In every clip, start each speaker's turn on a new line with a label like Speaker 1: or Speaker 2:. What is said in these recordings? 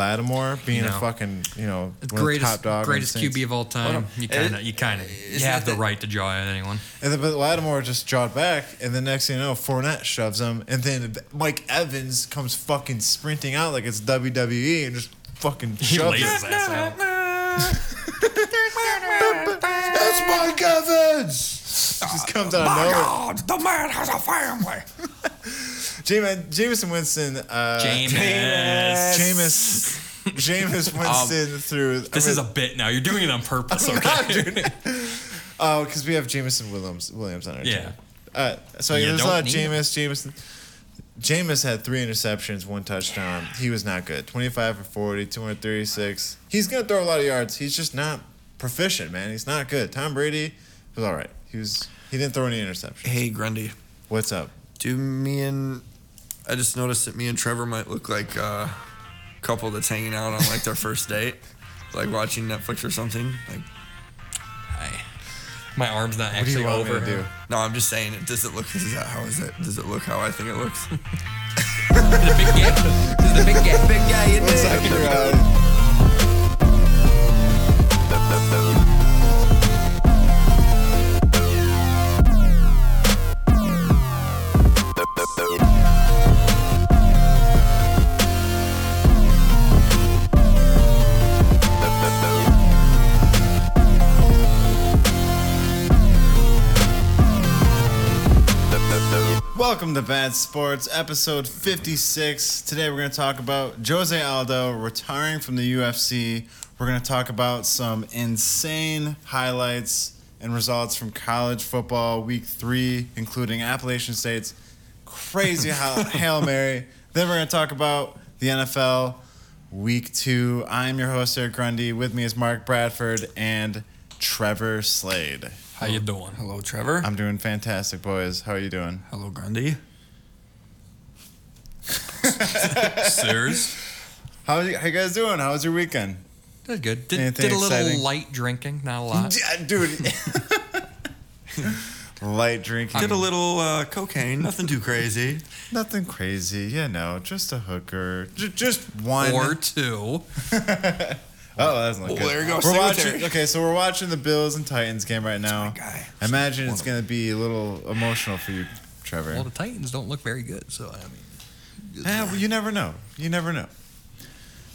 Speaker 1: Lattimore being a
Speaker 2: No.
Speaker 1: fucking you know one of the
Speaker 2: greatest
Speaker 1: top dog in
Speaker 2: greatest
Speaker 1: the Saints.
Speaker 2: QB of all time.
Speaker 1: Hold
Speaker 2: You kind of you kind of you
Speaker 3: Isn't
Speaker 2: have
Speaker 3: that
Speaker 2: the
Speaker 3: the-
Speaker 2: right to jaw at anyone.
Speaker 1: And then, but Lattimore just jawed back, and the next thing you know, Fournette shoves him, and then Mike Evans comes fucking sprinting out like it's WWE and just fucking
Speaker 2: He
Speaker 1: shoves
Speaker 2: lays his
Speaker 1: him.
Speaker 2: ass out.
Speaker 1: That's Mike Evans. just comes out of nowhere.
Speaker 3: God, the man has a family.
Speaker 1: Jame- Jameson Winston. Uh,
Speaker 2: Jameis. Um,
Speaker 1: Jameis. Jameis Winston through.
Speaker 2: This is a bit now. You're doing it on purpose, okay?
Speaker 1: Oh, because we have Jameson Williams Williams on our team.
Speaker 2: Yeah.
Speaker 1: Uh, so
Speaker 2: You
Speaker 1: there's a
Speaker 2: don't
Speaker 1: lot of
Speaker 2: need
Speaker 1: Jameis. Jameson. Jameis had three interceptions, one touchdown. He was not good. 25 for 40, 236. He's going to throw a lot of yards. He's just not proficient, man. He's not good. Tom Brady was all right. He was. He didn't throw any interceptions.
Speaker 3: Hey, Grundy.
Speaker 1: What's up?
Speaker 3: Do me and I just noticed that me and Trevor might look like a couple that's hanging out on like their first date, like watching Netflix or something. Like,
Speaker 2: I- my arm's
Speaker 1: What
Speaker 2: not
Speaker 1: do
Speaker 2: actually
Speaker 1: you want
Speaker 2: over.
Speaker 1: me to do?
Speaker 3: no, I'm just saying. It does it look? Is that how is it? Does it look how I think it looks?
Speaker 2: The big gap. This is the big gap.
Speaker 3: Big guy, you
Speaker 1: It's
Speaker 3: did.
Speaker 1: like you're, uh, Welcome to Bad Sports, episode 56. Today we're going to talk about Jose Aldo retiring from the UFC. We're going to talk about some insane highlights and results from college football week three, including Appalachian State's crazy ha- Hail Mary. Then we're going to talk about the NFL week two. I'm your host, Eric Grundy. With me is Mark Bradford and Trevor Slade.
Speaker 2: How you doing?
Speaker 3: Hello, Trevor.
Speaker 1: I'm doing fantastic, boys. How are you doing?
Speaker 3: Hello, Grundy.
Speaker 2: Sirs?
Speaker 1: How you, how you guys doing? How was your weekend?
Speaker 2: Did good. Did,
Speaker 1: Anything
Speaker 2: did a little
Speaker 1: exciting?
Speaker 2: light drinking, not a lot.
Speaker 1: Yeah, dude. Light drinking.
Speaker 2: um,
Speaker 3: Did a little uh, cocaine. Nothing too crazy.
Speaker 1: Nothing crazy, you know, just a hooker. J- just one.
Speaker 2: Or two.
Speaker 1: oh, that's not
Speaker 3: Oh,
Speaker 1: good.
Speaker 3: there you go,
Speaker 1: We're watching,
Speaker 3: Singletary.
Speaker 1: okay, so we're watching the Bills and Titans game right now.
Speaker 3: guy.
Speaker 1: I imagine
Speaker 3: One
Speaker 1: it's
Speaker 3: of
Speaker 1: going to be a little emotional for you, Trevor.
Speaker 2: Well, the Titans don't look very good, so I mean.
Speaker 1: Eh, well, you never know. You never know.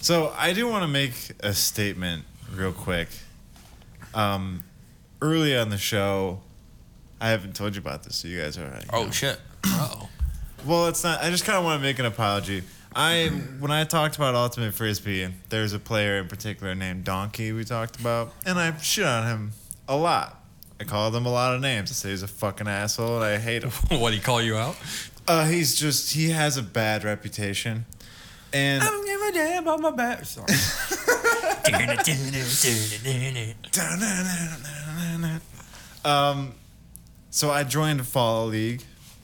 Speaker 1: So I do want to make a statement real quick. Um, early on the show, I haven't told you about this, so you guys are. you know.
Speaker 3: shit.
Speaker 2: Oh.
Speaker 1: Well, it's not. I just kind of want to make an apology. I when I talked about ultimate frisbee, there's a player in particular named Donkey we talked about, and I shit on him a lot. I called him a lot of names. I said he's a fucking asshole, and I hate him.
Speaker 2: what, he call you out?
Speaker 1: Uh, he's just he has a bad reputation, and
Speaker 3: I don't give a damn about my back. Sorry.
Speaker 1: Um, so I joined a fall league,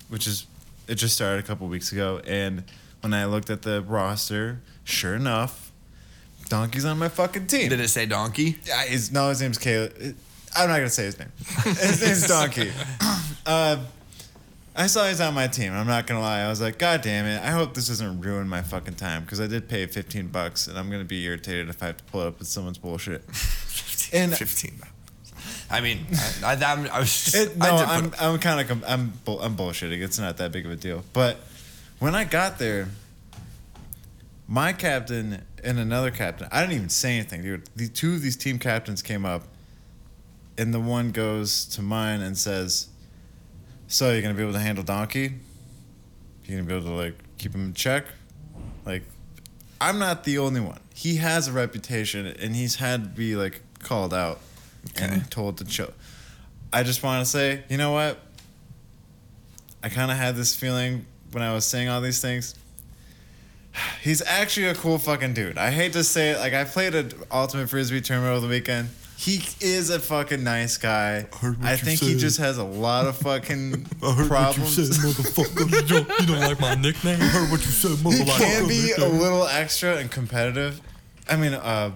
Speaker 1: which is it just started a couple weeks ago, and when I looked at the roster, sure enough, Donkey's on my fucking team.
Speaker 3: Did it say donkey?
Speaker 1: I, his, no, his name's Caleb. I'm not gonna say his name. His name's Donkey. uh, I saw he's on my team. I'm not gonna lie. I was like, God damn it! I hope this doesn't ruin my fucking time because I did pay 15 bucks, and I'm gonna be irritated if I have to pull it up with someone's bullshit. And-
Speaker 3: 15 bucks. I mean, I, I, I'm- I was just,
Speaker 1: It, no,
Speaker 3: I did
Speaker 1: I'm,
Speaker 3: put,
Speaker 1: I'm kind of com- I'm bull- I'm bullshitting. It's not that big of a deal. But when I got there, my captain and another captain, I didn't even say anything, dude. The two of these team captains came up, and the one goes to mine and says, "So you're gonna be able to handle Donkey? You're gonna be able to like keep him in check? Like, I'm not the only one. He has a reputation, and he's had to be like called out
Speaker 3: Okay.
Speaker 1: and told to chill." I just want to say, you know what? I kind of had this feeling when I was saying all these things. He's actually a cool fucking dude. I hate to say it. Like I played an ultimate frisbee tournament over the weekend. He is a fucking nice guy.
Speaker 3: I heard what
Speaker 1: I
Speaker 3: you
Speaker 1: think he
Speaker 3: said.
Speaker 1: just has a lot of fucking problems.
Speaker 3: motherfucker.
Speaker 2: you, don't, you don't like my nickname?
Speaker 3: heard what you said,
Speaker 1: He can be a little extra and competitive. I mean, uh,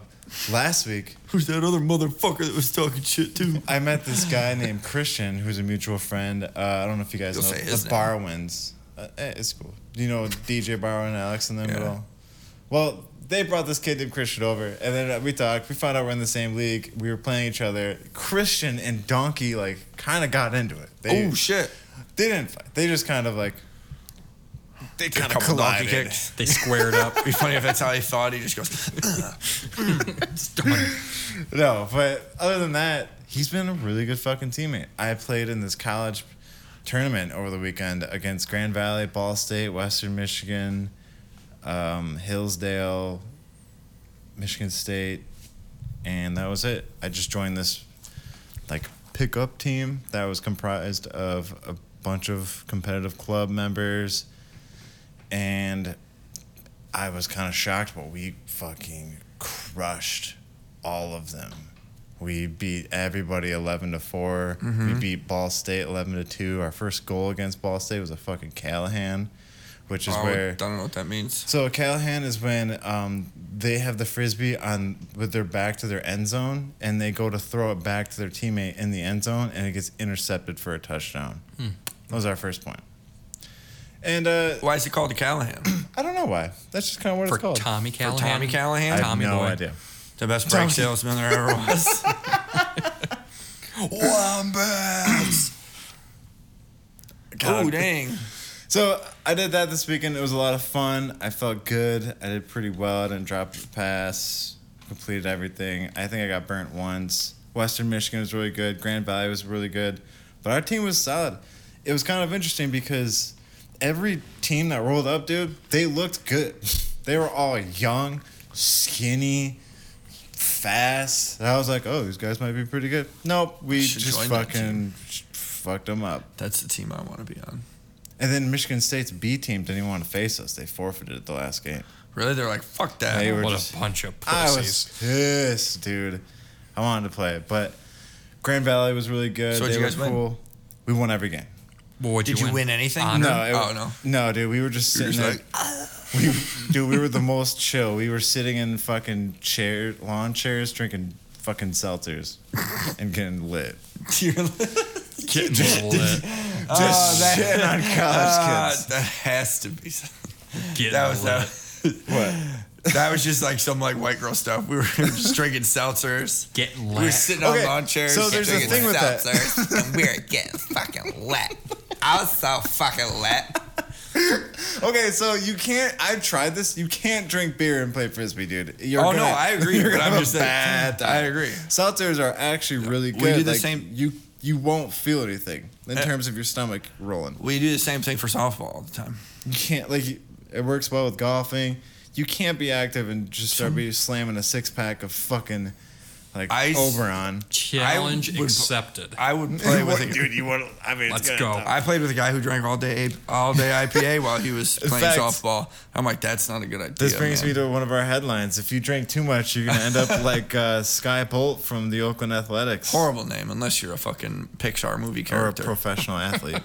Speaker 1: last week
Speaker 3: Who's that other motherfucker that was talking shit too?
Speaker 1: I met this guy named Christian, who's a mutual friend. Uh, I don't know if you guys
Speaker 3: You'll
Speaker 1: know
Speaker 3: say
Speaker 1: the
Speaker 3: his name.
Speaker 1: Barwins. Uh, eh, it's cool. Do you know DJ Barwin, Alex, and them at
Speaker 3: Yeah.
Speaker 1: all? Well, they brought this kid named Christian over, and then uh, we talked. We found out we're in the same league. We were playing each other. Christian and Donkey like kind of got into it. They,
Speaker 3: Oh shit!
Speaker 1: they didn't fight. They just kind of like they kind of
Speaker 3: Couple donkey
Speaker 1: collided.
Speaker 3: kicks.
Speaker 2: They squared up.
Speaker 3: It'd be funny if that's how he thought. He just goes.
Speaker 2: It's done.
Speaker 1: No, but other than that, he's been a really good fucking teammate. I played in this college tournament over the weekend against Grand Valley, Ball State, Western Michigan, um, Hillsdale, Michigan State, and that was it. I just joined this like pickup team that was comprised of a bunch of competitive club members, and I was kind of shocked, but we fucking crushed all of them. We beat everybody eleven to 4 We beat Ball State eleven to two. Our first goal against Ball State was a fucking Callahan, which is
Speaker 3: Wow, "Oh, I
Speaker 1: where
Speaker 3: don't know what that means.
Speaker 1: so a Callahan is when um, they have the frisbee on with their back to their end zone, and they go to throw it back to their teammate in the end zone, and it gets intercepted for a touchdown.
Speaker 2: Hmm.
Speaker 1: That was our first point. And uh,
Speaker 3: Why is it called a Callahan?
Speaker 1: I don't know why. That's just kind of what
Speaker 2: For
Speaker 1: it's called.
Speaker 2: Tommy Callahan.
Speaker 3: Tommy Callahan?
Speaker 1: I have
Speaker 2: Tommy
Speaker 1: no
Speaker 2: boy.
Speaker 1: idea.
Speaker 3: the best brake
Speaker 1: Tommy.
Speaker 3: salesman there ever was. Wombats.
Speaker 1: God.
Speaker 3: oh dang!
Speaker 1: So I did that this weekend. It was a lot of fun. I felt good. I did pretty well. I didn't drop the pass. Completed everything. I think I got burnt once. Western Michigan was really good. Grand Valley was really good. But our team was solid. It was kind of interesting because every team that rolled up, dude, they looked good. They were all young, skinny, fast. And I was like, oh, these guys might be pretty good. Nope, we
Speaker 3: Should
Speaker 1: just
Speaker 3: join that
Speaker 1: fucking fucked them up.
Speaker 3: That's the team I want to be on.
Speaker 1: And then Michigan State's B team didn't even want to face us. They forfeited the last game.
Speaker 3: Really? They're like, fuck that.
Speaker 1: They were
Speaker 2: What
Speaker 1: just-
Speaker 2: a bunch of
Speaker 1: I
Speaker 2: pussies.
Speaker 1: was pissed, dude. I wanted to play it, but Grand Valley was really good.
Speaker 3: So what'd
Speaker 1: they
Speaker 3: you
Speaker 1: were
Speaker 3: guys win?
Speaker 1: cool. We won every game.
Speaker 2: Well, what'd
Speaker 3: Did you win anything?
Speaker 2: Honor?
Speaker 1: No, it,
Speaker 3: Oh, no.
Speaker 1: no, dude. We were just
Speaker 3: You're
Speaker 1: sitting there.
Speaker 3: just like, "Ah."
Speaker 1: we, dude, we were the most chill. We were sitting in fucking chair, lawn chairs, drinking fucking seltzers, and getting lit.
Speaker 2: Get lit.
Speaker 1: Just
Speaker 3: Oh,
Speaker 1: shit on college
Speaker 3: Ah,
Speaker 1: kids.
Speaker 3: that has to be. something.
Speaker 2: Get
Speaker 3: That was
Speaker 2: lit.
Speaker 3: that.
Speaker 1: What?
Speaker 3: That was just like some like white girl stuff. We were just drinking seltzers.
Speaker 2: Get
Speaker 3: We were
Speaker 2: lit.
Speaker 3: sitting
Speaker 1: Okay,
Speaker 3: on lawn chairs.
Speaker 1: so there's a
Speaker 3: drinking
Speaker 1: thing with that.
Speaker 3: seltzers, and we were getting fucking lit. I was so fucking lit.
Speaker 1: Okay, so you can't. I've tried this. You can't drink beer and play frisbee, dude. You're
Speaker 3: Oh,
Speaker 1: gonna-
Speaker 3: no, I agree,
Speaker 1: You're
Speaker 3: but
Speaker 1: gonna
Speaker 3: I'm
Speaker 1: have
Speaker 3: just
Speaker 1: a
Speaker 3: saying,
Speaker 1: bad. Time.
Speaker 3: I agree.
Speaker 1: Seltzers are actually really
Speaker 3: We
Speaker 1: good.
Speaker 3: do the
Speaker 1: Like,
Speaker 3: same-
Speaker 1: You you won't feel anything in
Speaker 3: Eh.
Speaker 1: terms of your stomach rolling.
Speaker 3: We do the same thing for softball all the time.
Speaker 1: You can't like. you- It works well with golfing. You can't be active and just start be slamming a six pack of fucking like
Speaker 3: Ice-
Speaker 1: Oberon.
Speaker 2: Challenge
Speaker 3: I would-
Speaker 2: accepted.
Speaker 3: I would play with a,
Speaker 1: dude, you want? to I mean,
Speaker 2: Let's
Speaker 1: gonna-
Speaker 2: go.
Speaker 3: I played with a guy who drank all day all day IPA while he was
Speaker 1: In
Speaker 3: playing
Speaker 1: fact-
Speaker 3: softball. I'm like, that's not a good idea.
Speaker 1: This brings
Speaker 3: man.
Speaker 1: me to one of our headlines. If you drink too much, you're gonna end up like uh, Sky Bolt from the Oakland Athletics.
Speaker 3: horrible name unless you're a fucking Pixar movie
Speaker 1: or a
Speaker 3: character.
Speaker 1: professional athlete.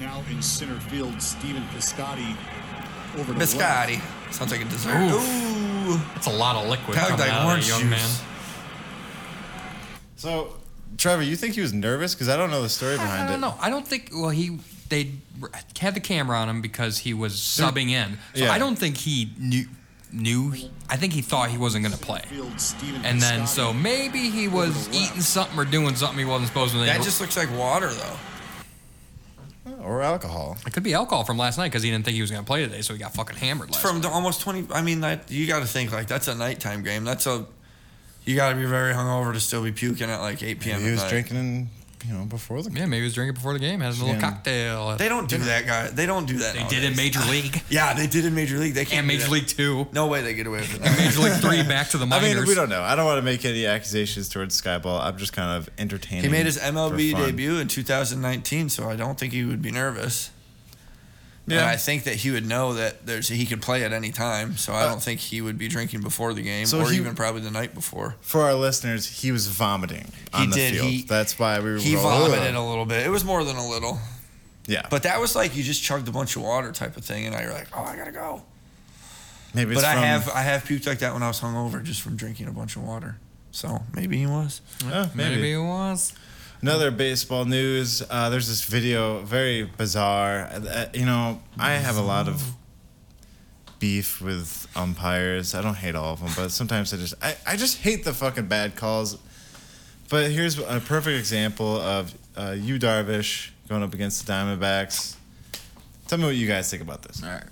Speaker 4: Now in center field, Steven Piscotty over to left.
Speaker 3: Biscotti sounds like a dessert.
Speaker 2: Ooh.
Speaker 3: Ooh.
Speaker 2: That's a lot of liquid
Speaker 3: That looked
Speaker 2: coming
Speaker 3: like
Speaker 2: out of
Speaker 3: orange
Speaker 2: a young
Speaker 3: juice.
Speaker 2: man.
Speaker 1: So, Trevor, you think he was nervous? Because I don't know the story
Speaker 2: I,
Speaker 1: behind
Speaker 2: I
Speaker 1: it.
Speaker 2: don't know. I don't think. Well, he they r- had the camera on him because he was subbing in. So
Speaker 1: Yeah.
Speaker 2: I don't think he knew knew. I think he thought he wasn't going to play.
Speaker 4: Field, Steven
Speaker 2: And then
Speaker 4: Piscotty.
Speaker 2: so maybe he
Speaker 4: Over
Speaker 2: was
Speaker 4: to the left.
Speaker 2: eating something or doing something he wasn't supposed to.
Speaker 3: That just looks like water though.
Speaker 1: Or alcohol.
Speaker 2: it could be alcohol from last night because he didn't think he was going to play today, so he got fucking hammered last
Speaker 3: From
Speaker 2: night.
Speaker 3: the almost 20 I mean that you got to think like that's a nighttime game. That's a you got to be very hungover to still be puking at like 8 p.m.
Speaker 1: He
Speaker 3: at
Speaker 1: was
Speaker 3: night.
Speaker 1: drinking, you know, before the game.
Speaker 2: Yeah, maybe he was drinking before the game, had a little
Speaker 1: Yeah.
Speaker 2: cocktail.
Speaker 3: They don't do that, guy. They don't do that.
Speaker 2: They did in
Speaker 3: nowadays.
Speaker 2: Major League
Speaker 3: Yeah, they did in Major League. They can't
Speaker 2: and
Speaker 3: do
Speaker 2: Major
Speaker 3: that.
Speaker 2: League Two,
Speaker 3: No way they get away with it.
Speaker 2: Major League Three, back to the
Speaker 1: I
Speaker 2: minors.
Speaker 1: mean, we don't know. I don't want to make any accusations towards Skyball. I'm just kind of entertaining.
Speaker 3: He made his MLB
Speaker 1: for fun.
Speaker 3: debut in 2019, so I don't think he would be nervous.
Speaker 1: Yeah.
Speaker 3: And I think that he would know that there's he could play at any time, so I
Speaker 1: Uh,
Speaker 3: don't think he would be drinking before the game
Speaker 1: so
Speaker 3: or
Speaker 1: he-
Speaker 3: even probably the night before.
Speaker 1: For our listeners, he was vomiting on the
Speaker 3: did.
Speaker 1: field.
Speaker 3: He-
Speaker 1: That's why we were.
Speaker 3: He
Speaker 1: rolling.
Speaker 3: vomited a little bit. It was more than a little.
Speaker 1: Yeah, but
Speaker 3: But that was like you just chugged a bunch of water type of thing and now you're like, "Oh, I got to go."
Speaker 1: maybe. It's
Speaker 3: but I
Speaker 1: from,
Speaker 3: have I have puked like that when I was hungover just from drinking a bunch of water. So, maybe he was.
Speaker 1: Oh,
Speaker 2: Maybe,
Speaker 1: maybe.
Speaker 2: it was.
Speaker 1: Another baseball news. Uh, there's uh, this video, very bizarre. Uh, you know, I have a lot of beef with umpires. I don't hate all of them, but sometimes I just I, I just hate the fucking bad calls. But here's a perfect example of uh, you Darvish going up against the Diamondbacks. Tell me what you guys think about this.
Speaker 2: All right.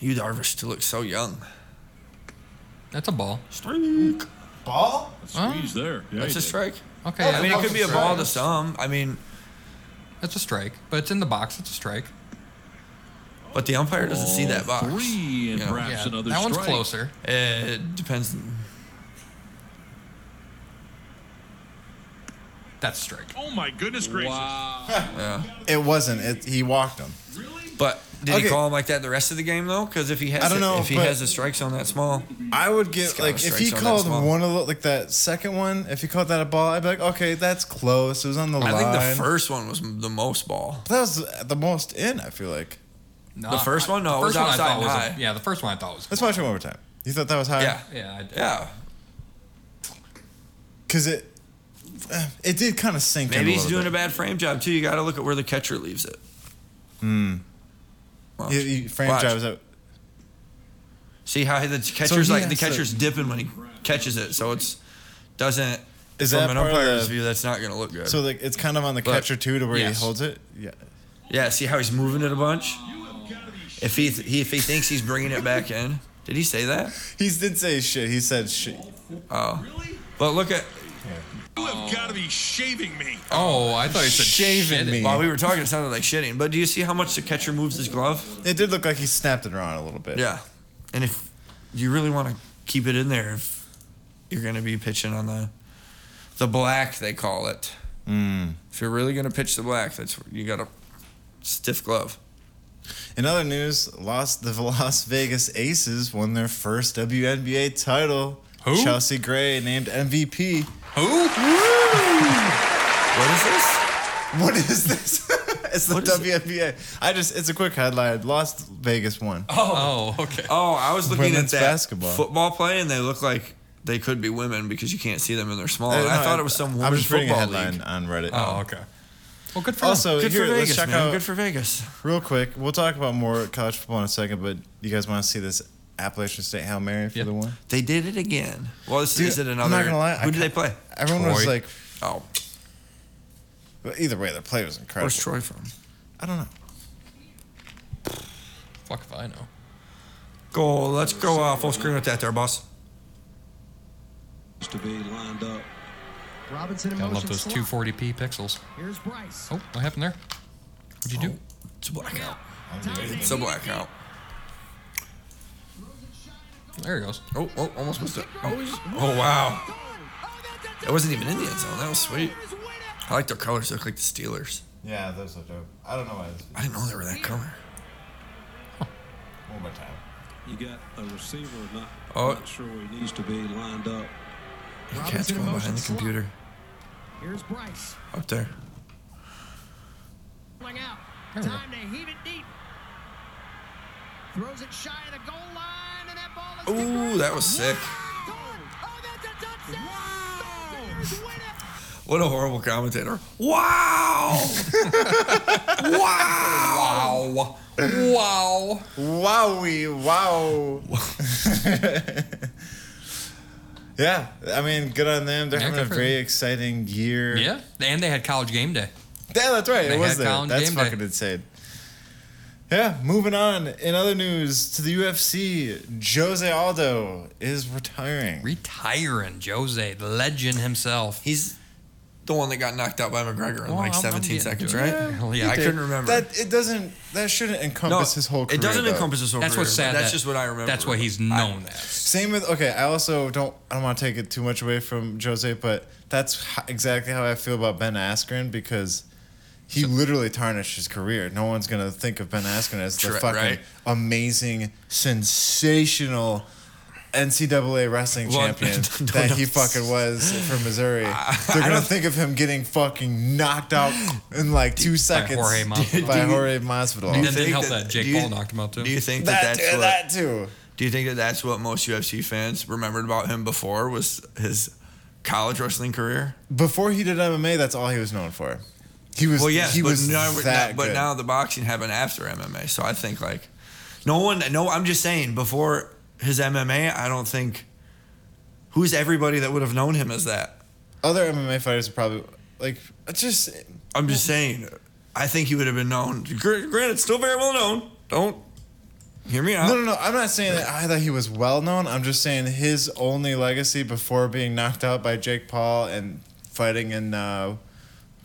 Speaker 3: You Darvish still looks so young.
Speaker 2: That's a ball.
Speaker 3: Streak.
Speaker 1: Ball?
Speaker 4: Squeeze there. Yeah,
Speaker 3: That's
Speaker 4: he
Speaker 3: a
Speaker 4: did.
Speaker 3: strike.
Speaker 2: Okay.
Speaker 3: I mean, it could be a
Speaker 2: that's
Speaker 3: ball
Speaker 2: strike.
Speaker 3: to some. I mean,
Speaker 2: That's a strike, but it's in the box. It's a strike.
Speaker 3: but the umpire doesn't see that box.
Speaker 4: Three and
Speaker 3: Yeah.
Speaker 4: perhaps
Speaker 2: Yeah,
Speaker 4: another
Speaker 2: that one's
Speaker 4: strike.
Speaker 2: closer.
Speaker 3: It depends.
Speaker 2: That's a strike.
Speaker 5: Oh my goodness gracious.
Speaker 4: Wow.
Speaker 3: Yeah.
Speaker 1: It wasn't. It, he walked him.
Speaker 3: But did
Speaker 1: Okay.
Speaker 3: he call him like that the rest of the game though? Because if he has,
Speaker 1: I don't
Speaker 3: it-
Speaker 1: know,
Speaker 3: if he
Speaker 1: but-
Speaker 3: has the strikes on that small.
Speaker 1: I would get
Speaker 3: got
Speaker 1: like
Speaker 3: no
Speaker 1: if
Speaker 3: strikes
Speaker 1: he
Speaker 3: on that
Speaker 1: called
Speaker 3: small.
Speaker 1: one of the, like that second one. If he called that a ball, I'd be like, okay, that's close. It was on the
Speaker 3: I
Speaker 1: line.
Speaker 3: think the first one was the most ball.
Speaker 1: That was the most in. I feel like.
Speaker 2: No,
Speaker 3: The first one? No, it was
Speaker 2: first one I
Speaker 3: outside
Speaker 2: thought
Speaker 3: and
Speaker 2: was a-
Speaker 3: high.
Speaker 2: yeah, the first one I thought was.
Speaker 1: Let's watch it one more time. You thought that was high?
Speaker 3: Yeah,
Speaker 2: Yeah, I,
Speaker 3: yeah.
Speaker 1: Cause it, uh, it did kind of sink. in
Speaker 3: Maybe
Speaker 1: a
Speaker 3: he's doing
Speaker 1: little
Speaker 3: a bad frame job too. You got to look at where the catcher leaves it. Hmm.
Speaker 1: bit. He, he frame drives up.
Speaker 3: See how the catcher's
Speaker 1: he
Speaker 3: like the
Speaker 1: has to-
Speaker 3: catcher's dipping when he catches it, so it's doesn't.
Speaker 1: Is
Speaker 3: from
Speaker 1: that
Speaker 3: an
Speaker 1: part of
Speaker 3: umpire's
Speaker 1: the-
Speaker 3: view? That's not going to look good.
Speaker 1: So like it's kind of on the
Speaker 3: But-
Speaker 1: catcher too, to where
Speaker 3: yes.
Speaker 1: he holds it. Yeah.
Speaker 3: yeah, see how he's moving it a bunch. If he, he if he thinks he's bringing it back in, did he say that?
Speaker 1: He did say shit. He said shit.
Speaker 3: But look at
Speaker 5: You have got to be shaving me.
Speaker 2: oh, I thought you said
Speaker 1: Shaving
Speaker 2: shit.
Speaker 1: me.
Speaker 3: while we were talking, it sounded like shitting. But do you see how much the catcher moves his glove?
Speaker 1: It did look like he snapped it around a little bit.
Speaker 3: Yeah, and if you really want to keep it in there, if you're going to be pitching on the the black they call it.
Speaker 1: Mm.
Speaker 3: If you're really going to pitch the black, that's you got a stiff glove.
Speaker 1: In other news, Las the Las Vegas Aces won their first WNBA title.
Speaker 2: Who?
Speaker 1: Chelsea Gray named MVP.
Speaker 2: Who?
Speaker 3: What is this?
Speaker 1: What is this? it's the
Speaker 3: What is it?
Speaker 1: WNBA. I just it's a quick headline. Las Vegas won.
Speaker 2: Oh, okay.
Speaker 3: Oh, I was looking
Speaker 1: Women's
Speaker 3: at that
Speaker 1: basketball.
Speaker 3: football play, and they look like they could be women because you can't see them and they're small.
Speaker 1: Uh,
Speaker 3: And Oh, I
Speaker 1: no,
Speaker 3: thought it was some
Speaker 1: I'm
Speaker 3: women's
Speaker 1: just reading a
Speaker 3: football
Speaker 1: headline
Speaker 3: league.
Speaker 1: on Reddit.
Speaker 2: Oh, okay. Well, good for them.
Speaker 1: Also,
Speaker 3: Good
Speaker 1: here,
Speaker 3: for Vegas,
Speaker 1: let's check
Speaker 3: man.
Speaker 1: out
Speaker 3: Good for Vegas.
Speaker 1: real quick. We'll talk about more college football in a second, but you guys want to see this Appalachian State Hail Mary for
Speaker 2: Yeah.
Speaker 1: the one?
Speaker 3: They did it again. Well, this
Speaker 1: Dude,
Speaker 3: is it
Speaker 1: I'm
Speaker 3: another.
Speaker 1: not gonna lie, I
Speaker 3: Who did they
Speaker 1: can't-
Speaker 3: play?
Speaker 1: Everyone was
Speaker 2: Troy.
Speaker 1: like,
Speaker 3: Oh,
Speaker 1: but either way, their play was incredible.
Speaker 3: where's Troy from?
Speaker 1: I don't know.
Speaker 2: Fuck if I know.
Speaker 3: Go. Let's go uh, full screen with that there, boss.
Speaker 6: to be lined up.
Speaker 7: Robinson in
Speaker 2: I love
Speaker 7: motion
Speaker 2: those
Speaker 7: slot.
Speaker 2: 240p pixels.
Speaker 7: Here's Bryce.
Speaker 2: Oh, what happened there? What'd you do?
Speaker 3: It's a blackout.
Speaker 7: Diving.
Speaker 3: It's a blackout.
Speaker 2: There he goes.
Speaker 3: Oh, oh, almost missed it. Oh, oh, wow. That wasn't even in the end zone. That was sweet. I like their colors. They look like the Steelers.
Speaker 1: Yeah, that was a joke. I don't know why. This
Speaker 3: I didn't know they were that color.
Speaker 1: one more time.
Speaker 6: You got a receiver not,
Speaker 3: Oh.
Speaker 6: not sure where he needs to be lined up.
Speaker 3: The cat's
Speaker 7: Robinson in
Speaker 3: going
Speaker 7: motion
Speaker 3: behind the
Speaker 7: slot.
Speaker 3: computer.
Speaker 7: Here's Bryce.
Speaker 3: Up there.
Speaker 7: Rolling out.
Speaker 2: There we go.
Speaker 7: Time to heave it deep. Throws it shy of the goal line, and that ball is kicked
Speaker 3: Ooh,
Speaker 7: right
Speaker 3: that was sick.
Speaker 7: goal. Oh, that's a touchdown. Buccaneers win it.
Speaker 3: What a horrible commentator. Wow! wow!
Speaker 2: Wow. Wow.
Speaker 1: Wowie, wow. yeah, I mean, good on them. They're
Speaker 2: Yeah,
Speaker 1: having
Speaker 2: good
Speaker 1: a
Speaker 2: for
Speaker 1: very
Speaker 2: them.
Speaker 1: exciting year.
Speaker 2: Yeah. And they had college game day.
Speaker 1: Yeah, that's right.
Speaker 2: They
Speaker 1: it was
Speaker 2: had
Speaker 1: there.
Speaker 2: College
Speaker 1: That's
Speaker 2: game day.
Speaker 1: fucking insane. Yeah, moving on. In other news, to the UFC, Jose Aldo is retiring.
Speaker 2: Retiring Jose, the legend himself.
Speaker 3: He's the one that got knocked out by McGregor in
Speaker 2: Well,
Speaker 3: like
Speaker 2: I'm- I'm
Speaker 3: 17
Speaker 2: getting
Speaker 3: seconds,
Speaker 2: to it.
Speaker 3: right?
Speaker 2: Yeah, he
Speaker 3: I
Speaker 2: did.
Speaker 3: couldn't remember.
Speaker 1: That it doesn't. That shouldn't encompass his whole. Career,
Speaker 3: It doesn't
Speaker 1: though.
Speaker 3: encompass his whole
Speaker 2: That's
Speaker 3: career.
Speaker 2: what's
Speaker 3: but
Speaker 2: sad.
Speaker 3: That's
Speaker 2: that-
Speaker 3: just what I remember.
Speaker 2: That's what he's known as.
Speaker 1: Same with okay. I also don't. I don't want to take it too much away from Jose, but that's ho- exactly how I feel about Ben Askren because he literally tarnished his career. No one's gonna think of Ben Askren as the
Speaker 3: Tri-
Speaker 1: fucking
Speaker 3: right.
Speaker 1: amazing, sensational NCAA wrestling
Speaker 3: Well,
Speaker 1: champion
Speaker 3: no,
Speaker 1: that
Speaker 3: no.
Speaker 1: he fucking was from Missouri. They're gonna think of him getting fucking knocked out in like two seconds
Speaker 2: Jorge Masvidal.
Speaker 1: by
Speaker 3: Do you-
Speaker 1: Jorge Masvidal.
Speaker 2: And
Speaker 3: you
Speaker 2: it didn't
Speaker 3: think
Speaker 2: help
Speaker 3: that-
Speaker 2: that Jake
Speaker 3: do you-
Speaker 2: Paul knocked him out too.
Speaker 3: Do you think
Speaker 1: that,
Speaker 3: that, that's
Speaker 1: too,
Speaker 3: what?
Speaker 1: that too.
Speaker 3: Do you think that that's what most UFC fans remembered about him before was his college wrestling career?
Speaker 1: Before he did MMA, that's all he was known for. He was.
Speaker 3: Well, yes,
Speaker 1: he
Speaker 3: but,
Speaker 1: was
Speaker 3: now,
Speaker 1: that
Speaker 3: but
Speaker 1: good.
Speaker 3: now the boxing happened after MMA, so I think like no one. No, I'm just saying before his MMA, I don't think who's everybody that would have known him as that.
Speaker 1: other MMA fighters are probably like it's just.
Speaker 3: I'm just saying, I think he would have been known. Gr- Granted, still very well known. Don't hear me out.
Speaker 1: No, no, no. I'm not saying that I thought he was well known. I'm just saying his only legacy before being knocked out by Jake Paul and fighting in uh,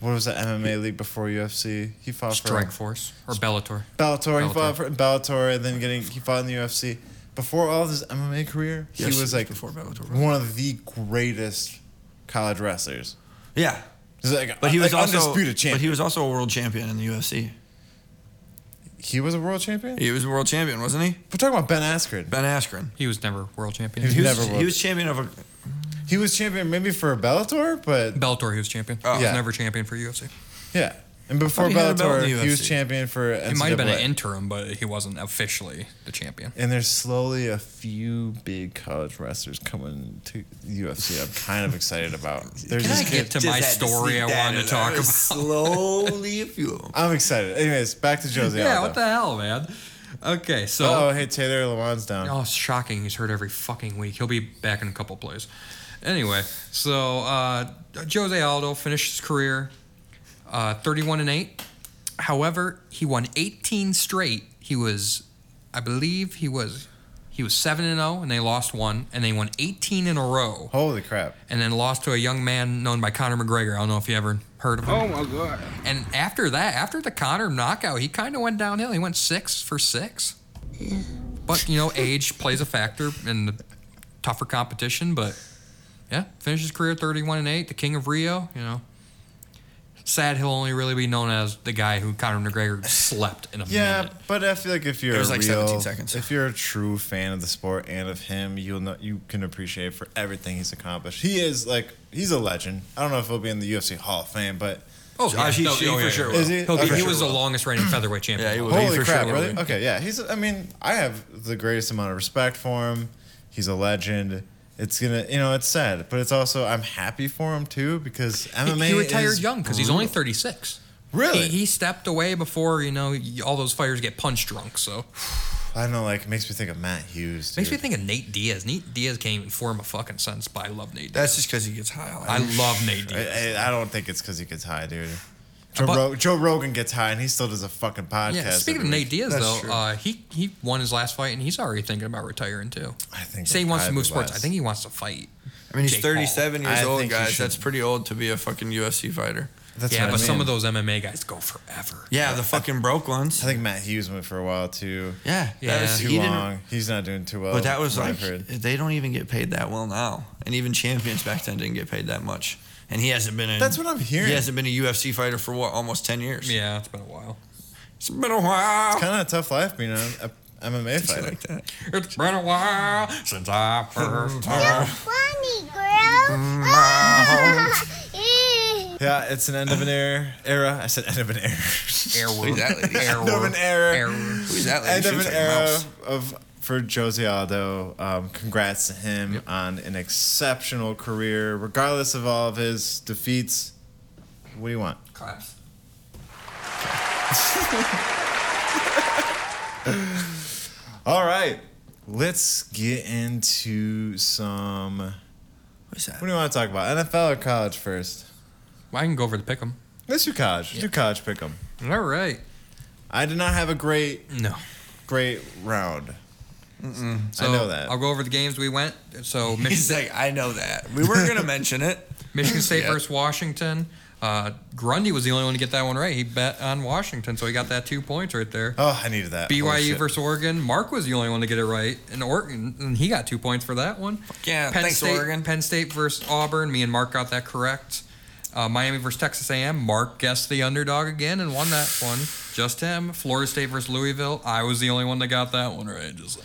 Speaker 1: what was the MMA league before UFC? He fought
Speaker 2: Strike
Speaker 1: for
Speaker 2: Force or Bellator.
Speaker 1: Bellator. He
Speaker 2: Bellator.
Speaker 1: fought for Bellator, and then getting he fought in the UFC. Before all of his MMA career,
Speaker 3: Yes,
Speaker 1: he was like
Speaker 3: before Bellator.
Speaker 1: one of the greatest college wrestlers.
Speaker 3: Yeah,
Speaker 1: He's like,
Speaker 3: but he was
Speaker 1: like
Speaker 3: also
Speaker 1: undisputed champion.
Speaker 3: But he was also a world champion in the UFC.
Speaker 1: He was a world champion.
Speaker 3: He was a world champion, wasn't he?
Speaker 1: We're talking about Ben Askren.
Speaker 3: Ben Askren.
Speaker 2: He was never world champion.
Speaker 1: He was
Speaker 3: He was,
Speaker 1: never world-
Speaker 3: he was champion of a.
Speaker 1: He was champion maybe for Bellator, but
Speaker 2: Bellator, he was champion.
Speaker 3: Oh.
Speaker 2: He was
Speaker 1: Yeah.
Speaker 2: never champion for UFC.
Speaker 1: yeah. And before
Speaker 3: thought he had a belt
Speaker 1: Bellator,
Speaker 3: in the
Speaker 1: he was
Speaker 3: UFC.
Speaker 1: champion for NCAA.
Speaker 2: He might have been an interim, but he wasn't officially the champion.
Speaker 1: and there's slowly a few big college wrestlers coming to the UFC. I'm kind of excited about. There's
Speaker 2: Can
Speaker 1: this
Speaker 2: I
Speaker 1: kid-
Speaker 2: get to my
Speaker 3: Just had
Speaker 2: story
Speaker 3: sneak
Speaker 2: I
Speaker 3: that
Speaker 2: wanted
Speaker 3: in.
Speaker 2: to talk
Speaker 3: There was
Speaker 2: about?
Speaker 3: Slowly, a few of them.
Speaker 1: I'm excited. Anyways, back to Josie.
Speaker 2: Yeah, what the hell, man? Okay, so
Speaker 1: Oh, hey Taylor Lewan's down.
Speaker 2: Oh, it's shocking. He's hurt every fucking week. He'll be back in a couple plays. Anyway, so uh, Jose Aldo finished his career uh, 31 and 8. However, he won 18 straight. He was, I believe, he was, he was 7 and 0, and they lost one, and they won 18 in a row,
Speaker 1: Holy crap!
Speaker 2: and then lost to a young man known by Conor McGregor. I don't know if you ever heard of him. Oh my god! And after that, after the Conor knockout, he kind of went downhill. He went six for six. But you know, age plays a factor in the tougher competition. But yeah, finished his career at 31 and eight, the king of Rio. You know, sad he'll only really be known as the guy who Conor McGregor slept in a
Speaker 1: Yeah,
Speaker 2: minute.
Speaker 1: but I feel like if you're
Speaker 3: It was
Speaker 1: a
Speaker 3: like
Speaker 1: real,
Speaker 3: 17 seconds.
Speaker 1: if you're a true fan of the sport and of him, you'll know you can appreciate for everything he's accomplished. He is like he's a legend. I don't know if he'll be in the UFC Hall of Fame, but
Speaker 2: Oh, yeah.
Speaker 3: Josh, he-
Speaker 2: No,
Speaker 3: he
Speaker 2: oh,
Speaker 3: for
Speaker 2: yeah,
Speaker 3: sure
Speaker 2: yeah.
Speaker 3: will.
Speaker 1: Is he?
Speaker 2: He'll be,
Speaker 1: Okay.
Speaker 2: he was the longest reigning featherweight champion.
Speaker 3: Yeah, he
Speaker 2: of all
Speaker 3: will.
Speaker 2: time.
Speaker 1: Holy
Speaker 3: for
Speaker 1: crap,
Speaker 3: sure
Speaker 1: really?
Speaker 3: will be.
Speaker 1: Okay, yeah. He's I mean, I have the greatest amount of respect for him. He's a legend. It's gonna you know, it's sad, but it's also I'm happy for him too because
Speaker 2: He,
Speaker 1: MMA
Speaker 2: he retired
Speaker 1: is
Speaker 2: young because he's only
Speaker 1: brutal.
Speaker 2: 36.
Speaker 1: Really?
Speaker 2: He, he stepped away before you know y- all those fighters get punch drunk. So
Speaker 1: I don't know, like it makes me think of Matt Hughes. Dude.
Speaker 2: makes me think of Nate Diaz. Nate Diaz can't even form a fucking sentence, but I love Nate. Diaz.
Speaker 3: That's just because he gets high.
Speaker 2: I love Nate Diaz.
Speaker 1: I, I, I don't think it's because he gets high, dude. Joe,
Speaker 2: But-
Speaker 1: Rog- Joe Rogan gets high and he still does a fucking podcast.
Speaker 2: Yeah, speaking of
Speaker 1: every
Speaker 2: Nate
Speaker 1: week.
Speaker 2: Diaz,
Speaker 3: That's
Speaker 2: though,
Speaker 3: true.
Speaker 2: uh, he he won his last fight, and he's already thinking about retiring too.
Speaker 1: I think
Speaker 2: He said he wants to
Speaker 1: I'd
Speaker 2: move
Speaker 1: be
Speaker 2: sports.
Speaker 1: wise.
Speaker 2: I think he wants to fight.
Speaker 3: I mean, he's
Speaker 2: Jake Paul.
Speaker 3: 37 years
Speaker 1: I
Speaker 3: old,
Speaker 1: think he
Speaker 3: guys.
Speaker 1: should-
Speaker 3: That's pretty old to be a fucking UFC fighter.
Speaker 1: That's
Speaker 2: yeah,
Speaker 1: what I
Speaker 2: but some
Speaker 1: mean.
Speaker 2: of those MMA guys go forever.
Speaker 3: Yeah, the fucking broke ones.
Speaker 1: I think Matt Hughes went for a while too.
Speaker 3: yeah,
Speaker 2: Yeah.
Speaker 3: That was,
Speaker 1: Too
Speaker 3: he Didn't,
Speaker 1: long. He's not doing too well.
Speaker 3: but that was
Speaker 1: from what
Speaker 3: like
Speaker 1: I've heard.
Speaker 3: they don't even get paid that well now, and even champions back then didn't get paid that much. And he hasn't been. In,
Speaker 1: That's what I'm hearing.
Speaker 3: He hasn't been a UFC fighter for what almost 10 years.
Speaker 2: yeah, it's been a while.
Speaker 3: it's been a while.
Speaker 1: kind of a tough life being an a MMA
Speaker 3: Shit
Speaker 1: fighter.
Speaker 3: like that.
Speaker 2: It's been a while since I first. heard.
Speaker 7: Funny girl.
Speaker 1: Yeah, it's an end of an era. Era. I said end of an era.
Speaker 2: Error.
Speaker 3: Who's that lady?
Speaker 2: Error.
Speaker 1: Of an error.
Speaker 2: Error.
Speaker 3: Who's that lady?
Speaker 1: end
Speaker 3: She
Speaker 1: of
Speaker 3: looks
Speaker 1: an
Speaker 3: like a
Speaker 1: era
Speaker 3: mouse.
Speaker 1: of for Josie Aldo. Um, congrats to him on an exceptional career, regardless of all of his defeats. What do you want?
Speaker 2: Claps.
Speaker 1: All right, let's get into some. What
Speaker 3: Who's that?
Speaker 1: do you want to talk about? NFL or college first?
Speaker 2: Well, I can go over the pick 'em.
Speaker 1: Let's do college. Let's Do college pick 'em.
Speaker 2: All right.
Speaker 1: I did not have a great,
Speaker 2: No.
Speaker 1: great round.
Speaker 2: So
Speaker 1: I know that.
Speaker 2: I'll go over the games we went. So Michigan,
Speaker 3: He's like, I know that. We weren't gonna mention it.
Speaker 2: Michigan State
Speaker 3: Yeah.
Speaker 2: versus Washington. Uh, Grundy was the only one to get that one right. He bet on Washington, so he got that two points right there.
Speaker 1: Oh, I needed that. Holy
Speaker 2: BYU
Speaker 1: shit.
Speaker 2: versus Oregon. Mark was the only one to get it right, and Oregon, and he got two points for that one.
Speaker 3: yeah, thanks,
Speaker 2: State,
Speaker 3: Oregon.
Speaker 2: Penn State versus Auburn. Me and Mark got that correct. Uh, Miami versus Texas A&M. Mark guessed the underdog again and won that one. Just him. Florida State versus Louisville. I was the only one that got that one right. Just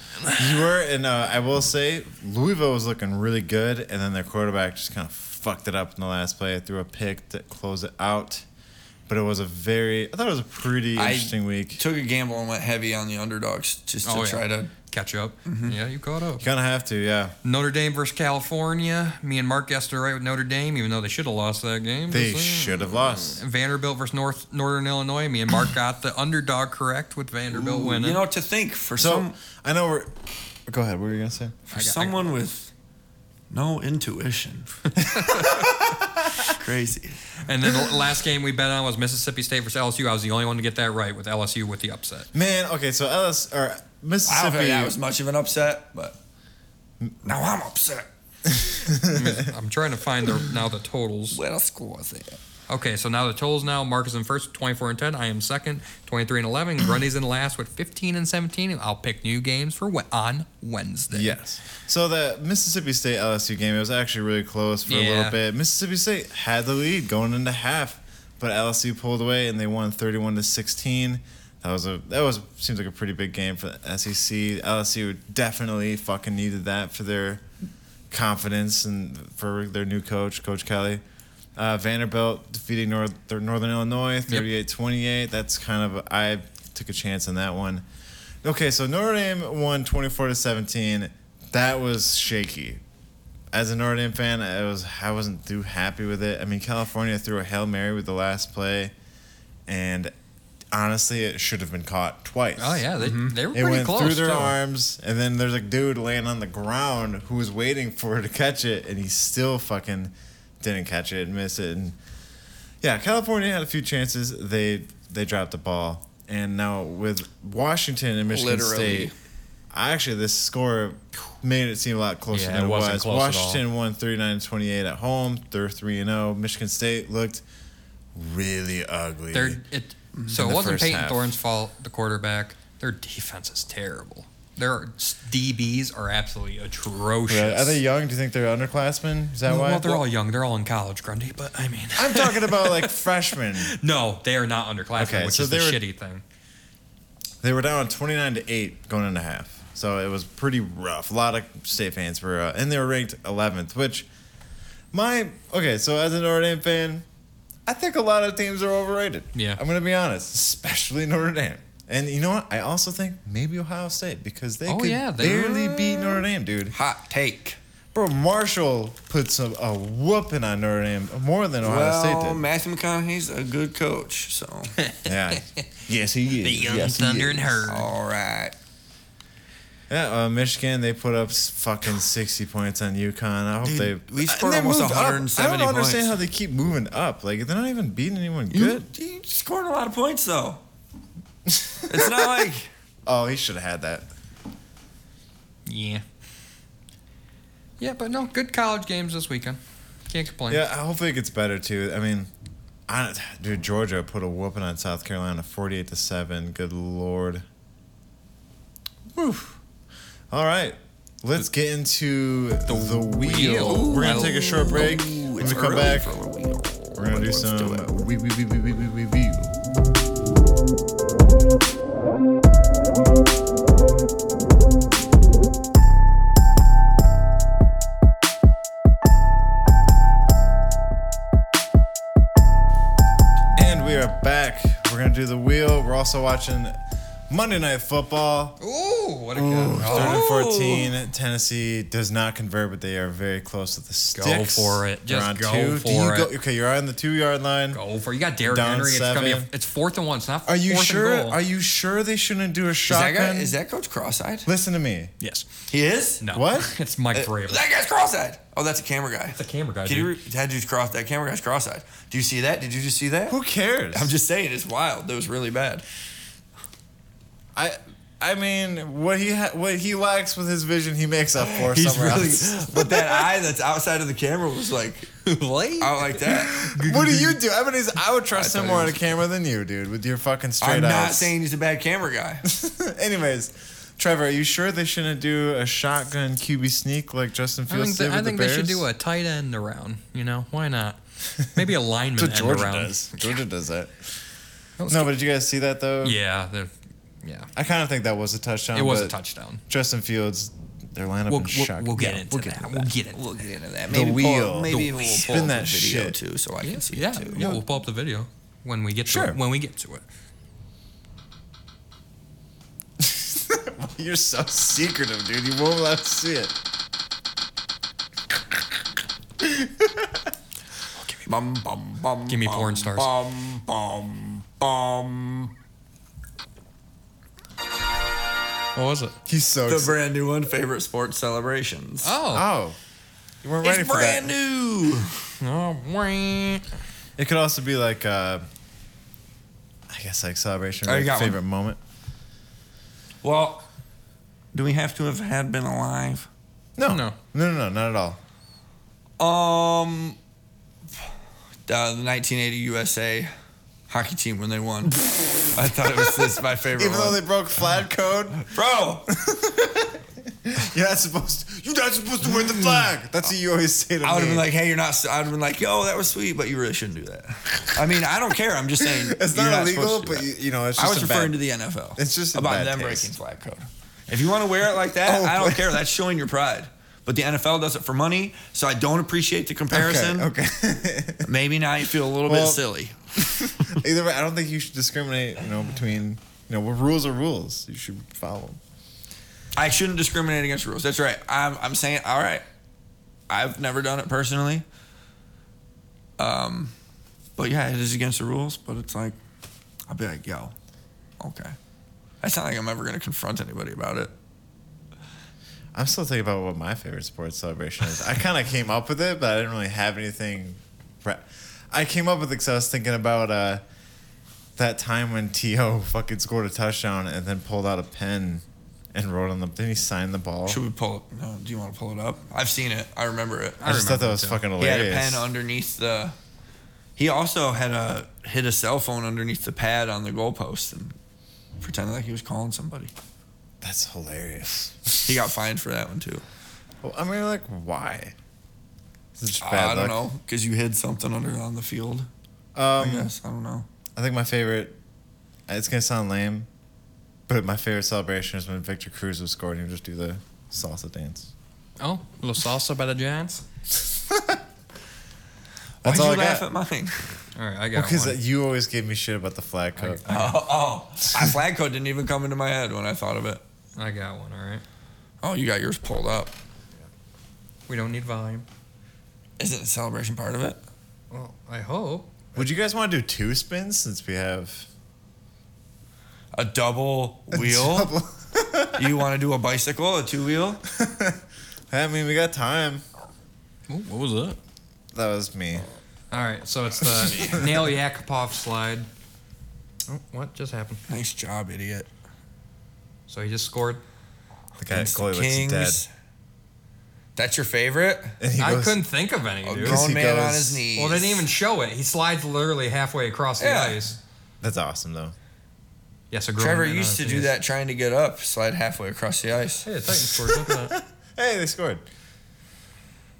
Speaker 1: You were, and uh, I will say, Louisville was looking really good, and then their quarterback just kind of fucked it up in the last play, threw a pick that closed it out. but it was a very. I thought it was a pretty interesting week.
Speaker 3: Took a gamble and went heavy on the underdogs just to
Speaker 2: Oh, yeah.
Speaker 3: try to.
Speaker 2: Catch up. Yeah, you caught up.
Speaker 1: You kind of have to, yeah.
Speaker 2: Notre Dame versus California. Me and Mark guessed it right with Notre Dame, even though they should have lost that game.
Speaker 1: They
Speaker 2: Just saying.
Speaker 1: should have lost.
Speaker 2: Vanderbilt versus North Northern Illinois. Me and Mark got the underdog correct with Vanderbilt winning.
Speaker 3: You know, to think for
Speaker 1: So
Speaker 3: some
Speaker 1: I know we're. Go ahead. What were you gonna say?
Speaker 3: for someone with no intuition. Crazy.
Speaker 2: and then the last game we bet on was Mississippi State versus LSU. I was the only one to get that right with LSU with the upset.
Speaker 1: Man, okay, so LS or
Speaker 3: I don't
Speaker 1: Mississippi.
Speaker 3: think that was much of an upset, but now I'm upset.
Speaker 2: I'm trying to find the now the totals.
Speaker 3: Let us score that.
Speaker 2: Okay, so now the totals now. Mark is in first, with 24 and 10. I am second, 23 and 11. Grundy's in last with 15 and 17. I'll pick new games for we- on Wednesday.
Speaker 1: Yes. So the Mississippi State LSU game, it was actually really close for a
Speaker 2: Yeah.
Speaker 1: little bit. Mississippi State had the lead going into half, but LSU pulled away and they won 31 to 16. That was a that was seems like a pretty big game for the E SEC. LSU definitely fucking needed that for their confidence and for their new coach, Coach Kelly. Uh, Vanderbilt defeating North, Northern Illinois 38 28. That's kind of, I took a chance on that one. Okay, so Notre Dame won 24 to 17. That was shaky. As a Notre Dame fan, I, was, I wasn't too happy with it. I mean, California threw a Hail Mary with the last play, and honestly, it should have been caught twice.
Speaker 2: Oh yeah, they, they
Speaker 1: Mm-hmm. It
Speaker 2: were pretty
Speaker 1: went
Speaker 2: close.
Speaker 1: through their
Speaker 2: too.
Speaker 1: arms, and then there's a dude laying on the ground who was waiting for her to catch it, and he still fucking didn't catch it and miss it. And yeah, California had a few chances. They they dropped the ball, and now with Washington and Michigan
Speaker 3: Literally.
Speaker 1: State, I actually this score made it seem a lot closer
Speaker 2: Yeah,
Speaker 1: than
Speaker 2: it
Speaker 1: it,
Speaker 2: wasn't
Speaker 1: was.
Speaker 2: close at
Speaker 1: Washington
Speaker 2: all.
Speaker 1: won 39-28 at home. They're three and zero. Michigan State looked really ugly.
Speaker 2: Their, it, so
Speaker 1: In
Speaker 2: it
Speaker 1: the
Speaker 2: wasn't
Speaker 1: first
Speaker 2: Peyton
Speaker 1: half.
Speaker 2: Thorne's fault, the quarterback. Their defense is terrible. Their DBs are absolutely atrocious.
Speaker 1: Right. Are they young? Do you think they're underclassmen? Is that why?
Speaker 2: well, they're all young. They're all in college, Grundy. But I mean,
Speaker 1: I'm talking about like freshmen.
Speaker 2: no, they are not underclassmen,
Speaker 1: Okay,
Speaker 2: which
Speaker 1: so
Speaker 2: is the
Speaker 1: they were-
Speaker 2: shitty thing.
Speaker 1: They were down 29 to 8 going into half. So it was pretty rough. A lot of state fans were, uh, and they were ranked 11th, which my, okay, so as an Notre Dame fan, I think a lot of teams are overrated.
Speaker 2: Yeah.
Speaker 1: I'm going to be honest, especially Notre Dame. And you know what? I also think maybe Ohio State because they
Speaker 2: Oh,
Speaker 1: could
Speaker 2: yeah, they-
Speaker 1: barely beat Notre Dame, dude.
Speaker 3: Hot take.
Speaker 1: Bro, Marshall put some a whooping on Notre Dame more than Ohio State
Speaker 3: Well,
Speaker 1: did.
Speaker 3: Matthew McConaughey's a good coach, so
Speaker 1: Yeah. yes, he is.
Speaker 2: The young
Speaker 1: yes, he
Speaker 2: thunder and
Speaker 1: is.
Speaker 2: herd.
Speaker 3: all right.
Speaker 1: Yeah, uh, Michigan. They put up s- fucking sixty points on UConn. I hope
Speaker 3: Dude,
Speaker 1: they.
Speaker 3: we
Speaker 1: and
Speaker 3: scored
Speaker 1: they
Speaker 3: almost
Speaker 1: moved up.
Speaker 3: 170
Speaker 1: I don't understand
Speaker 3: points.
Speaker 1: how they keep moving up. Like they're not even beating anyone
Speaker 3: You,
Speaker 1: good.
Speaker 3: you scored a lot of points though. It's not like
Speaker 1: Oh, he should have had that.
Speaker 2: Yeah. Yeah, but no, good college games this weekend. Can't complain.
Speaker 1: Yeah, I- hopefully it gets better too. I mean, I, dude, Georgia put a whooping on South Carolina, forty-eight to seven. Good lord. Whew. All right, let's get into the, wheel.
Speaker 2: wheel.
Speaker 1: We're gonna take a short break. When we come back, we're gonna do some we we we we we we we wheel. And we are back. We're gonna do the wheel. We're also watching Monday Night Football.
Speaker 2: Ooh, what a good. Oh,
Speaker 1: Third and fourteen. Tennessee does not convert, but they are very close to the sticks.
Speaker 2: for it.
Speaker 1: They're
Speaker 2: Just
Speaker 1: on
Speaker 2: go
Speaker 1: two. Do
Speaker 2: for
Speaker 1: you
Speaker 2: it.
Speaker 1: Go, okay, you're on the two yard line.
Speaker 2: Go for it. You got Derrick
Speaker 1: Down
Speaker 2: Henry. It's gonna be. A,
Speaker 1: seven.
Speaker 2: it's fourth and one. It's not.
Speaker 1: Are you
Speaker 2: fourth
Speaker 1: sure?
Speaker 2: And goal.
Speaker 1: Are you sure they shouldn't do a
Speaker 3: is that,
Speaker 1: shotgun?
Speaker 3: guy, is that coach cross-eyed?
Speaker 1: Listen to me.
Speaker 2: yes.
Speaker 3: He is.
Speaker 2: No.
Speaker 1: What? Uh,
Speaker 2: it's Mike Vrabel.
Speaker 3: That guy's cross-eyed. Oh, that's a camera guy.
Speaker 2: That's a camera guy,
Speaker 3: Can you re- that dude's cross. That camera guy's cross-eyed. Do you see that? Did you just see that?
Speaker 1: Who cares?
Speaker 3: I'm just saying, it's wild. That was really bad.
Speaker 1: I. I mean, what he ha- what he lacks with his vision, he makes up for somewhere else.
Speaker 3: but that eye that's outside of the camera was like
Speaker 2: What?
Speaker 3: out like that.
Speaker 1: What do you do? I mean, he's- I would trust
Speaker 3: I
Speaker 1: him
Speaker 3: thought
Speaker 1: more
Speaker 3: he
Speaker 1: on a
Speaker 3: was-
Speaker 1: camera than you, dude, with your fucking straight
Speaker 3: I'm
Speaker 1: eyes.
Speaker 3: not saying he's a bad camera guy.
Speaker 1: Anyways, Trevor, are you sure they shouldn't do a shotgun QB sneak like Justin
Speaker 2: I think,
Speaker 1: Fields
Speaker 2: they,
Speaker 1: did
Speaker 2: I
Speaker 1: with
Speaker 2: think
Speaker 1: the
Speaker 2: they
Speaker 1: Bears?
Speaker 2: should do a tight end around. You know why not? Maybe a lineman
Speaker 1: That's
Speaker 2: end
Speaker 1: what Georgia
Speaker 2: around.
Speaker 1: does. Georgia does that.
Speaker 2: was
Speaker 1: No, but did you guys see that though?
Speaker 2: Yeah, they're- yeah.
Speaker 1: I kind of think that was a touchdown.
Speaker 2: It was a
Speaker 1: but
Speaker 2: touchdown.
Speaker 1: Justin Fields, their lineup
Speaker 2: We'll,
Speaker 1: and
Speaker 2: we'll-
Speaker 1: shotgun.
Speaker 2: we'll get
Speaker 1: Yeah,
Speaker 2: into
Speaker 1: we'll get
Speaker 2: that.
Speaker 1: into
Speaker 2: We'll get it.
Speaker 3: We'll get into that.
Speaker 1: The
Speaker 3: Maybe
Speaker 1: wheel.
Speaker 3: Pull, maybe
Speaker 1: The
Speaker 3: we'll
Speaker 1: wheel.
Speaker 3: pull
Speaker 1: Spin
Speaker 3: up
Speaker 1: that
Speaker 3: the video
Speaker 1: shit.
Speaker 3: too, so I can see
Speaker 2: Yeah,
Speaker 3: it too.
Speaker 2: yeah. We'll pull up the video. when we get to
Speaker 1: Sure.
Speaker 2: it. When we get to it.
Speaker 1: You're so secretive, dude. You won't let us see it.
Speaker 3: Bum, bum, bum,
Speaker 2: Give me
Speaker 3: bum,
Speaker 2: porn stars.
Speaker 3: Bum, bum, bum.
Speaker 2: What was it?
Speaker 1: He's so.
Speaker 3: The
Speaker 1: exci-
Speaker 3: brand new one, favorite sports celebrations.
Speaker 2: Oh.
Speaker 1: oh, you weren't ready
Speaker 3: it's
Speaker 1: for
Speaker 3: brand
Speaker 1: that.
Speaker 3: new.
Speaker 2: Oh, wah.
Speaker 1: It could also be like, uh, I guess, like celebration.
Speaker 3: Oh,
Speaker 1: of
Speaker 3: you got one.
Speaker 1: favorite moment.
Speaker 3: Well, do we have to have had been alive?
Speaker 1: No,
Speaker 2: No.
Speaker 1: no, no, no, not at all.
Speaker 3: Um, uh, the 1980 USA hockey team when they won. I thought it was this my favorite
Speaker 1: Even though
Speaker 3: one.
Speaker 1: they broke flag code,
Speaker 3: Bro,
Speaker 1: you're not supposed. To, you're not supposed to wear the flag. That's what you always say to
Speaker 3: I would
Speaker 1: me.
Speaker 3: have been like, "Hey, you're not." s- I would have been like, "Yo, that was sweet, but you really shouldn't do that." I mean, I don't care. I'm just saying
Speaker 1: it's
Speaker 3: you're
Speaker 1: not,
Speaker 3: supposed
Speaker 1: illegal,
Speaker 3: to do
Speaker 1: but
Speaker 3: that.
Speaker 1: you, you know, it's just.
Speaker 3: I was
Speaker 1: a
Speaker 3: referring
Speaker 1: bad,
Speaker 3: to the NFL.
Speaker 1: It's just a
Speaker 3: about
Speaker 1: bad
Speaker 3: them
Speaker 1: taste.
Speaker 3: breaking flag code. If you want to wear it like that,
Speaker 1: Oh,
Speaker 3: I don't
Speaker 1: please.
Speaker 3: care. That's showing your pride. But the NFL does it for money, so I don't appreciate the comparison.
Speaker 1: Okay. okay.
Speaker 3: Maybe now you feel a little
Speaker 1: Well-
Speaker 3: bit silly.
Speaker 1: Either way, I don't think you should discriminate. You know, between you know, well, rules are rules. You should follow them.
Speaker 3: I shouldn't discriminate against rules. That's right. I'm, I'm saying, all right. I've never done it personally. Um, but yeah, it is against the rules. But it's like, I'll be like, yo, okay. That's not like I'm ever gonna confront anybody about it.
Speaker 1: I'm still thinking about what my favorite sports celebration is. I kind of came up with it, but I didn't really have anything. pre- I came up with it because I was thinking about uh, that time when T.O. fucking scored a touchdown and then pulled out a pen and wrote on the. Then he signed the ball.
Speaker 3: Should we pull? it? No, do you want to pull it up? I've seen it. I remember it.
Speaker 1: I just thought that was fucking
Speaker 3: He had
Speaker 1: hilarious.
Speaker 3: a pen underneath the. He also had a hid a cell phone underneath the pad on the goalpost and pretended like he was calling somebody.
Speaker 1: That's hilarious.
Speaker 3: He got fined for that one too.
Speaker 1: Well, I mean, like, why? Is it just
Speaker 3: Uh,
Speaker 1: bad
Speaker 3: I
Speaker 1: luck?
Speaker 3: don't know because you hid something under on the field. I
Speaker 1: Um,
Speaker 3: guess I don't know.
Speaker 1: I think my favorite. It's gonna sound lame, but my favorite celebration is when Victor Cruz was scored and he would just do the salsa dance.
Speaker 2: Oh, La Salsa by the Giants.
Speaker 1: That's
Speaker 3: Why'd
Speaker 1: all
Speaker 3: you
Speaker 1: I
Speaker 3: laugh
Speaker 1: got.
Speaker 3: at mine?
Speaker 2: All right, I got
Speaker 1: Because
Speaker 2: one.
Speaker 1: Oh, you always gave me shit about the flag code.
Speaker 3: oh, oh, I flag code didn't even come into my head when I thought of it.
Speaker 2: I got one. All right.
Speaker 3: Oh, you got yours pulled up.
Speaker 2: We don't need volume.
Speaker 3: Isn't the celebration part of it?
Speaker 2: Well, I hope.
Speaker 1: Would you guys want to do two spins since we have
Speaker 3: A double wheel.
Speaker 1: double-
Speaker 3: you want to do a bicycle, a two wheel?
Speaker 1: I mean, we got time.
Speaker 2: Ooh, what was that?
Speaker 1: That was me.
Speaker 2: All right, so it's the Nail Yakupov slide. Oh, what just happened?
Speaker 3: Nice job, idiot.
Speaker 2: So he just scored.
Speaker 1: The guy
Speaker 3: Against the
Speaker 1: Chloe looks dead.
Speaker 3: That's your favorite?
Speaker 1: And he
Speaker 2: I
Speaker 1: goes-
Speaker 2: couldn't think of any,
Speaker 3: A
Speaker 2: dude.
Speaker 1: Because
Speaker 3: grown
Speaker 1: he
Speaker 3: man on
Speaker 1: goes-
Speaker 3: his knees.
Speaker 2: Well, they didn't even show it. He slides literally halfway across the
Speaker 3: Yeah.
Speaker 2: ice.
Speaker 1: That's awesome though.
Speaker 2: Yes, a grown
Speaker 3: Trevor
Speaker 2: man
Speaker 3: used to
Speaker 2: on
Speaker 3: do
Speaker 2: his
Speaker 3: that trying to get up, slide halfway across the ice.
Speaker 2: knees. Hey, the Titans scored. Look at that.
Speaker 1: Hey, they scored.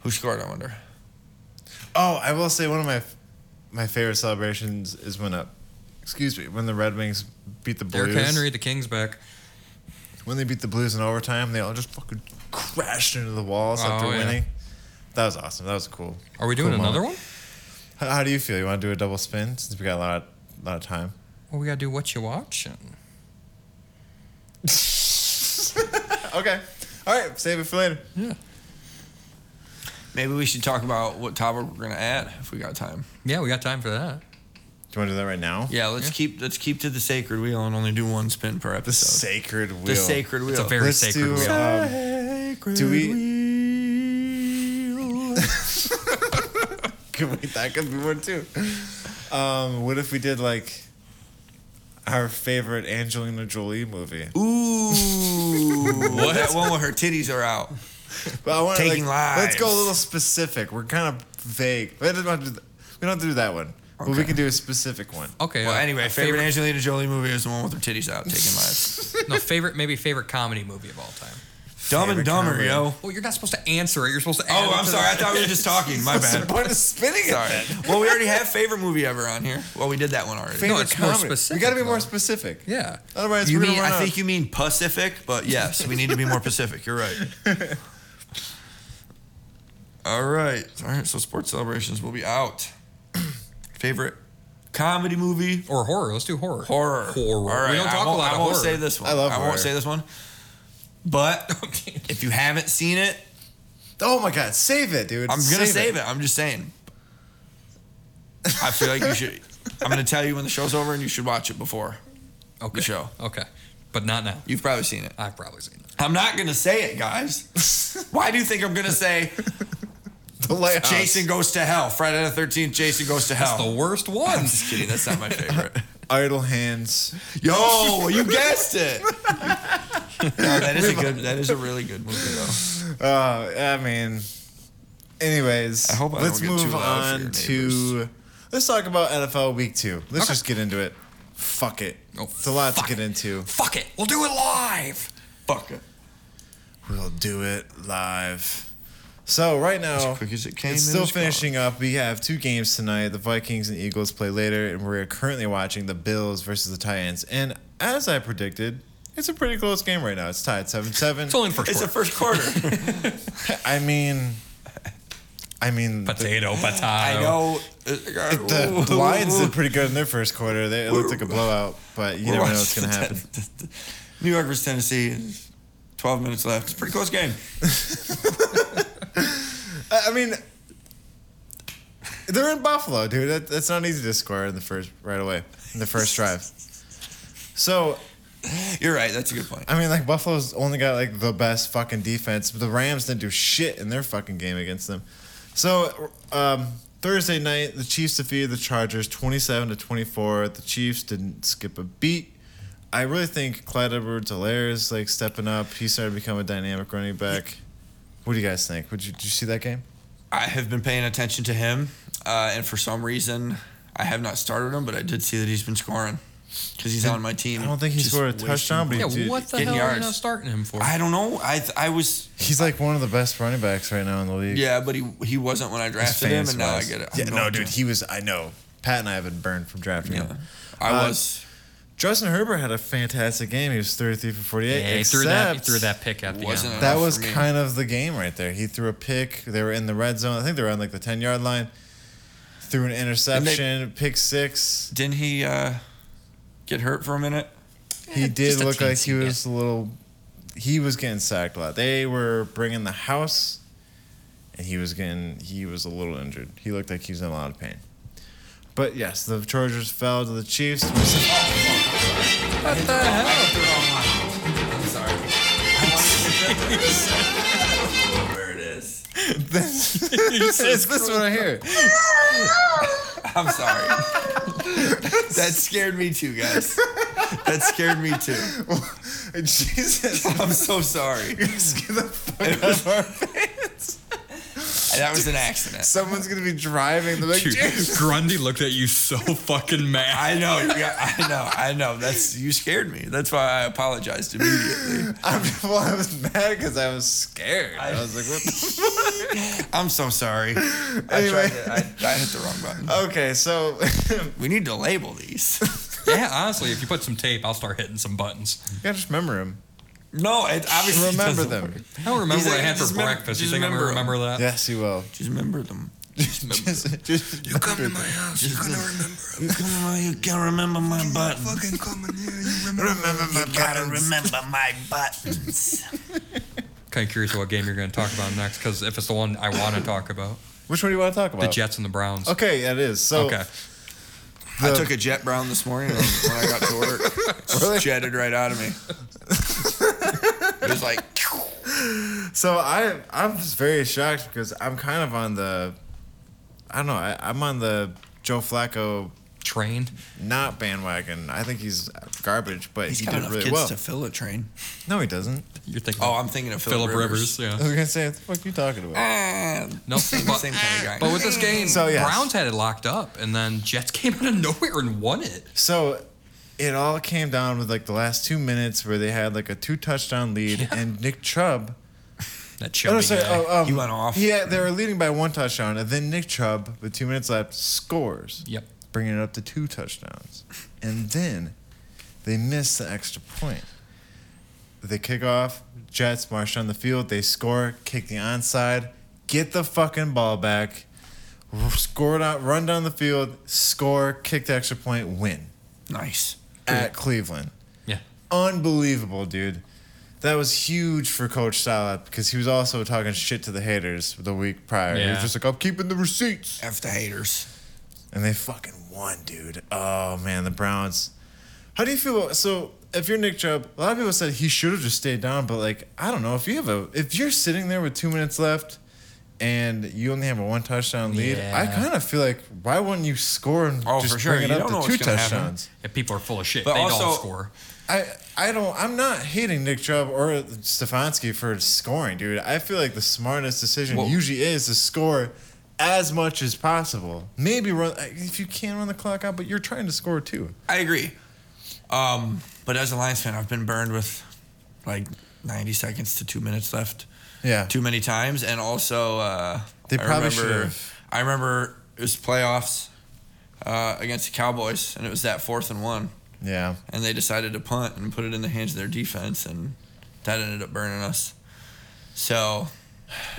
Speaker 3: Who scored, I wonder?
Speaker 1: Oh, I will say one of my my favorite celebrations is when a excuse me when the Red Wings beat the Blues.
Speaker 2: Derrick Henry, the King's back.
Speaker 1: When they beat the Blues in overtime, they all just fucking crashed into the walls after
Speaker 2: Oh, yeah.
Speaker 1: winning. That was awesome. That was cool.
Speaker 2: Are we doing
Speaker 1: Cool
Speaker 2: another
Speaker 1: moment. How, how do you feel? You want to do a double spin since we got a lot lot of time?
Speaker 2: one? Well, we gotta do what you watching.
Speaker 1: Okay. All right. Save it for later.
Speaker 3: Maybe we should talk about what topic we're gonna add if we got time.
Speaker 2: Yeah, we got time for that.
Speaker 1: Do you want to do that right now?
Speaker 3: Yeah, let's keep let's keep to the sacred wheel and only do one spin per
Speaker 1: The
Speaker 3: episode.
Speaker 1: sacred wheel.
Speaker 3: The sacred wheel.
Speaker 2: It's a very
Speaker 1: Let's
Speaker 2: sacred
Speaker 1: do,
Speaker 2: wheel.
Speaker 1: um, do we? Could we- that could be one too. Um, what if we did like our favorite Angelina Jolie movie?
Speaker 3: Ooh, that one where her titties are out.
Speaker 1: But I want
Speaker 3: Taking
Speaker 1: Let's go a
Speaker 3: lives.
Speaker 1: little specific. We're kind of vague. We don't have to do, th- we don't have to do that one, but we
Speaker 3: Okay.
Speaker 1: can do a specific one.
Speaker 2: Okay.
Speaker 3: Well,
Speaker 2: uh,
Speaker 3: anyway,
Speaker 2: a
Speaker 3: favorite, Angelina Jolie movie is the one with her titties out, taking lives.
Speaker 2: no favorite, maybe favorite comedy movie of all time.
Speaker 3: Dumb
Speaker 1: Favorite
Speaker 3: and Dumber,
Speaker 1: comedy.
Speaker 3: yo.
Speaker 2: Well, you're not supposed to answer it. You're supposed to. add
Speaker 3: Oh,
Speaker 2: it
Speaker 3: I'm
Speaker 2: to
Speaker 3: sorry.
Speaker 2: the-
Speaker 3: I thought we were just talking. My
Speaker 1: What's the
Speaker 3: bad.
Speaker 1: point of spinning it?
Speaker 3: Sorry. Well, we already have favorite movie ever on here. Well, we did that one already.
Speaker 1: Favorite
Speaker 2: it's more
Speaker 1: comedy. We
Speaker 2: specific,
Speaker 1: got to be more
Speaker 2: though.
Speaker 1: specific.
Speaker 2: Yeah.
Speaker 1: Otherwise,
Speaker 3: you
Speaker 1: we're
Speaker 3: mean?
Speaker 1: gonna run
Speaker 3: I
Speaker 1: out.
Speaker 3: think you mean Pacific, but yes, we need to be more Pacific. You're right. All right. All right. So sports celebrations will be out. favorite comedy movie,
Speaker 2: Or horror. Let's do horror.
Speaker 3: horror.
Speaker 2: Horror.
Speaker 3: All right,
Speaker 2: We don't
Speaker 3: I
Speaker 2: talk a
Speaker 3: won't-
Speaker 2: lot
Speaker 3: I
Speaker 2: of
Speaker 3: won't
Speaker 2: horror.
Speaker 3: say this one.
Speaker 1: I love
Speaker 3: I
Speaker 1: horror.
Speaker 3: won't say this one. But if you haven't seen it,
Speaker 1: Oh my god, save it, dude.
Speaker 3: I'm gonna save it. I'm just saying. I feel like you should. I'm gonna tell you when the show's over, and you should watch it before.
Speaker 2: Okay.
Speaker 3: The show.
Speaker 2: Okay. But not now.
Speaker 3: You've probably seen it.
Speaker 2: I've probably seen it.
Speaker 3: I'm not gonna say it, guys. Why do you think I'm gonna say
Speaker 1: The lighthouse.
Speaker 3: Jason goes to hell? Friday the Thirteenth, Jason goes to hell.
Speaker 2: The worst one.
Speaker 3: I'm just kidding. That's not my favorite.
Speaker 1: Idle hands.
Speaker 3: Yo, you guessed it. no, that is a good. That is a really good movie, though.
Speaker 1: Uh, I mean, anyways,
Speaker 3: I hope I don't
Speaker 1: let's
Speaker 3: get
Speaker 1: move
Speaker 3: too loud for
Speaker 1: on
Speaker 3: your
Speaker 1: to let's talk about NFL Week Two. Let's just get into it. Fuck it.
Speaker 2: Oh,
Speaker 1: it's a lot to
Speaker 2: fuck
Speaker 1: get
Speaker 2: it.
Speaker 1: into.
Speaker 2: Fuck it. We'll do it live.
Speaker 3: Fuck it.
Speaker 1: We'll do it live. So right now,
Speaker 3: As quick as it came,
Speaker 1: it's
Speaker 3: it
Speaker 1: still
Speaker 3: is gone.
Speaker 1: finishing up. We have two games tonight. The Vikings and Eagles play later, and we're currently watching the Bills versus the Titans. And as I predicted, it's a pretty close game right now. It's tied seven-seven.
Speaker 2: It's only in first
Speaker 3: It's the
Speaker 2: quarter.
Speaker 3: first quarter.
Speaker 1: I mean, I mean, the-
Speaker 2: potato, potato.
Speaker 3: I know.
Speaker 1: the, the Lions did pretty good in their first quarter. They, it looked like a blowout, but you
Speaker 3: We're
Speaker 1: never know what's
Speaker 3: watching
Speaker 1: going to
Speaker 3: the-
Speaker 1: happen.
Speaker 3: the- the- New York versus Tennessee. is Twelve minutes left. It's a pretty close game.
Speaker 1: I I mean, they're in Buffalo, dude. That, that's not easy to score in the first right away in the first drive. So
Speaker 3: You're right. That's a good point.
Speaker 1: I mean, like Buffalo's only got like the best fucking defense, but the Rams didn't do shit in their fucking game against them. So um, Thursday night, the Chiefs defeated the Chargers twenty-seven to twenty-four. The Chiefs didn't skip a beat. I really think Clyde Edwards-Helaire is like stepping up. He started to become a dynamic running back. What do you guys think? Would you did you see that game?
Speaker 3: I have been paying attention to him, uh, and for some reason, I have not started him, but I did see that he's been scoring because he's on my team.
Speaker 1: I don't think he
Speaker 3: Just
Speaker 1: scored a
Speaker 3: wasting
Speaker 1: touchdown, but he
Speaker 2: Yeah,
Speaker 1: did.
Speaker 2: what the
Speaker 3: Getting
Speaker 2: hell are you
Speaker 3: yards.
Speaker 2: not starting him for?
Speaker 3: I don't know. I th- I was
Speaker 1: He's like one of the best running backs right now in the league.
Speaker 3: yeah, but he he wasn't when I
Speaker 1: His
Speaker 3: drafted him,
Speaker 1: fans
Speaker 3: and now I
Speaker 1: wise.
Speaker 3: get it. I'm
Speaker 1: Yeah, no,
Speaker 3: going
Speaker 1: dude,
Speaker 3: to-
Speaker 1: he was. I know. Pat and I have been burned from drafting
Speaker 3: yeah.
Speaker 1: him.
Speaker 3: I
Speaker 1: Uh,
Speaker 3: was.
Speaker 1: Justin Herbert had a fantastic game. He was 33 for 48.
Speaker 2: yeah, he
Speaker 1: except
Speaker 2: threw that. He threw that pick at the
Speaker 3: Wasn't
Speaker 2: end.
Speaker 3: enough
Speaker 1: That was
Speaker 3: for me.
Speaker 1: kind of the game right there. He threw a pick. They were in the red zone. I think they were on like the 10 yard line. Threw an interception, pick six.
Speaker 3: Didn't he uh, get hurt for a minute?
Speaker 1: He did
Speaker 2: just a
Speaker 1: look like he
Speaker 2: teensy bit.
Speaker 1: was a little. He was getting sacked a lot. They were bringing the house, and he was getting. He was a little injured. He looked like he was in a lot of pain. But yes, the Chargers fell to the Chiefs.
Speaker 2: What the hell?
Speaker 3: There it is.
Speaker 1: it's this one right here.
Speaker 3: I'm sorry. that scared me too, guys. That scared me too.
Speaker 1: Jesus,
Speaker 3: I'm so sorry.
Speaker 1: get the fuck out of our pants.
Speaker 3: That was an accident.
Speaker 1: Someone's gonna be driving. the like, "James."
Speaker 2: Grundy looked at you so fucking mad.
Speaker 3: I know. yeah, I know. I know. That's you scared me. That's why I apologized immediately.
Speaker 1: I'm, well, I was mad because I was scared. I, was like, what the
Speaker 3: I'm so sorry.
Speaker 1: Anyway.
Speaker 3: I, tried to, I, I hit the wrong button. Uh,
Speaker 1: Okay, so
Speaker 3: We need to label these.
Speaker 2: yeah, honestly, if you put some tape, I'll start hitting some buttons.
Speaker 1: you gotta just remember him.
Speaker 3: No, it obviously
Speaker 1: Remember
Speaker 3: doesn't
Speaker 1: them.
Speaker 3: work.
Speaker 2: I don't remember
Speaker 3: He's
Speaker 2: what I
Speaker 3: like,
Speaker 2: had for
Speaker 3: just mem-
Speaker 2: breakfast. You
Speaker 3: just
Speaker 2: think I'm gonna
Speaker 3: remember
Speaker 2: remember that?
Speaker 1: Yes, you will.
Speaker 3: Just remember them.
Speaker 1: Just, just
Speaker 3: You come to my house. You're gonna remember. You come to my. You gotta remember my button. Fucking coming here. You remember.
Speaker 1: remember
Speaker 3: You gotta remember my buttons.
Speaker 2: Kind of curious what game you're gonna talk about next, because if it's the one I want to talk about,
Speaker 1: Which one do you want to talk about?
Speaker 2: the Jets and the Browns.
Speaker 1: Okay, yeah, it is. So
Speaker 2: Okay.
Speaker 3: I
Speaker 1: The-
Speaker 3: took a jet brown this morning when when I got to work. Just jetted right out of me. It was like
Speaker 1: So I I'm just very shocked because I'm kind of on the I don't know I, I'm on the Joe Flacco
Speaker 2: Train.
Speaker 1: not bandwagon. I think he's garbage, but
Speaker 3: he's
Speaker 1: he
Speaker 3: got
Speaker 1: did
Speaker 3: enough
Speaker 1: really
Speaker 3: kids
Speaker 1: well.
Speaker 3: to fill a train.
Speaker 1: No, he doesn't.
Speaker 2: You're thinking.
Speaker 3: Oh, I'm thinking of Philip,
Speaker 2: Philip Rivers.
Speaker 1: I
Speaker 2: Yeah.
Speaker 1: was gonna say what the fuck are you talking about?
Speaker 2: No,
Speaker 3: Same,
Speaker 2: but,
Speaker 3: same kind of guy.
Speaker 2: but with this game,
Speaker 1: So, yes.
Speaker 2: Browns had it locked up, and then Jets came out of nowhere and won it.
Speaker 1: So it all came down with like the last two minutes where they had like a two touchdown lead and Nick Chubb.
Speaker 2: That
Speaker 1: Oh,
Speaker 2: chubby
Speaker 1: no, sorry,
Speaker 2: guy.
Speaker 1: oh, um,
Speaker 3: He went off.
Speaker 1: Yeah, they were leading by one touchdown, and then Nick Chubb, with two minutes left, scores.
Speaker 2: Yep.
Speaker 1: Bringing it up to two touchdowns. And then they miss the extra point. They kick off, Jets march on the field, they score, kick the onside, get the fucking ball back. scored out, run down the field, score, kick the extra point, win
Speaker 3: Nice.
Speaker 1: at Cleveland.
Speaker 2: Yeah.
Speaker 1: Unbelievable, dude. That was huge for Coach Salah because he was also talking shit to the haters the week prior. He was
Speaker 2: Yeah.
Speaker 1: just like, I'm keeping the receipts.
Speaker 3: F the haters.
Speaker 1: And they fucking won, dude. Oh, man, the Browns. How do you feel? About, so, if you're Nick Chubb, a lot of people said he should have just stayed down, but like, I don't know. If you have a, if you're sitting there with two minutes left and you only have a one touchdown lead, I
Speaker 2: Yeah.
Speaker 1: kind of feel like, why wouldn't you score and
Speaker 3: Oh, for
Speaker 1: just
Speaker 3: sure.
Speaker 1: bring it
Speaker 3: You
Speaker 1: up
Speaker 3: don't know
Speaker 1: to two
Speaker 3: what's gonna happen.
Speaker 1: touchdowns?
Speaker 2: Yeah, people are full of shit.
Speaker 3: But
Speaker 2: They'd all
Speaker 3: also-
Speaker 2: score.
Speaker 1: I I don't I'm not hating Nick Chubb or Stefanski for scoring, dude. I feel like the smartest decision
Speaker 3: Well-
Speaker 1: usually is to score as much as possible. Maybe run if you can run the clock out, but you're trying to score too.
Speaker 3: I agree. Um, but as a Lions fan, I've been burned with like 90 seconds to two minutes left
Speaker 1: Yeah.
Speaker 3: too many times, and also uh,
Speaker 1: They probably
Speaker 3: remember,
Speaker 1: should've.
Speaker 3: I remember it was playoffs uh, against the Cowboys, and it was that fourth and one,
Speaker 1: Yeah.
Speaker 3: and they decided to punt and put it in the hands of their defense, and that ended up burning us. So,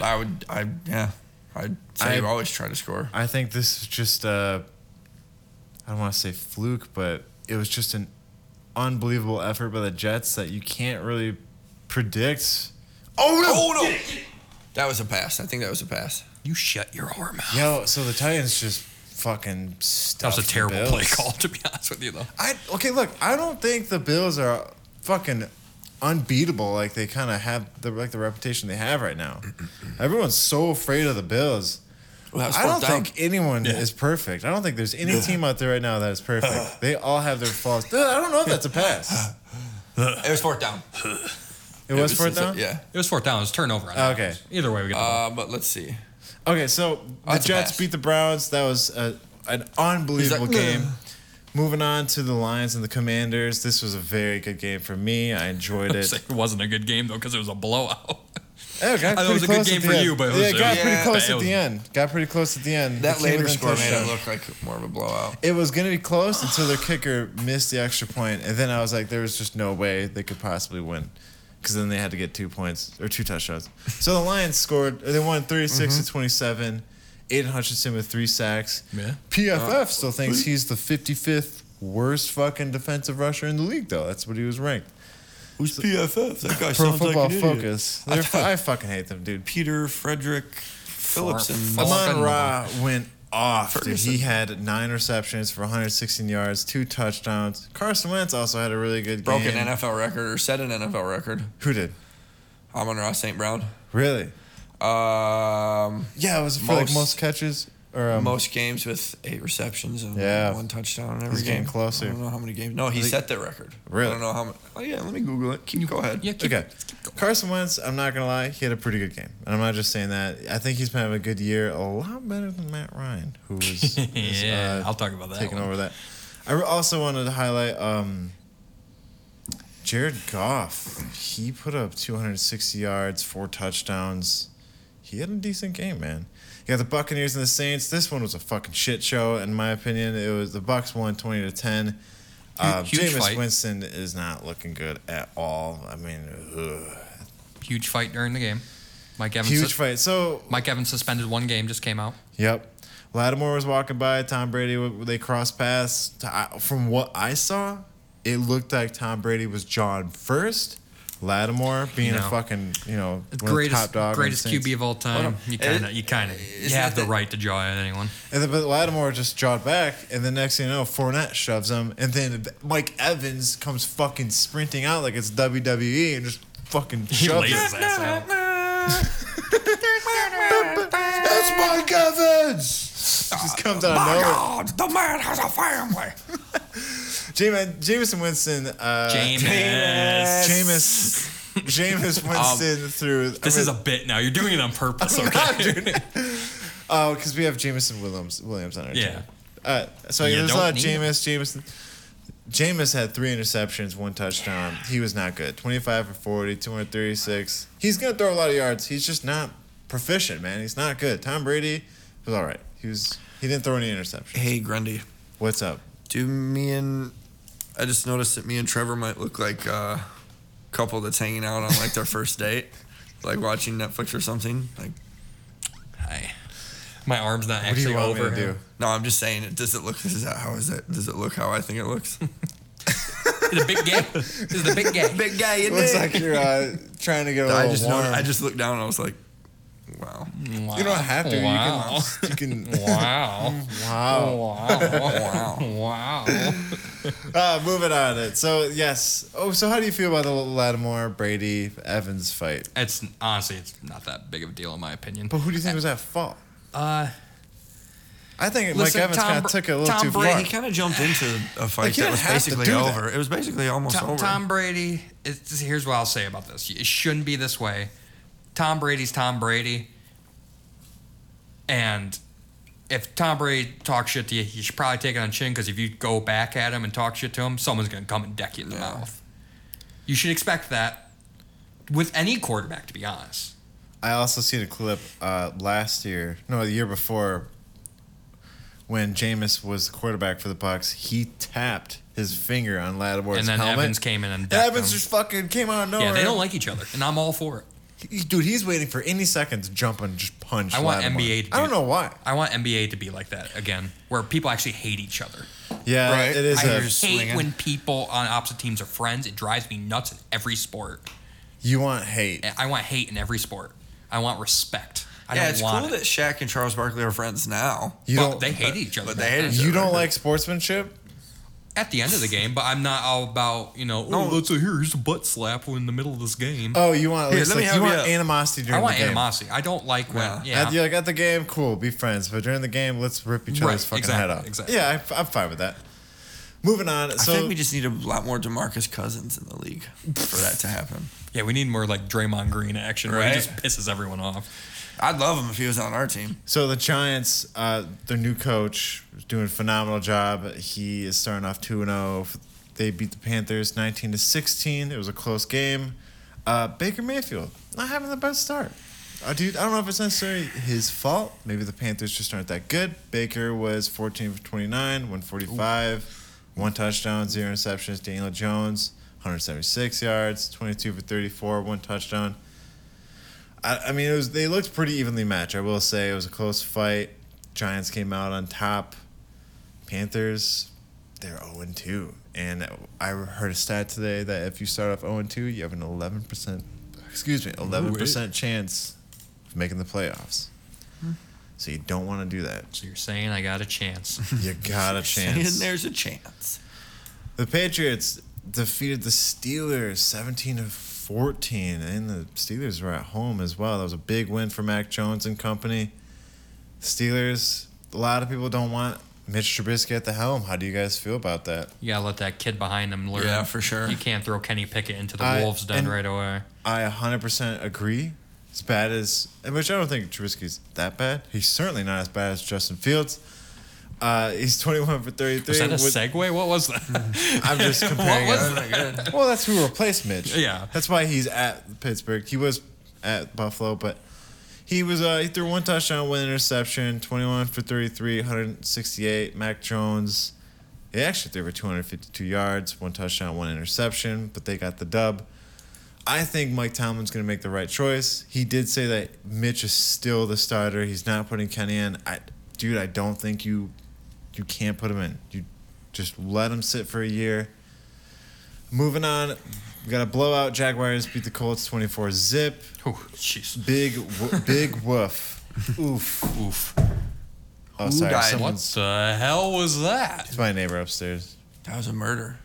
Speaker 3: I would, I yeah, I'd say
Speaker 1: I-
Speaker 3: you always try to score.
Speaker 1: I think this is just uh I don't want to say fluke, but it was just an unbelievable effort by the Jets that you can't really predict. Oh no.
Speaker 3: Oh no, that was a pass. I think that was a pass.
Speaker 2: You shut your whore mouth.
Speaker 1: Yo, so the Titans just fucking
Speaker 2: That
Speaker 1: stuffed
Speaker 2: was a
Speaker 1: the
Speaker 2: terrible play
Speaker 1: Bills.
Speaker 2: call, to be honest with you, though.
Speaker 1: I okay. Look, I don't think the Bills are fucking unbeatable. Like they kind of have the like the reputation they have right now. Everyone's so afraid of the Bills.
Speaker 3: Well, that was
Speaker 1: I don't
Speaker 3: fourth down.
Speaker 1: think anyone is perfect. I don't think there's any team out there right now that is perfect. they all have their flaws. Dude, I don't know if that's a pass.
Speaker 3: it was fourth down.
Speaker 1: It was fourth down.
Speaker 3: Yeah.
Speaker 2: It was fourth down. It was turnover. On
Speaker 1: Oh,
Speaker 2: that.
Speaker 1: okay.
Speaker 2: Either way, we got the ball.
Speaker 3: Uh, but let's see.
Speaker 1: Okay, so the
Speaker 3: that's a
Speaker 1: Jets
Speaker 3: pass.
Speaker 1: beat the Browns. That was a, an unbelievable
Speaker 3: He's like,
Speaker 1: game. Moving on to the Lions and the Commanders. This was a very good game for me. I enjoyed it.
Speaker 2: It wasn't a good game, though, because it was a blowout.
Speaker 1: Yeah, got
Speaker 2: I thought it
Speaker 1: pretty
Speaker 2: was a good
Speaker 1: close
Speaker 2: game
Speaker 1: at
Speaker 2: for
Speaker 1: the end.
Speaker 2: you, but it was-
Speaker 1: yeah,
Speaker 2: it
Speaker 1: got
Speaker 2: was
Speaker 1: pretty
Speaker 3: bad.
Speaker 1: close
Speaker 2: It
Speaker 1: at
Speaker 2: was-
Speaker 1: the end. Got pretty close at the end.
Speaker 3: That
Speaker 1: It came
Speaker 3: later
Speaker 1: within
Speaker 3: score made
Speaker 1: touchdown.
Speaker 3: it look like more of a blowout.
Speaker 1: It was gonna be close until their kicker missed the extra point, and then I was like, there was just no way they could possibly win, because then they had to get two points or two touchdowns. So the Lions scored. They won thirty
Speaker 3: Mm-hmm.
Speaker 1: to twenty seven. Aiden Hutchinson with three sacks.
Speaker 2: Yeah.
Speaker 1: PFF
Speaker 3: Uh,
Speaker 1: still thinks he's the fifty fifth worst fucking defensive rusher in the league, though. That's what he was ranked.
Speaker 3: Who's PFF? That guy
Speaker 1: Pro Football Focus. They're, fu- I fucking hate them, dude.
Speaker 3: Peter Frederick Phillips
Speaker 2: Far-
Speaker 3: and
Speaker 1: Amon
Speaker 2: Fucking-
Speaker 1: Ra went off. Dude.
Speaker 3: Ferguson.
Speaker 1: He had nine receptions for 116 yards, two touchdowns. Carson Wentz also had a really good
Speaker 3: broke
Speaker 1: game.
Speaker 3: an NFL record or set an NFL record.
Speaker 1: Who did?
Speaker 3: Amon Ross St. Brown.
Speaker 1: Really?
Speaker 3: Um,
Speaker 1: Yeah, it was for like
Speaker 3: Most-
Speaker 1: most catches or um,
Speaker 3: most games with eight receptions and
Speaker 1: Yeah.
Speaker 3: one touchdown in every
Speaker 1: He's
Speaker 3: game.
Speaker 1: getting closer.
Speaker 3: I don't know how many games. No, he set that record.
Speaker 1: Really?
Speaker 3: I don't know how many. Oh yeah, let me Google it. Keep go ahead.
Speaker 2: Yeah, keep,
Speaker 1: Okay.
Speaker 2: keep going.
Speaker 1: Carson Wentz, I'm not gonna lie, he had a pretty good game, and I'm not just saying that. I think he's been having a good year, a lot better than Matt Ryan, who was is,
Speaker 2: Yeah,
Speaker 1: uh,
Speaker 2: I'll talk about that.
Speaker 1: taking
Speaker 2: one.
Speaker 1: over that. I re- also wanted to highlight um, Jared Goff. He put up 260 yards, four touchdowns. He had a decent game, man. You got the Buccaneers and the Saints. This one was a fucking shit show, in my opinion. It was the Bucks won 20 to 10. Uh,
Speaker 2: Huge
Speaker 1: Jameis
Speaker 2: fight.
Speaker 1: Winston is not looking good at all. I mean, ugh.
Speaker 2: Huge fight during the game. Mike Evans.
Speaker 1: huge fight. So
Speaker 2: Mike Evans suspended one game, just came out.
Speaker 1: Yep. Lattimore was walking by. Tom Brady, w- they crossed paths. T- I- From what I saw, it looked like Tom Brady was John first. Lattimore being
Speaker 2: No.
Speaker 1: a fucking, you know, one of the
Speaker 2: Greatest,
Speaker 1: on the
Speaker 2: greatest
Speaker 1: Saints.
Speaker 2: QB of all time. You kind of, you kind of, you
Speaker 3: Is
Speaker 2: have
Speaker 3: that
Speaker 2: the
Speaker 3: the-
Speaker 2: right to jaw at anyone.
Speaker 1: And then, but Lattimore just jawed back, and the next thing you know, Fournette shoves him, and then Mike Evans comes fucking sprinting out like it's WWE and just fucking
Speaker 2: He
Speaker 1: shoves
Speaker 2: laid his
Speaker 1: him.
Speaker 2: ass out.
Speaker 1: That's Mike Evans. Just comes out of
Speaker 3: My
Speaker 1: nowhere.
Speaker 3: God, the man has a family.
Speaker 1: Jame- Jameson Winston. Uh,
Speaker 2: Jameis.
Speaker 1: Jameis. Jameis Winston through.
Speaker 2: Um, This is a bit now. You're doing it on purpose. Okay.
Speaker 1: Oh, because we have Jameson Williams Williams on our
Speaker 2: Yeah.
Speaker 1: team. Uh, so
Speaker 2: You
Speaker 1: there's a
Speaker 2: don't
Speaker 1: lot of
Speaker 2: need
Speaker 1: Jameis. Jameson. Jameis had three interceptions, one touchdown. He was not good. 25 for 40, 236. He's going to throw a lot of yards. He's just not proficient, man. He's not good. Tom Brady was all right. He was. He didn't throw any interceptions.
Speaker 3: Hey Grundy.
Speaker 1: What's up?
Speaker 3: Do me and I just noticed that me and Trevor might look like a couple that's hanging out on like their first date, like watching Netflix or something. Like,
Speaker 2: Hi. My arm's
Speaker 1: What
Speaker 2: not
Speaker 1: do
Speaker 2: actually
Speaker 1: you want me
Speaker 2: over
Speaker 1: to do?
Speaker 2: him.
Speaker 3: No, I'm just saying. it- Does it look? Is that how is it? Does it look how I think it looks?
Speaker 2: He's a big guy. He's a big guy.
Speaker 3: Big guy, you
Speaker 1: Looks like Oh, you're uh, trying to get a little
Speaker 3: I just
Speaker 1: warm.
Speaker 3: noticed, I just looked down and I was like, wow.
Speaker 2: Wow.
Speaker 1: you don't have to.
Speaker 2: Wow.
Speaker 1: You can. You can
Speaker 2: Wow.
Speaker 1: wow.
Speaker 2: Wow. wow.
Speaker 1: Uh, moving on. It. So yes. Oh, so how do you feel about the Lattimore Brady Evans fight?
Speaker 2: It's honestly, it's not that big of a deal in my opinion.
Speaker 1: But who do you think was at fault?
Speaker 2: Uh,
Speaker 1: I think
Speaker 2: Listen,
Speaker 1: Mike Evans
Speaker 2: Tom
Speaker 1: kind
Speaker 2: Br-
Speaker 1: of took it a little
Speaker 2: Tom
Speaker 1: too
Speaker 3: Yeah,
Speaker 1: far.
Speaker 3: he kind of jumped into a
Speaker 1: Like,
Speaker 3: fight
Speaker 1: you didn't
Speaker 3: that was
Speaker 1: have to
Speaker 3: basically
Speaker 1: do that.
Speaker 3: over. It was basically almost
Speaker 2: Tom,
Speaker 3: over.
Speaker 2: Tom Brady. It's, here's what I'll say about this. It shouldn't be this way. Tom Brady's Tom Brady, and if Tom Brady talks shit to you, you should probably take it on chin because if you go back at him and talk shit to him, someone's gonna come and deck you in the
Speaker 3: Yeah.
Speaker 2: mouth. You should expect that with any quarterback, to be honest.
Speaker 1: I also seen a clip uh, last year, no, the year before, when Jameis was the quarterback for the Bucks. He tapped his finger on Lattimore's
Speaker 2: and then
Speaker 1: helmet.
Speaker 2: Evans came in and decked
Speaker 1: Evans
Speaker 2: him.
Speaker 1: just fucking came out of nowhere.
Speaker 2: yeah, they don't like each other, and I'm all for it.
Speaker 1: He- Dude, he's waiting for any second to jump and just punch.
Speaker 2: I want
Speaker 1: Lattimore.
Speaker 2: NBA to
Speaker 1: I don't
Speaker 2: do-
Speaker 1: know why.
Speaker 2: I want NBA to be like that again, where people actually hate each other.
Speaker 1: Yeah,
Speaker 3: Right.
Speaker 1: it is.
Speaker 3: I
Speaker 1: a-
Speaker 3: hear
Speaker 2: hate
Speaker 3: swinging.
Speaker 2: when people on opposite teams are friends. It drives me nuts in every sport.
Speaker 1: you want hate.
Speaker 2: I want hate in every sport. I want respect. I
Speaker 3: yeah,
Speaker 2: don't
Speaker 3: it's
Speaker 2: want
Speaker 3: cool
Speaker 2: it.
Speaker 3: that Shaq and Charles Barkley are friends now.
Speaker 1: You
Speaker 2: But
Speaker 1: don't.
Speaker 2: they hate each other.
Speaker 3: but they hate
Speaker 2: back
Speaker 3: each
Speaker 2: then.
Speaker 1: you don't like sportsmanship.
Speaker 2: at the end of the game. But I'm not all about you know. Oh, let's here. Here's a butt slap in the middle of this game.
Speaker 1: Oh, you want at
Speaker 3: Here,
Speaker 1: least
Speaker 3: let me
Speaker 1: like, you
Speaker 3: help you
Speaker 1: want
Speaker 3: out.
Speaker 1: animosity during
Speaker 2: I want
Speaker 1: the game.
Speaker 2: animosity. I don't like when
Speaker 3: Yeah.
Speaker 2: yeah.
Speaker 1: At, you're like at the game, cool, be friends. But during the game, let's rip each
Speaker 2: Right,
Speaker 1: other's fucking
Speaker 2: exactly,
Speaker 1: head off.
Speaker 2: exactly.
Speaker 1: Yeah, I, I'm fine with that. Moving on. So
Speaker 3: I think we just need a lot more Demarcus Cousins in the league for that to happen.
Speaker 2: yeah, we need more like Draymond Green action where he
Speaker 3: Right.
Speaker 2: just pisses everyone off.
Speaker 3: I'd love him if he was on our team.
Speaker 1: So the Giants, uh, their new coach, is doing a phenomenal job. He is starting off two and zero. They beat the Panthers nineteen to sixteen. It was a close game. Uh, Baker Mayfield not having the best start. Uh, dude, I don't know if it's necessarily his fault. Maybe the Panthers just aren't that good. Baker was fourteen for twenty nine, one forty five, one touchdown, zero interceptions. Daniel Jones, one hundred seventy six yards, twenty two for thirty four, one touchdown. I, I mean, it was they looked pretty evenly matched. I will say it was a close fight. Giants came out on top. Panthers, they're 0 2. And I heard a stat today that if you start off 0 2, you have an 11%, excuse me, 11% chance of making the playoffs. So you don't want to do that.
Speaker 2: So you're saying I got a chance?
Speaker 1: You got a chance.
Speaker 3: And there's a chance.
Speaker 1: The Patriots defeated the Steelers 17 to 14, and the Steelers were at home as well. That was a big win for Mac Jones and company. Steelers, a lot of people don't want Mitch Trubisky at the helm. How do you guys feel about that?
Speaker 2: You gotta let that kid behind them learn.
Speaker 3: Yeah, for sure.
Speaker 2: You can't throw Kenny Pickett into the
Speaker 1: I-
Speaker 2: wolves' den
Speaker 1: and-
Speaker 2: right away.
Speaker 1: I 100% agree. As bad as, and which I don't think Trubisky's that bad. He's certainly not as bad as Justin Fields. Uh, he's 21 for 33.
Speaker 2: Was that a
Speaker 1: with-
Speaker 2: segue? What was that?
Speaker 1: I'm just comparing.
Speaker 2: What
Speaker 1: it.
Speaker 2: was
Speaker 1: Well, that's who replaced Mitch.
Speaker 2: Yeah.
Speaker 1: that's why he's at Pittsburgh. He was at Buffalo, but he was uh, he threw one touchdown, one interception, twenty one for thirty three, one hundred sixty eight. Mac Jones, he actually threw for two hundred fifty two yards, one touchdown, one interception, but they got the dub. I think Mike Tomlin's going to make the right choice. He did say that Mitch is still the starter. He's not putting Kenny in. I, dude, I don't think you, you can't put him in. You just let him sit for a year. Moving on, we got a blowout. Jaguars beat the Colts 24 zip.
Speaker 2: Oh, jeez.
Speaker 1: Big, wo- big woof. Oof.
Speaker 2: Oof.
Speaker 1: Oh, sorry.
Speaker 3: died?
Speaker 2: What
Speaker 1: Someone's,
Speaker 2: the hell was that?
Speaker 1: it's my neighbor upstairs.
Speaker 3: That was a murder.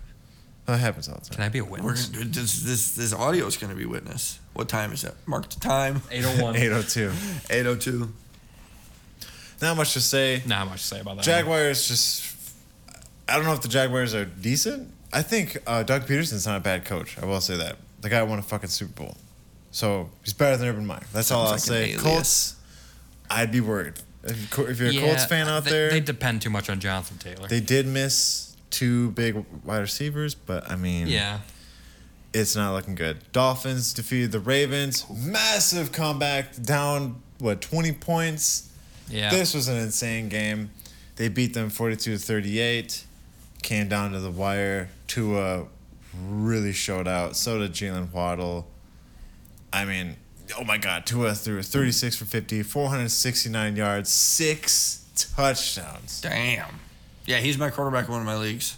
Speaker 1: That happens all the time.
Speaker 2: Can I be a
Speaker 3: We're
Speaker 2: witness?
Speaker 3: gonna, this this this audio is going to be witness. What time is it? Mark the time.
Speaker 2: 801.
Speaker 1: 802.
Speaker 3: 8:02.
Speaker 1: Not much to say.
Speaker 2: Not much to say about that.
Speaker 1: Jaguars just. I don't know if the Jaguars are decent. I think uh, Doug Peterson's not a bad coach. I will say that. The guy won a fucking Super Bowl. So he's better than Urban Meyer. That's all I'll
Speaker 3: Sounds like an
Speaker 1: say.
Speaker 3: alias.
Speaker 1: Colts, I'd be worried. If co- if you're a
Speaker 2: Yeah, uh,
Speaker 1: Colts fan out
Speaker 2: they,
Speaker 1: there,
Speaker 2: They depend too much on Jonathan Taylor.
Speaker 1: They did miss two big wide receivers, but I mean,
Speaker 2: yeah.
Speaker 1: it's not looking good. Dolphins defeated the Ravens. Massive comeback, down what 20 points.
Speaker 2: Yeah.
Speaker 1: This was an insane game. They beat them 42 to 38. Came down to the wire. Tua really showed out. So did Jalen Waddle. I mean, oh my God, Tua threw 36 for 50, 469 yards, six touchdowns.
Speaker 3: Damn. Yeah, he's my quarterback in one of my leagues.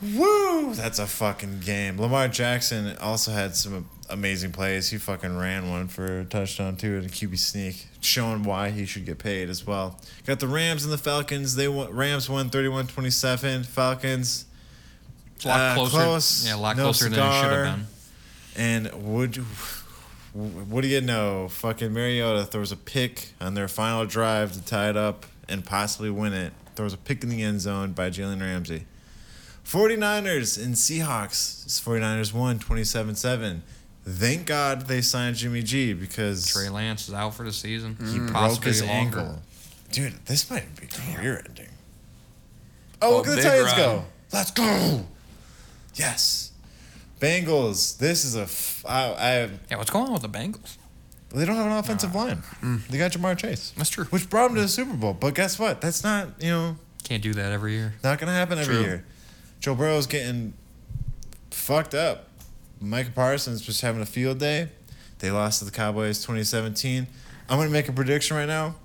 Speaker 1: Woo! That's a fucking game. Lamar Jackson also had some amazing plays. He fucking ran one for a touchdown, too, and a QB sneak, showing why he should get paid as well. Got the Rams and the Falcons. They won, Rams won 31 27. Falcons.
Speaker 2: It's a lot
Speaker 1: Uh,
Speaker 2: closer.
Speaker 1: close,
Speaker 2: yeah, a lot
Speaker 1: no
Speaker 2: closer than it should
Speaker 1: cigar.
Speaker 2: have been.
Speaker 1: And would you- what do you know? Fucking Mariota throws a pick on their final drive to tie it up and possibly win it. Throws a pick in the end zone by Jalen Ramsey. 49ers and Seahawks. It's 49ers won 27 7. Thank God they signed Jimmy G because
Speaker 2: Trey
Speaker 1: he
Speaker 2: Lance is out for the season. he
Speaker 1: Mm, broke
Speaker 2: possibly
Speaker 1: his
Speaker 2: longer.
Speaker 1: ankle. Dude, this might be career ending. Oh, look
Speaker 3: Oh,
Speaker 1: at the
Speaker 3: big
Speaker 1: Titans
Speaker 3: run.
Speaker 1: go. Let's go. Yes. Bengals. This is a. F- I, I
Speaker 2: Yeah, what's going on with the Bengals?
Speaker 1: they don't have an offensive line. They got Jamar Chase,
Speaker 2: That's true.
Speaker 1: which brought them to the Super Bowl. But guess what? That's not you know
Speaker 2: Can't do that every year.
Speaker 1: not gonna happen every
Speaker 3: True.
Speaker 1: year. Joe Burrow's getting fucked up. Micah Parsons just having a field day. They lost to the Cowboys 2017. I'm gonna make a prediction right now.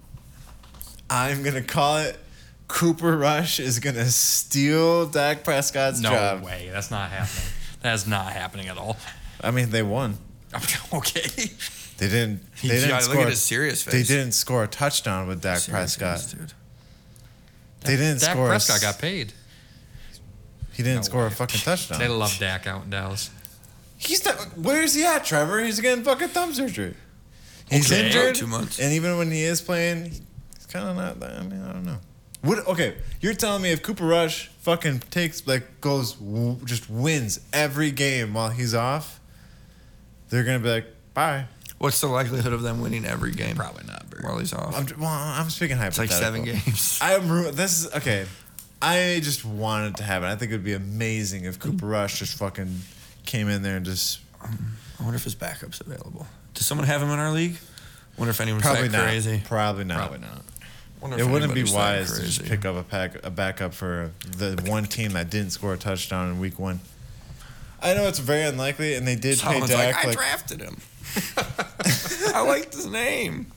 Speaker 1: I'm gonna call it. Cooper Rush is gonna steal Dak Prescott's
Speaker 2: No
Speaker 1: job.
Speaker 2: way. That's not happening. That is not happening at all.
Speaker 1: I mean, they won.
Speaker 2: okay.
Speaker 1: They didn't. They
Speaker 3: Yeah,
Speaker 1: didn't
Speaker 3: look
Speaker 1: score.
Speaker 3: at his serious
Speaker 1: They
Speaker 3: face.
Speaker 1: didn't score a touchdown with Dak Prescott.
Speaker 3: Seriousness, dude.
Speaker 1: They didn't
Speaker 2: Dak
Speaker 1: score. a
Speaker 2: Prescott
Speaker 1: s-
Speaker 2: got paid.
Speaker 1: He didn't
Speaker 2: No
Speaker 1: score a
Speaker 2: way.
Speaker 1: fucking
Speaker 2: They
Speaker 1: touchdown.
Speaker 2: love Dak out in Dallas.
Speaker 1: He's not. Where's he at, Trevor? He's getting fucking thumb surgery. He's
Speaker 2: Okay.
Speaker 1: injured.
Speaker 3: Two months.
Speaker 1: And even when he is playing, he's kind of not. that- I mean, I don't know. What? Okay, you're telling me if Cooper Rush fucking takes like goes w- just wins every game while he's off, they're gonna be like, bye.
Speaker 3: What's the likelihood of them winning every game?
Speaker 2: Probably not, bro.
Speaker 3: While he's off,
Speaker 1: I'm j- well, I'm speaking
Speaker 3: it's like
Speaker 1: hypothetical.
Speaker 3: seven games.
Speaker 1: I'm ru- this is okay. I just want it to happen. I think it would be amazing if Cooper Rush just fucking came in there and just
Speaker 3: I wonder if his backup's available. Does someone have him in our league? Wonder if anyone's
Speaker 1: Probably
Speaker 3: that
Speaker 1: not.
Speaker 3: crazy.
Speaker 1: Probably not.
Speaker 2: Probably not.
Speaker 3: Wonder
Speaker 1: It
Speaker 3: if
Speaker 1: wouldn't be
Speaker 3: anybody's that
Speaker 1: wise to just
Speaker 3: crazy.
Speaker 1: pick up a pack a backup for the one team that didn't score a touchdown in week one. I know it's very unlikely, and they did
Speaker 3: Solomon's
Speaker 1: pay
Speaker 3: like,
Speaker 1: Dak.
Speaker 3: I
Speaker 1: Like,
Speaker 3: drafted him. I liked his name.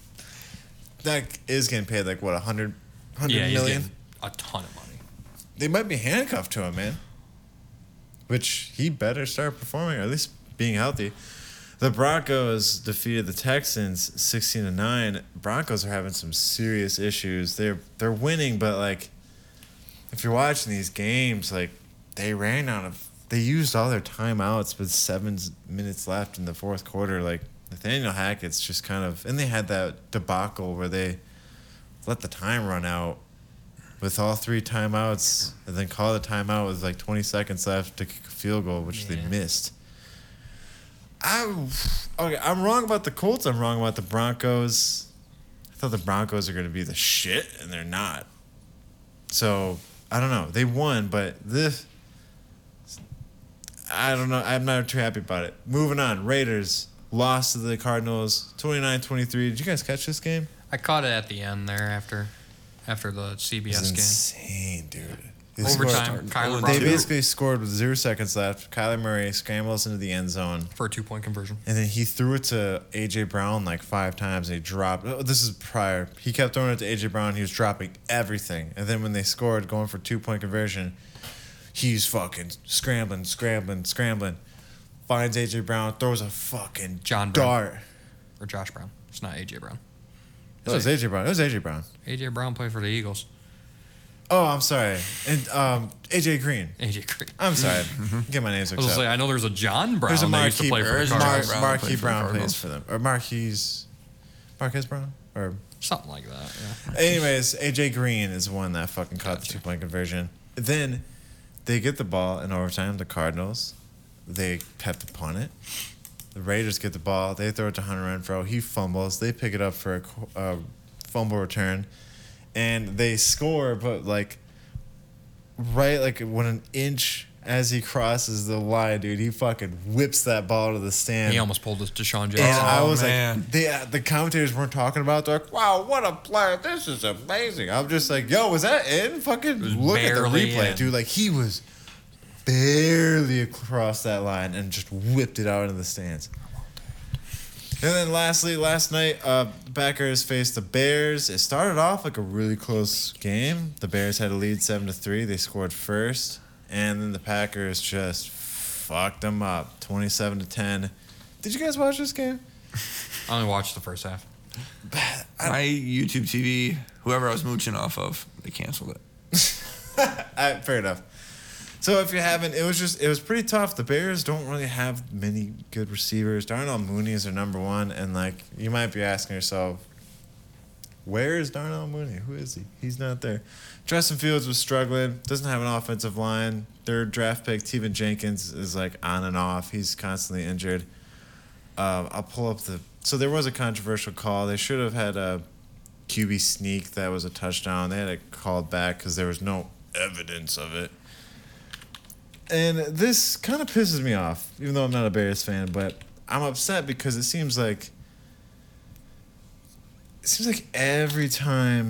Speaker 1: Dak is getting paid like what 100, 100
Speaker 2: Yeah, he's
Speaker 1: million?
Speaker 2: getting a ton of money.
Speaker 1: They might be handcuffed to him, man. Which he better start performing, or at least being healthy. The Broncos defeated the Texans sixteen to nine. Broncos are having some serious issues. They're they're winning, but like, if you're watching these games, like they ran out of they used all their timeouts with seven s- minutes left in the fourth quarter. Like Nathaniel Hackett's just kind of and they had that debacle where they let the time run out with all three timeouts and then call the timeout with like 20 seconds left to kick a field goal, which they
Speaker 2: Yeah.
Speaker 1: missed. I okay, I'm wrong about the Colts. I'm wrong about the Broncos. I thought the Broncos are going to be the shit, and they're not. So I don't know. They won, but this. I don't know. I'm not too happy about it. Moving on. Raiders lost to the Cardinals 29 23. Did you guys catch this game?
Speaker 2: I caught it at the end there after after the CBS game.
Speaker 1: insane, dude. They
Speaker 2: Overtime,
Speaker 1: scored-
Speaker 2: Kyler
Speaker 1: They
Speaker 2: Murray
Speaker 1: basically scored with zero seconds left. Kyler Murray scrambles into the end zone,
Speaker 2: for a two point conversion.
Speaker 1: and then he threw it to AJ Brown like five times. And he dropped. oh, this is prior. He kept throwing it to AJ Brown. He was dropping everything, and then when they scored, going for two point conversion, he's fucking scrambling, scrambling, scrambling. Finds AJ Brown, throws a fucking
Speaker 2: John Brown.
Speaker 1: dart.
Speaker 2: Or Josh Brown. It's not AJ Brown.
Speaker 1: It was AJ Brown. It was AJ Brown.
Speaker 2: AJ Brown played for the Eagles.
Speaker 1: Oh, I'm sorry. And um, AJ Green.
Speaker 2: AJ Green.
Speaker 1: I'm sorry. Get my names
Speaker 2: Mm-hmm. I was
Speaker 1: mixed
Speaker 2: gonna
Speaker 1: up.
Speaker 2: say, I know there's a John Brown
Speaker 1: There's a
Speaker 2: that used to
Speaker 1: Marquis
Speaker 2: play for the
Speaker 3: There's a
Speaker 2: Cardinals.
Speaker 1: Mar-
Speaker 3: Brown
Speaker 1: Marquis
Speaker 3: played for the
Speaker 1: Brown plays
Speaker 3: Cardinals.
Speaker 1: for them, or Marquise, Marquez Brown, or
Speaker 2: Something like that. Yeah.
Speaker 1: anyways, AJ Green is the one that fucking caught the two point conversion. Then they get the ball in overtime. The Cardinals, they have to punt it. The Raiders get the ball. They throw it to Hunter Renfro. He fumbles. They pick it up for a qu- uh, fumble return, and they score. But like, right, like when an inch as he crosses the line, dude, he fucking whips that ball to the stand.
Speaker 2: He almost pulled us Deshaun Jackson.
Speaker 1: And I
Speaker 3: Oh,
Speaker 1: was
Speaker 3: man.
Speaker 1: like, they, uh, the commentators weren't talking about. it. They're like, "Wow, what a player! This is amazing." I'm just like, "Yo, was that in? Fucking look at the
Speaker 2: barely
Speaker 1: replay,
Speaker 2: in.
Speaker 1: dude! Like he was barely across that line and just whipped it out into the stands." And then lastly, last night, uh, the Packers faced the Bears. It started off like a really close game. The Bears had a lead seven to three. They scored first, and then the Packers just fucked them up, twenty-seven to ten. Did you guys watch this game?
Speaker 2: I only watched the first half.
Speaker 3: My YouTube TV, whoever I was mooching off of, they canceled it.
Speaker 1: All right, fair enough. So if you haven't, it was just it was pretty tough. The Bears don't really have many good receivers. Darnell Mooney is their number one, and like you might be asking yourself, where is Darnell Mooney? Who is he? He's not there. Justin Fields was struggling. Doesn't have an offensive line. Their draft pick Tevin Jenkins is like on and off. He's constantly injured. Uh, I'll pull up the. So there was a controversial call. They should have had a QB sneak that was a touchdown. They had it called back because there was no evidence of it. And this kind of pisses me off, even though I'm not a Bears fan, but I'm upset because it seems like it seems like every time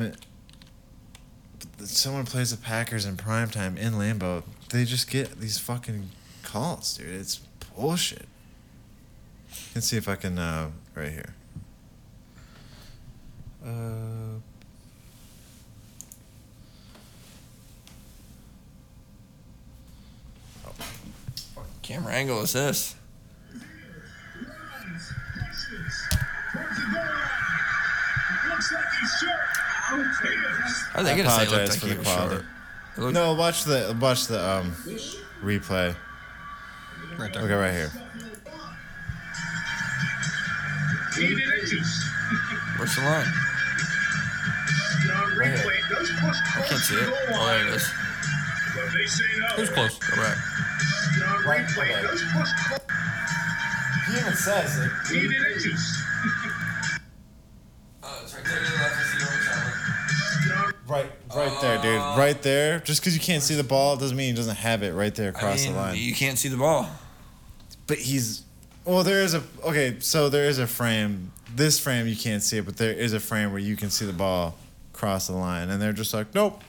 Speaker 1: that someone plays the Packers in prime time in Lambeau, they just get these fucking calls, dude. It's bullshit. Let's see if I can uh, right here. Uh,
Speaker 3: Camera angle is this. How are they
Speaker 1: I
Speaker 3: gonna say it looked
Speaker 1: apologize
Speaker 3: like
Speaker 1: for
Speaker 3: he
Speaker 1: the
Speaker 3: was
Speaker 1: quality.
Speaker 3: short? It looked-
Speaker 1: no, watch the watch the um replay.
Speaker 2: Right there.
Speaker 1: Okay, right here.
Speaker 3: Where's the line? I can't see it. Oh, there it is.
Speaker 2: It was close.
Speaker 3: Go back.
Speaker 1: He even says it.
Speaker 3: Oh, it's right there. Left
Speaker 1: Right, right there, dude.
Speaker 3: Oh.
Speaker 1: Right there. Just because you can't see the ball doesn't mean he doesn't have it right there across the line.
Speaker 3: You can't see the ball.
Speaker 1: but he's. Well, there is a. Okay, so there is a frame. This frame you can't see it, but there is a frame where you can see the ball cross the line, and they're just like, nope,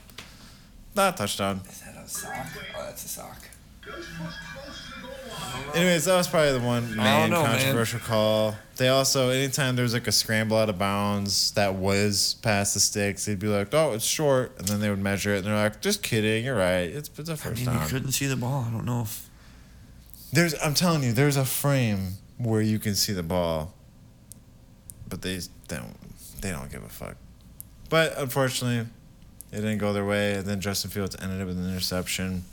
Speaker 1: not touchdown.
Speaker 3: Is that a sock? Oh, that's a sock.
Speaker 1: Anyways, that was probably the one main
Speaker 3: know, man.
Speaker 1: controversial call. They also, anytime there was like a scramble out of bounds that was past the sticks, they'd be like, "Oh, it's short," and then they would measure it, and they're like, "Just kidding, you're right. It's it's a
Speaker 3: I
Speaker 1: first
Speaker 3: mean, you
Speaker 1: down."
Speaker 3: couldn't see the ball. I don't know if.
Speaker 1: There's, I'm telling you, there's a frame where you can see the ball, but they don't, they don't give a fuck. But unfortunately, it didn't go their way, and then Justin Fields ended up with an interception.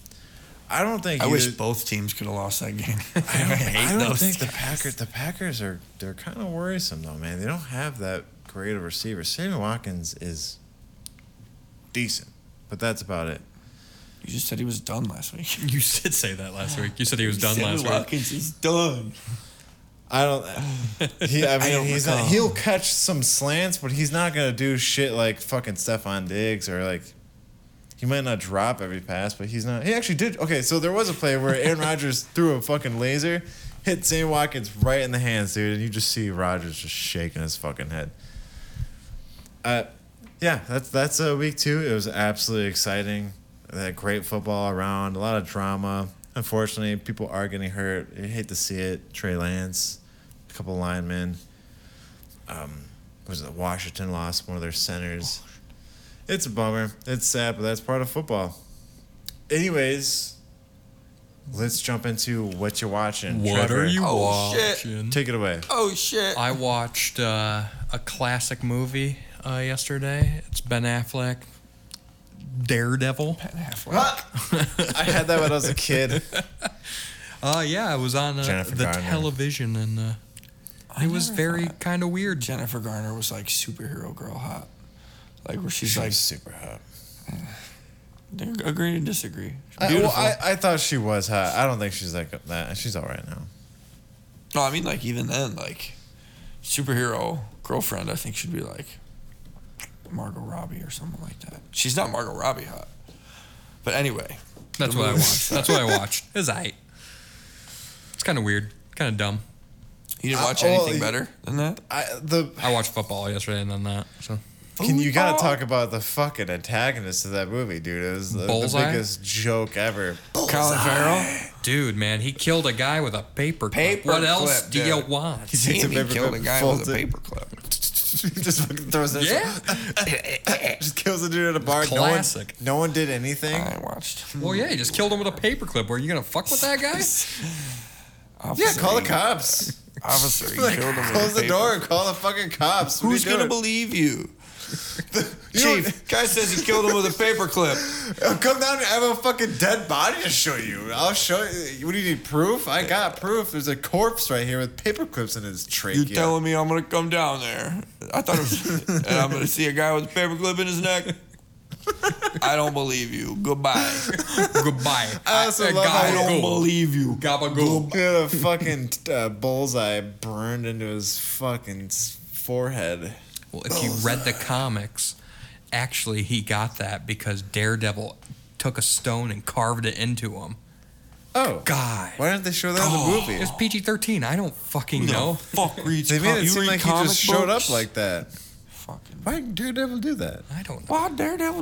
Speaker 1: I don't think.
Speaker 3: I wish
Speaker 1: either-
Speaker 3: both teams could have lost that game. I,
Speaker 1: I
Speaker 3: hate
Speaker 1: don't
Speaker 3: those.
Speaker 1: think the Packers. The Packers are they're kind of worrisome though, man. They don't have that great of receiver. Sammy Watkins is decent, but that's about it.
Speaker 3: you just said he was done last week.
Speaker 2: You did say that last week. You said he was done
Speaker 3: Sammy
Speaker 2: last week.
Speaker 3: Watkins is done.
Speaker 1: I don't. He, I mean,
Speaker 3: don't
Speaker 1: he's not,
Speaker 3: recall.
Speaker 1: he'll catch some slants, but he's not gonna do shit like fucking Stefan Diggs or like. He might not drop every pass, but he's not. He actually did. Okay, so there was a play where Aaron Rodgers threw a fucking laser, hit Sammy Watkins right in the hands, dude, and you just see Rodgers just shaking his fucking head. Uh, yeah, that's that's uh, week two. It was absolutely exciting. That great football around, a lot of drama. Unfortunately, people are getting hurt. You hate to see it. Trey Lance, a couple linemen. Um, was it Washington lost one of their centers? It's a bummer. It's sad, but that's part of football. Anyways, let's jump into what you're watching.
Speaker 2: What
Speaker 1: Trevor,
Speaker 2: are you
Speaker 3: Oh, shit.
Speaker 2: watching?
Speaker 1: Take it away.
Speaker 3: Oh shit!
Speaker 2: I watched uh, a classic movie uh, yesterday. It's Ben Affleck, Daredevil.
Speaker 1: I had that when I was a kid.
Speaker 2: Uh, yeah, it was on uh,
Speaker 1: Jennifer
Speaker 2: the
Speaker 1: Garner.
Speaker 2: television, and uh, it was very kind of weird.
Speaker 3: Jennifer Garner was like superhero girl hot, like where she's
Speaker 1: She
Speaker 3: like
Speaker 1: was super hot.
Speaker 3: agree and disagree.
Speaker 1: I, well, I, I thought she was hot. I don't think she's like that. She's all right now.
Speaker 3: No, I mean like even then, like superhero girlfriend, I think should be like Margot Robbie or someone like that. She's not Margot Robbie hot, but anyway,
Speaker 2: That's
Speaker 3: The
Speaker 2: what I
Speaker 3: movie.
Speaker 2: watched. That's what I watched. It was aight. It's kind of weird, kind of dumb.
Speaker 3: you didn't watch
Speaker 1: Uh, well,
Speaker 3: anything
Speaker 1: you-
Speaker 3: better than that.
Speaker 1: I the
Speaker 2: I watched football yesterday and then that. So
Speaker 1: Can you gotta talk about the fucking antagonist of that movie, dude? It was the, the
Speaker 2: Bullseye?
Speaker 1: biggest joke ever.
Speaker 3: Colin Farrell.
Speaker 2: Dude, man, he killed a guy with a paper clip.
Speaker 3: Paper
Speaker 2: What else
Speaker 3: clip,
Speaker 2: do
Speaker 3: dude.
Speaker 2: you want?
Speaker 1: He takes a
Speaker 3: Damn, he
Speaker 1: paperclip
Speaker 3: killed a
Speaker 1: and
Speaker 3: guy
Speaker 1: folds
Speaker 3: with a
Speaker 1: it.
Speaker 3: paperclip.
Speaker 1: just fucking throws it.
Speaker 2: Yeah.
Speaker 1: Just kills a dude at a bar. No one-
Speaker 2: classic.
Speaker 1: No one, did anything.
Speaker 3: I watched.
Speaker 2: Well, yeah, he just killed him with a paperclip. Were you gonna fuck with that guy?
Speaker 1: yeah,
Speaker 3: Officer
Speaker 1: call the
Speaker 3: E.
Speaker 1: cops.
Speaker 3: Officer E
Speaker 1: Like,
Speaker 3: killed him with
Speaker 1: close
Speaker 3: a
Speaker 1: the
Speaker 3: paper.
Speaker 1: door. Call the fucking cops. What are
Speaker 3: Who's
Speaker 1: you
Speaker 3: gonna
Speaker 1: doing?
Speaker 3: believe you?
Speaker 1: You
Speaker 3: Chief, guy says he killed him with a paperclip.
Speaker 1: I'll come down and I have a fucking dead body to show you. I'll show you. What do you need? Proof? I got proof. There's a corpse right here with paper clips in his trachea.
Speaker 3: You're telling me I'm gonna come down there. I thought it was, and I'm gonna see a guy with a paperclip in his neck. I don't believe you. Goodbye.
Speaker 2: Goodbye.
Speaker 1: I also
Speaker 2: Uh,
Speaker 1: love how
Speaker 3: I
Speaker 1: you
Speaker 3: don't
Speaker 2: gabagool.
Speaker 3: believe you.
Speaker 2: Gabagool.
Speaker 1: He had a fucking uh, bullseye burned into his fucking s- forehead.
Speaker 2: Well, if you read the comics, actually he got that because Daredevil took a stone and carved it into him.
Speaker 1: Oh,
Speaker 2: God.
Speaker 1: Why didn't they show that in the
Speaker 2: It
Speaker 1: movie?
Speaker 2: was PG 13. I don't fucking know.
Speaker 3: Fuck reads.
Speaker 1: They made
Speaker 3: com-
Speaker 1: it
Speaker 3: you
Speaker 1: seem
Speaker 3: read
Speaker 1: like he
Speaker 3: comic
Speaker 1: just showed
Speaker 3: books?
Speaker 1: up like that.
Speaker 3: Fucking.
Speaker 1: Why did Daredevil do that?
Speaker 2: I don't know.
Speaker 3: Why Daredevil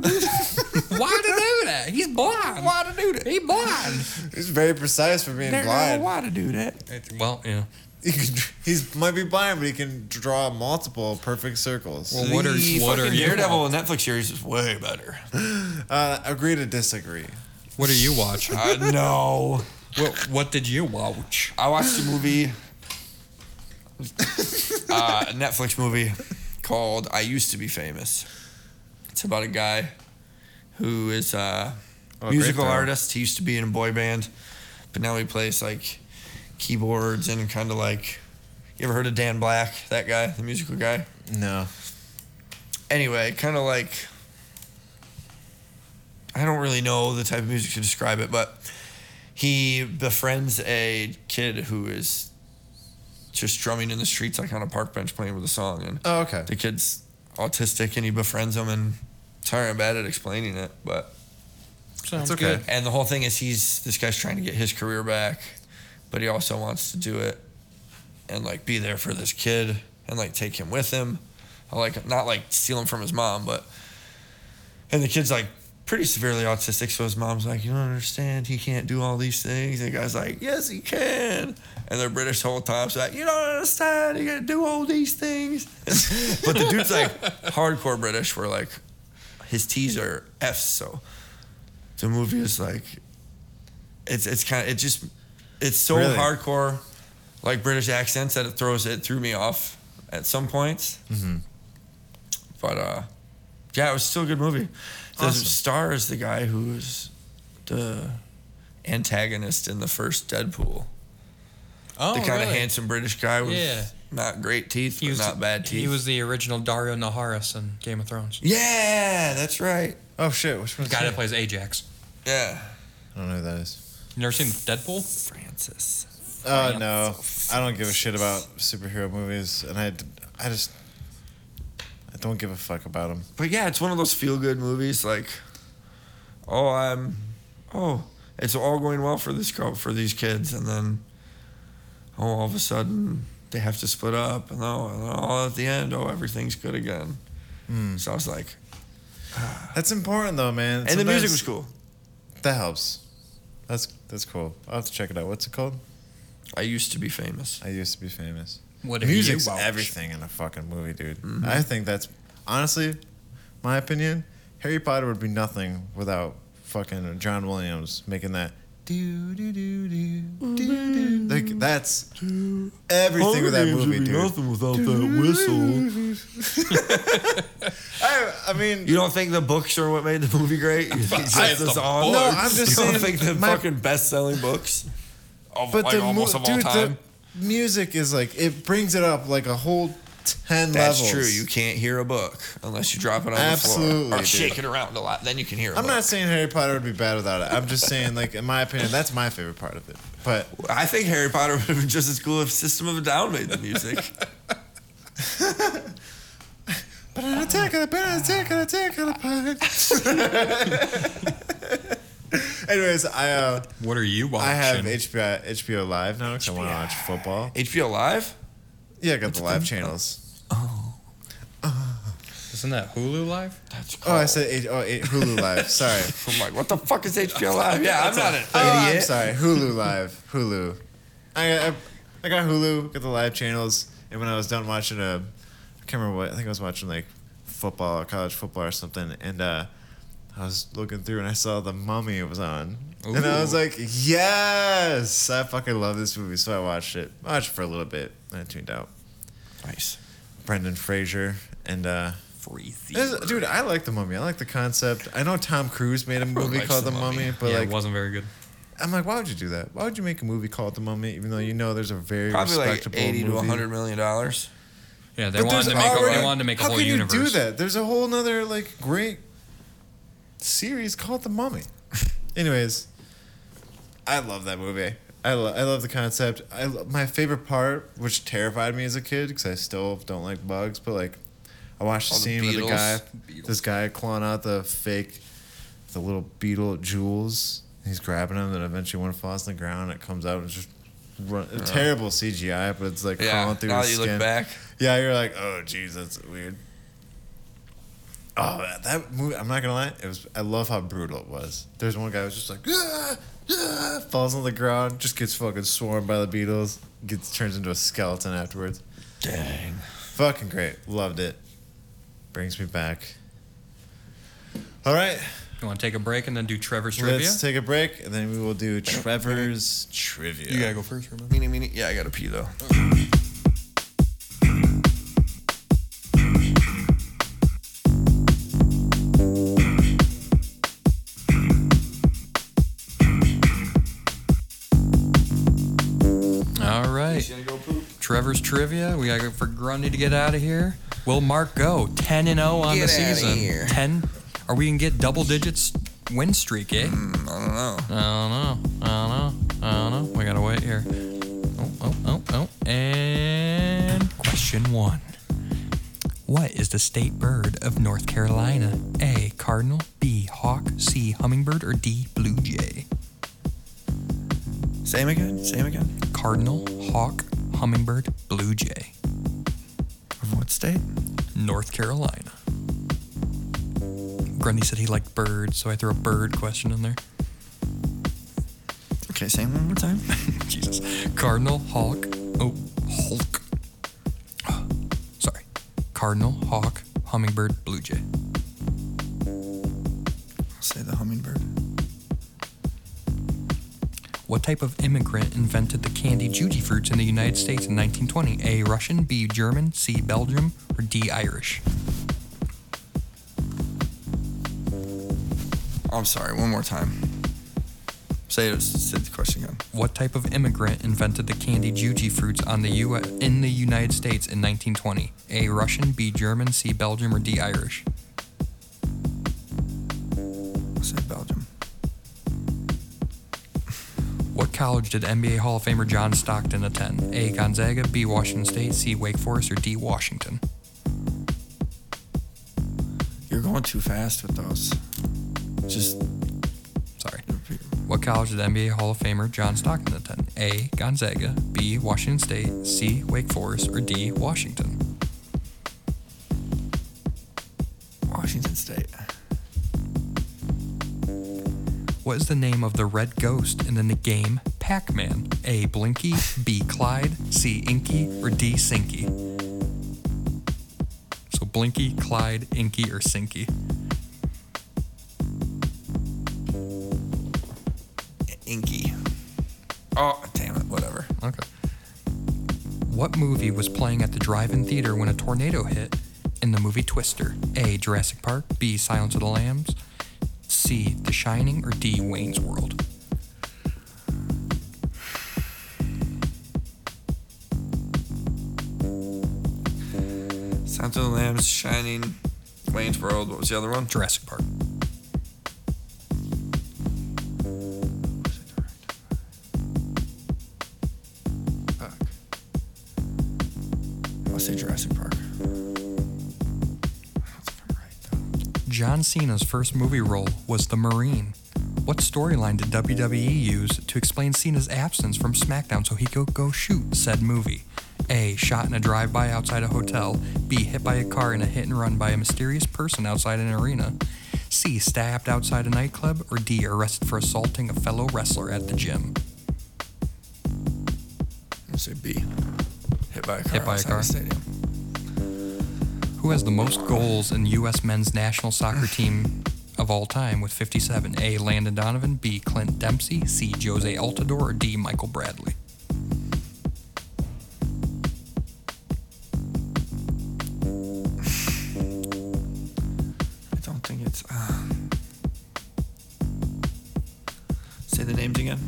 Speaker 3: do that?
Speaker 2: Why to do that? He's blind.
Speaker 3: Why to do that?
Speaker 2: He's blind.
Speaker 1: He's very precise for being
Speaker 3: Daredevil,
Speaker 1: blind.
Speaker 3: why to do that?
Speaker 2: It's- well, yeah.
Speaker 1: He can, he's might be blind, but he can draw multiple perfect circles.
Speaker 2: Well, what are
Speaker 3: The
Speaker 2: what are
Speaker 3: fucking
Speaker 2: you?
Speaker 3: Daredevil Netflix series is way better.
Speaker 1: uh, agree to disagree.
Speaker 2: What are you watching?
Speaker 3: I know.
Speaker 2: what What did you watch?
Speaker 3: I watched a movie, uh, a Netflix movie called "I Used to Be Famous." It's about a guy who is a
Speaker 1: Oh, great
Speaker 3: musical
Speaker 1: title.
Speaker 3: artist. He used to be in a boy band, but now he plays like keyboards and kind of like. You ever heard of Dan Black? That guy, the musical guy.
Speaker 1: No.
Speaker 3: Anyway, kind of like. I don't really know the type of music to describe it, but he befriends a kid who is just drumming in the streets like on a park bench playing with a song and
Speaker 1: Oh, okay.
Speaker 3: the kid's autistic and he befriends him and sorry I'm bad at explaining it but
Speaker 2: Sounds
Speaker 1: okay.
Speaker 2: good.
Speaker 3: and the whole thing is he's this guy's trying to get his career back but he also wants to do it and like be there for this kid and like take him with him like not like steal him from his mom but and the kid's like pretty severely autistic so his mom's like you don't understand he can't do all these things and the guy's like yes he can and they're british the whole time so like you don't understand he can do all these things but the dude's like hardcore british where like his t's are f's so the movie is like it's it's kind of it just it's so
Speaker 1: Really?
Speaker 3: hardcore like british accents that it throws it threw me off at some points
Speaker 1: Mm-hmm.
Speaker 3: but uh yeah it was still a good movie the
Speaker 1: Awesome.
Speaker 3: star is the guy who was the antagonist in the first deadpool
Speaker 2: Oh,
Speaker 3: the kind of handsome british guy with
Speaker 2: Yeah.
Speaker 3: not great teeth
Speaker 2: He
Speaker 3: but
Speaker 2: was
Speaker 3: not bad teeth
Speaker 2: He was the original Dario Naharis in Game of Thrones.
Speaker 3: yeah that's right
Speaker 1: Oh shit! Which one's
Speaker 2: The guy
Speaker 1: that?
Speaker 2: that plays Ajax.
Speaker 3: yeah
Speaker 1: I don't know who that is.
Speaker 2: You never seen Deadpool?
Speaker 3: francis
Speaker 1: Oh no! I don't give a shit about superhero movies, and I, d- I just, I don't give a fuck about them.
Speaker 3: but yeah, it's one of those feel good movies. Like, oh, I'm, oh, it's all going well for this girl, for these kids, and then, oh, all of a sudden they have to split up, and oh, and all at the end, oh, everything's good again. So I was like,
Speaker 1: Hmm. That's important though, man.
Speaker 3: and the music
Speaker 1: Sometimes-
Speaker 3: was cool.
Speaker 1: That helps. That's that's cool. I'll have to check it out. What's it called?
Speaker 3: I used to be famous.
Speaker 1: I used to be famous.
Speaker 2: What have you
Speaker 1: Music's
Speaker 2: watched?
Speaker 1: everything in a fucking movie, dude.
Speaker 3: Mm-hmm.
Speaker 1: I think that's honestly, my opinion. Harry Potter would be nothing without fucking John Williams making that. Do, do, do, do, do,
Speaker 3: Mm-hmm.
Speaker 1: do. Like that's everything with that movie, dude.
Speaker 3: without that whistle.
Speaker 1: I, I mean,
Speaker 3: You don't think the books are what made the movie great? You think
Speaker 2: I-
Speaker 3: just the
Speaker 2: the
Speaker 3: song?
Speaker 1: No, I'm just
Speaker 3: you
Speaker 1: saying
Speaker 3: don't think the
Speaker 1: my-
Speaker 3: fucking best-selling books of
Speaker 1: but
Speaker 3: like
Speaker 1: the mo-
Speaker 3: almost of all
Speaker 1: dude,
Speaker 3: time.
Speaker 1: the music is like it brings it up like a whole ten
Speaker 3: That's
Speaker 1: levels.
Speaker 3: true. You can't hear a book unless you drop it on the
Speaker 1: Absolutely,
Speaker 3: floor or
Speaker 1: dude.
Speaker 3: shake it around a lot. Then you can hear. i
Speaker 1: I'm not saying Harry Potter would be bad without it. I'm just saying, like, in my opinion, that's my favorite part of it. But
Speaker 3: I think Harry Potter would have been just as cool if System of a Down made the music.
Speaker 1: but an attack on the pirate, attack on attack on the pirate. Anyways, I uh,
Speaker 2: What are you watching?
Speaker 1: I have HBO HBO Live now because I want to watch football.
Speaker 3: HBO Live.
Speaker 1: Yeah, I got the live channels.
Speaker 3: Oh.
Speaker 2: Isn't that Hulu Live?
Speaker 3: That's
Speaker 1: Oh, I said H- oh, eh, Hulu Live. Sorry.
Speaker 3: I'm like, what the fuck is HBO Live? Yeah, I'm not it.
Speaker 1: Oh, I'm sorry. Hulu Live. Hulu. I, I, I got Hulu, got the live channels, and when I was done watching a, I can't remember what, I think I was watching like football, college football or something, and uh, I was looking through and I saw The Mummy was on. And I was
Speaker 2: Ooh.
Speaker 1: like, yes! I fucking love this movie, so I watched it. I watched it for a little bit, and I tuned out.
Speaker 3: Nice.
Speaker 1: Brendan Fraser and uh,
Speaker 2: Freezy.
Speaker 1: This- Dude, I like the mummy. I like the concept. I know Tom Cruise made a movie
Speaker 3: likes
Speaker 1: called The
Speaker 3: The
Speaker 1: Mummy,
Speaker 3: Mummy.
Speaker 1: but
Speaker 2: yeah,
Speaker 1: like,
Speaker 2: it wasn't very good.
Speaker 1: I'm like, why would you do that? Why would you make a movie called The Mummy, even though you know there's a very
Speaker 3: Probably like
Speaker 1: respectable
Speaker 3: eighty
Speaker 1: movie?
Speaker 3: to hundred million dollars.
Speaker 2: Yeah, they
Speaker 1: But
Speaker 2: wanted
Speaker 1: there's
Speaker 2: to make a,
Speaker 1: already-
Speaker 2: they wanted to make a
Speaker 1: how
Speaker 2: whole
Speaker 1: can
Speaker 2: universe.
Speaker 1: you do that? There's a whole nother like great series called The Mummy. Anyways, I love that movie. I, lo- I love the concept. I lo- my favorite part, which terrified me as a kid, because I still don't like bugs, but like, I watched the
Speaker 3: Oh, the
Speaker 1: scene with the
Speaker 3: beetles.
Speaker 1: guy,
Speaker 2: Beetles.
Speaker 1: this guy clawing out the fake, the little beetle jewels. He's grabbing them, then eventually one falls on the ground. and It comes out and it's just run- terrible CGI, but it's like
Speaker 3: Uh-huh. Yeah.
Speaker 1: crawling through
Speaker 3: Now
Speaker 1: his
Speaker 3: that you
Speaker 1: skin.
Speaker 3: look back,
Speaker 1: Yeah, you're like, oh, jeez, that's weird. Oh, that, that movie. I'm not gonna lie. It was. I love how brutal it was. There's one guy who was just like, ah, ah, falls on the ground, just gets fucking swarmed by the beetles, gets turns into a skeleton afterwards.
Speaker 3: dang.
Speaker 1: Fucking great. Loved it. Brings me back. All right,
Speaker 2: You want to take a break and then do Trevor's trivia?
Speaker 1: let's take a break, and then we will do Trevor's trivia.
Speaker 2: you gotta go first, remember?
Speaker 3: Meeny, meeny. Yeah, I gotta pee though.
Speaker 2: All right. Trevor's trivia. We got to go for Grundy to get out of here. Will Mark go 10 and 0 on
Speaker 3: Get
Speaker 2: the
Speaker 3: outta
Speaker 2: season?
Speaker 3: here.
Speaker 2: 10. Are we gonna get double digits win streak? Eh?
Speaker 3: Mm, I don't know.
Speaker 2: I don't know. I don't know. I don't know. We gotta wait here. Oh, oh, oh, oh. And question one. What is the state bird of North Carolina? A. Cardinal. B. Hawk. C. Hummingbird. Or D. Blue jay.
Speaker 3: Same again. Same again.
Speaker 2: Cardinal. Hawk. Hummingbird. Blue jay.
Speaker 3: From what state?
Speaker 2: North Carolina. Grundy said he liked birds, so I threw a bird question in there.
Speaker 3: Okay, same one more time.
Speaker 2: Jesus. Cardinal, Hawk, oh, Hulk. Sorry. Cardinal, Hawk, Hummingbird, Blue Jay.
Speaker 3: Say the hummingbird.
Speaker 2: What type of immigrant invented the candy Judy fruits in the United States in 1920? A. Russian, B. German, C. Belgium, or D. Irish?
Speaker 3: I'm sorry. One more time. Say it. Say the question again.
Speaker 2: What type of immigrant invented the candy Juji fruits on the U- in the United States in 1920? A. Russian, B. German, C. Belgium, or D. Irish?
Speaker 3: Say Belgium.
Speaker 2: What college did NBA Hall of Famer John Stockton attend? A. Gonzaga, B. Washington State, C. Wake Forest, or D. Washington?
Speaker 3: You're going too fast with those. Just
Speaker 2: Sorry. What college did NBA Hall of Famer John Stockton attend? A. Gonzaga, B. Washington State, C. Wake Forest, or D. Washington?
Speaker 3: Washington State.
Speaker 2: What is the name of the red ghost in the game Pac Man? A. Blinky, B. Clyde, C. Inky, or D. Sinky? So Blinky, Clyde, Inky, or Sinky?
Speaker 3: Inky. Oh, damn it. Whatever.
Speaker 2: Okay. What movie was playing at the drive-in theater when a tornado hit in the movie Twister? A. Jurassic Park. B. Silence of the Lambs. C. The Shining. Or D. Wayne's World.
Speaker 3: Sounds of the Lambs, Shining, Wayne's World. What was the other one?
Speaker 2: Jurassic Park.
Speaker 3: Fuck. I'll say Jurassic Park. That's fucking right,
Speaker 2: John Cena's first movie role was The Marine. What storyline did E WWE use to explain Cena's absence from SmackDown so he could go shoot said movie? A. Shot in a drive by outside a hotel. B. Hit by a car in a hit and run by a mysterious person outside an arena. C. Stabbed outside a nightclub. Or D. Arrested for assaulting a fellow wrestler at the gym.
Speaker 3: I say B. Hit by a car.
Speaker 2: Hit by a
Speaker 3: outside
Speaker 2: car.
Speaker 3: The stadium.
Speaker 2: Who has the most goals in U.S. men's national soccer team of all time with 57? A. Landon Donovan. B. Clint Dempsey. C. Jose Altidore. Or D. Michael Bradley.
Speaker 3: I don't think it's. Uh, say the names again.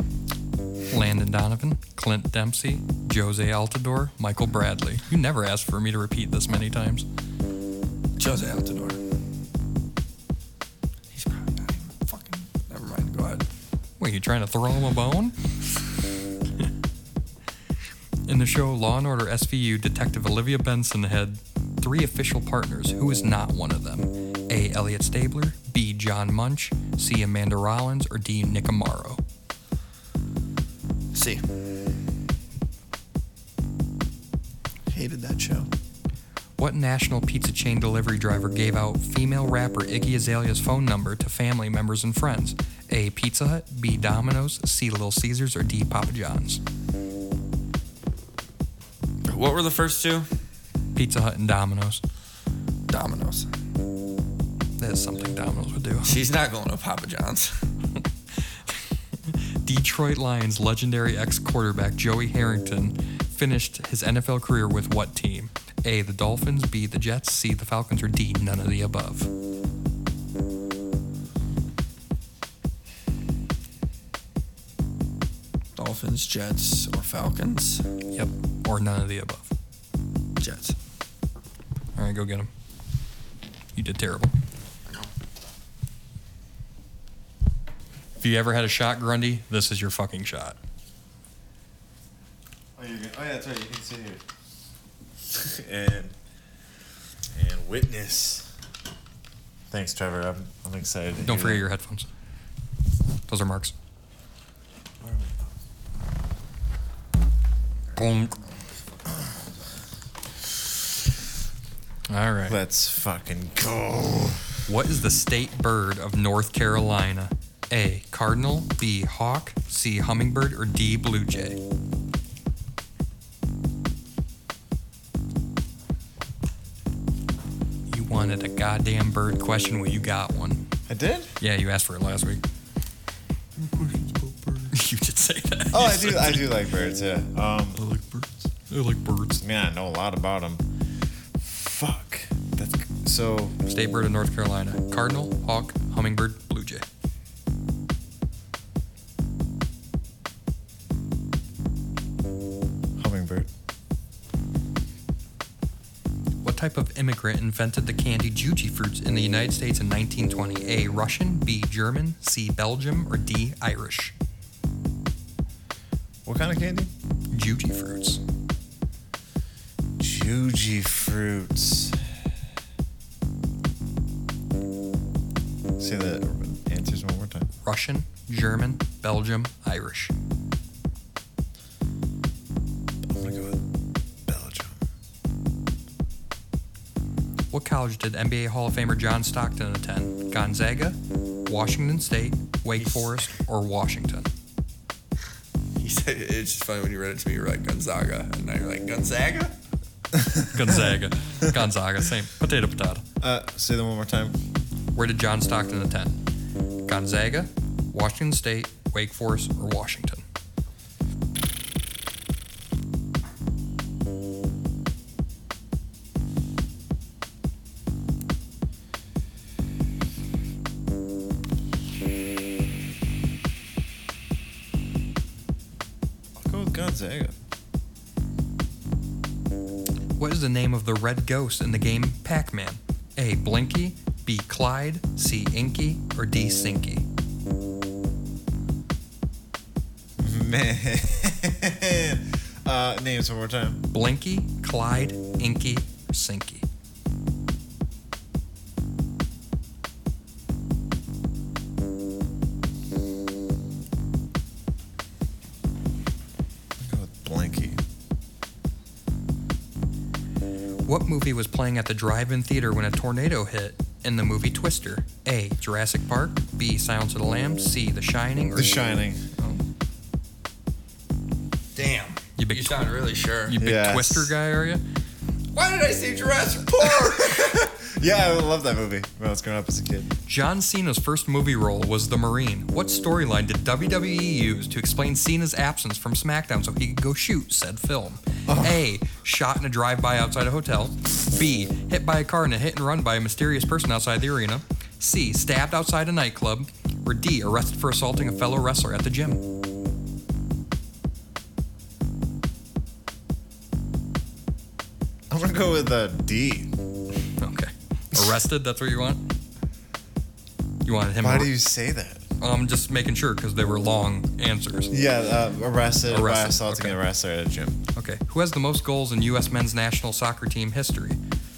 Speaker 2: Landon Donovan, Clint Dempsey, Jose Altidore, Michael Bradley. You never asked for me to repeat this many times.
Speaker 3: Jose Altidore. He's probably not even fucking. Never mind. Go ahead.
Speaker 2: Wait, you trying to throw him a bone? In the show Law and Order SVU, Detective Olivia Benson had three official partners. Who is not one of them? A. Elliot Stabler, B. John Munch, C. Amanda Rollins, or D. Nick Amaro.
Speaker 3: See. Hated that show.
Speaker 2: What national pizza chain delivery driver gave out female rapper Iggy Azalea's phone number to family members and friends? A. Pizza Hut, B. Domino's, C. Little Caesars, or D. Papa John's?
Speaker 3: What were the first two?
Speaker 2: Pizza Hut and Domino's.
Speaker 3: Domino's.
Speaker 2: That's something Domino's would do.
Speaker 3: She's not going to Papa John's.
Speaker 2: Detroit Lions legendary ex quarterback Joey Harrington finished his NFL career with what team? A. The Dolphins, B. The Jets, C. The Falcons, or D. None of the above.
Speaker 3: Dolphins, Jets, or Falcons?
Speaker 2: Yep. Or none of the above.
Speaker 3: Jets.
Speaker 2: All right, go get him. You did terrible. If you ever had a shot, Grundy, this is your fucking shot.
Speaker 1: Oh, you're good. oh yeah, that's right. You can sit here. and and witness. Thanks, Trevor. I'm, I'm excited. to
Speaker 2: Don't
Speaker 1: hear
Speaker 2: forget
Speaker 1: that.
Speaker 2: your headphones. Those are marks. Bonk. All right.
Speaker 1: Let's fucking go.
Speaker 2: What is the state bird of North Carolina? A. Cardinal. B. Hawk. C. Hummingbird. Or D. Blue jay. You wanted a goddamn bird question. Well, you got one.
Speaker 1: I did.
Speaker 2: Yeah, you asked for it last week. you did say that.
Speaker 1: Oh, I do. I do like birds. Yeah. Um,
Speaker 2: I like birds. I like birds.
Speaker 1: I mean, I know a lot about them. Fuck. That's so.
Speaker 2: State bird of North Carolina: cardinal, hawk, hummingbird, blue jay.
Speaker 1: Hummingbird.
Speaker 2: What type of immigrant invented the candy juji fruits in the United States in 1920? A. Russian, B. German, C. Belgium, or D. Irish?
Speaker 1: What kind of candy?
Speaker 2: Juji fruits.
Speaker 1: Juji fruits. Say the answers one more time.
Speaker 2: Russian, German, Belgium, Irish.
Speaker 1: I'm gonna go with Belgium.
Speaker 2: What college did NBA Hall of Famer John Stockton attend? Gonzaga, Washington State, Wake Forest, or Washington?
Speaker 3: He said it's just funny when you read it to me. You're like Gonzaga, and now you're like Gonzaga.
Speaker 2: Gonzaga. Gonzaga, same. Potato, potato.
Speaker 1: Uh, say them one more time.
Speaker 2: Where did John Stockton attend? Gonzaga, Washington State, Wake Forest, or Washington?
Speaker 1: I'll go with Gonzaga.
Speaker 2: What is the name of the red ghost in the game Pac Man? A. Blinky, B. Clyde, C. Inky, or D. Sinky?
Speaker 1: Man. uh, names one more time.
Speaker 2: Blinky, Clyde, Inky, or Sinky?
Speaker 1: I'll go with Blanky.
Speaker 2: What movie was playing at the drive-in theater when a tornado hit? In the movie Twister, A. Jurassic Park, B. Silence of the Lambs, C. The Shining, or
Speaker 1: The Shining.
Speaker 3: Damn.
Speaker 2: You
Speaker 3: You,
Speaker 2: big
Speaker 3: sound really sure.
Speaker 2: You big
Speaker 1: Yes.
Speaker 2: Twister guy, are you?
Speaker 3: Why did I say Jurassic Park?
Speaker 1: Yeah, I love that movie when I was growing up as a kid.
Speaker 2: John Cena's first movie role was The Marine. What storyline did WWE use to explain Cena's absence from SmackDown so he could go shoot said film? A. Shot in a drive by outside a hotel. B. Hit by a car in a hit and run by a mysterious person outside the arena. C. Stabbed outside a nightclub. Or D. Arrested for assaulting a fellow wrestler at the gym.
Speaker 1: I'm gonna go with uh, D.
Speaker 2: Okay. Arrested, that's what you want? You wanted him
Speaker 1: Why do you say that?
Speaker 2: I'm just making sure because they were long answers.
Speaker 1: Yeah, uh, arrested, by
Speaker 2: Arrested,
Speaker 1: assaulting
Speaker 2: okay.
Speaker 1: a wrestler at a gym.
Speaker 2: Okay, who has the most goals in U.S. men's national soccer team history,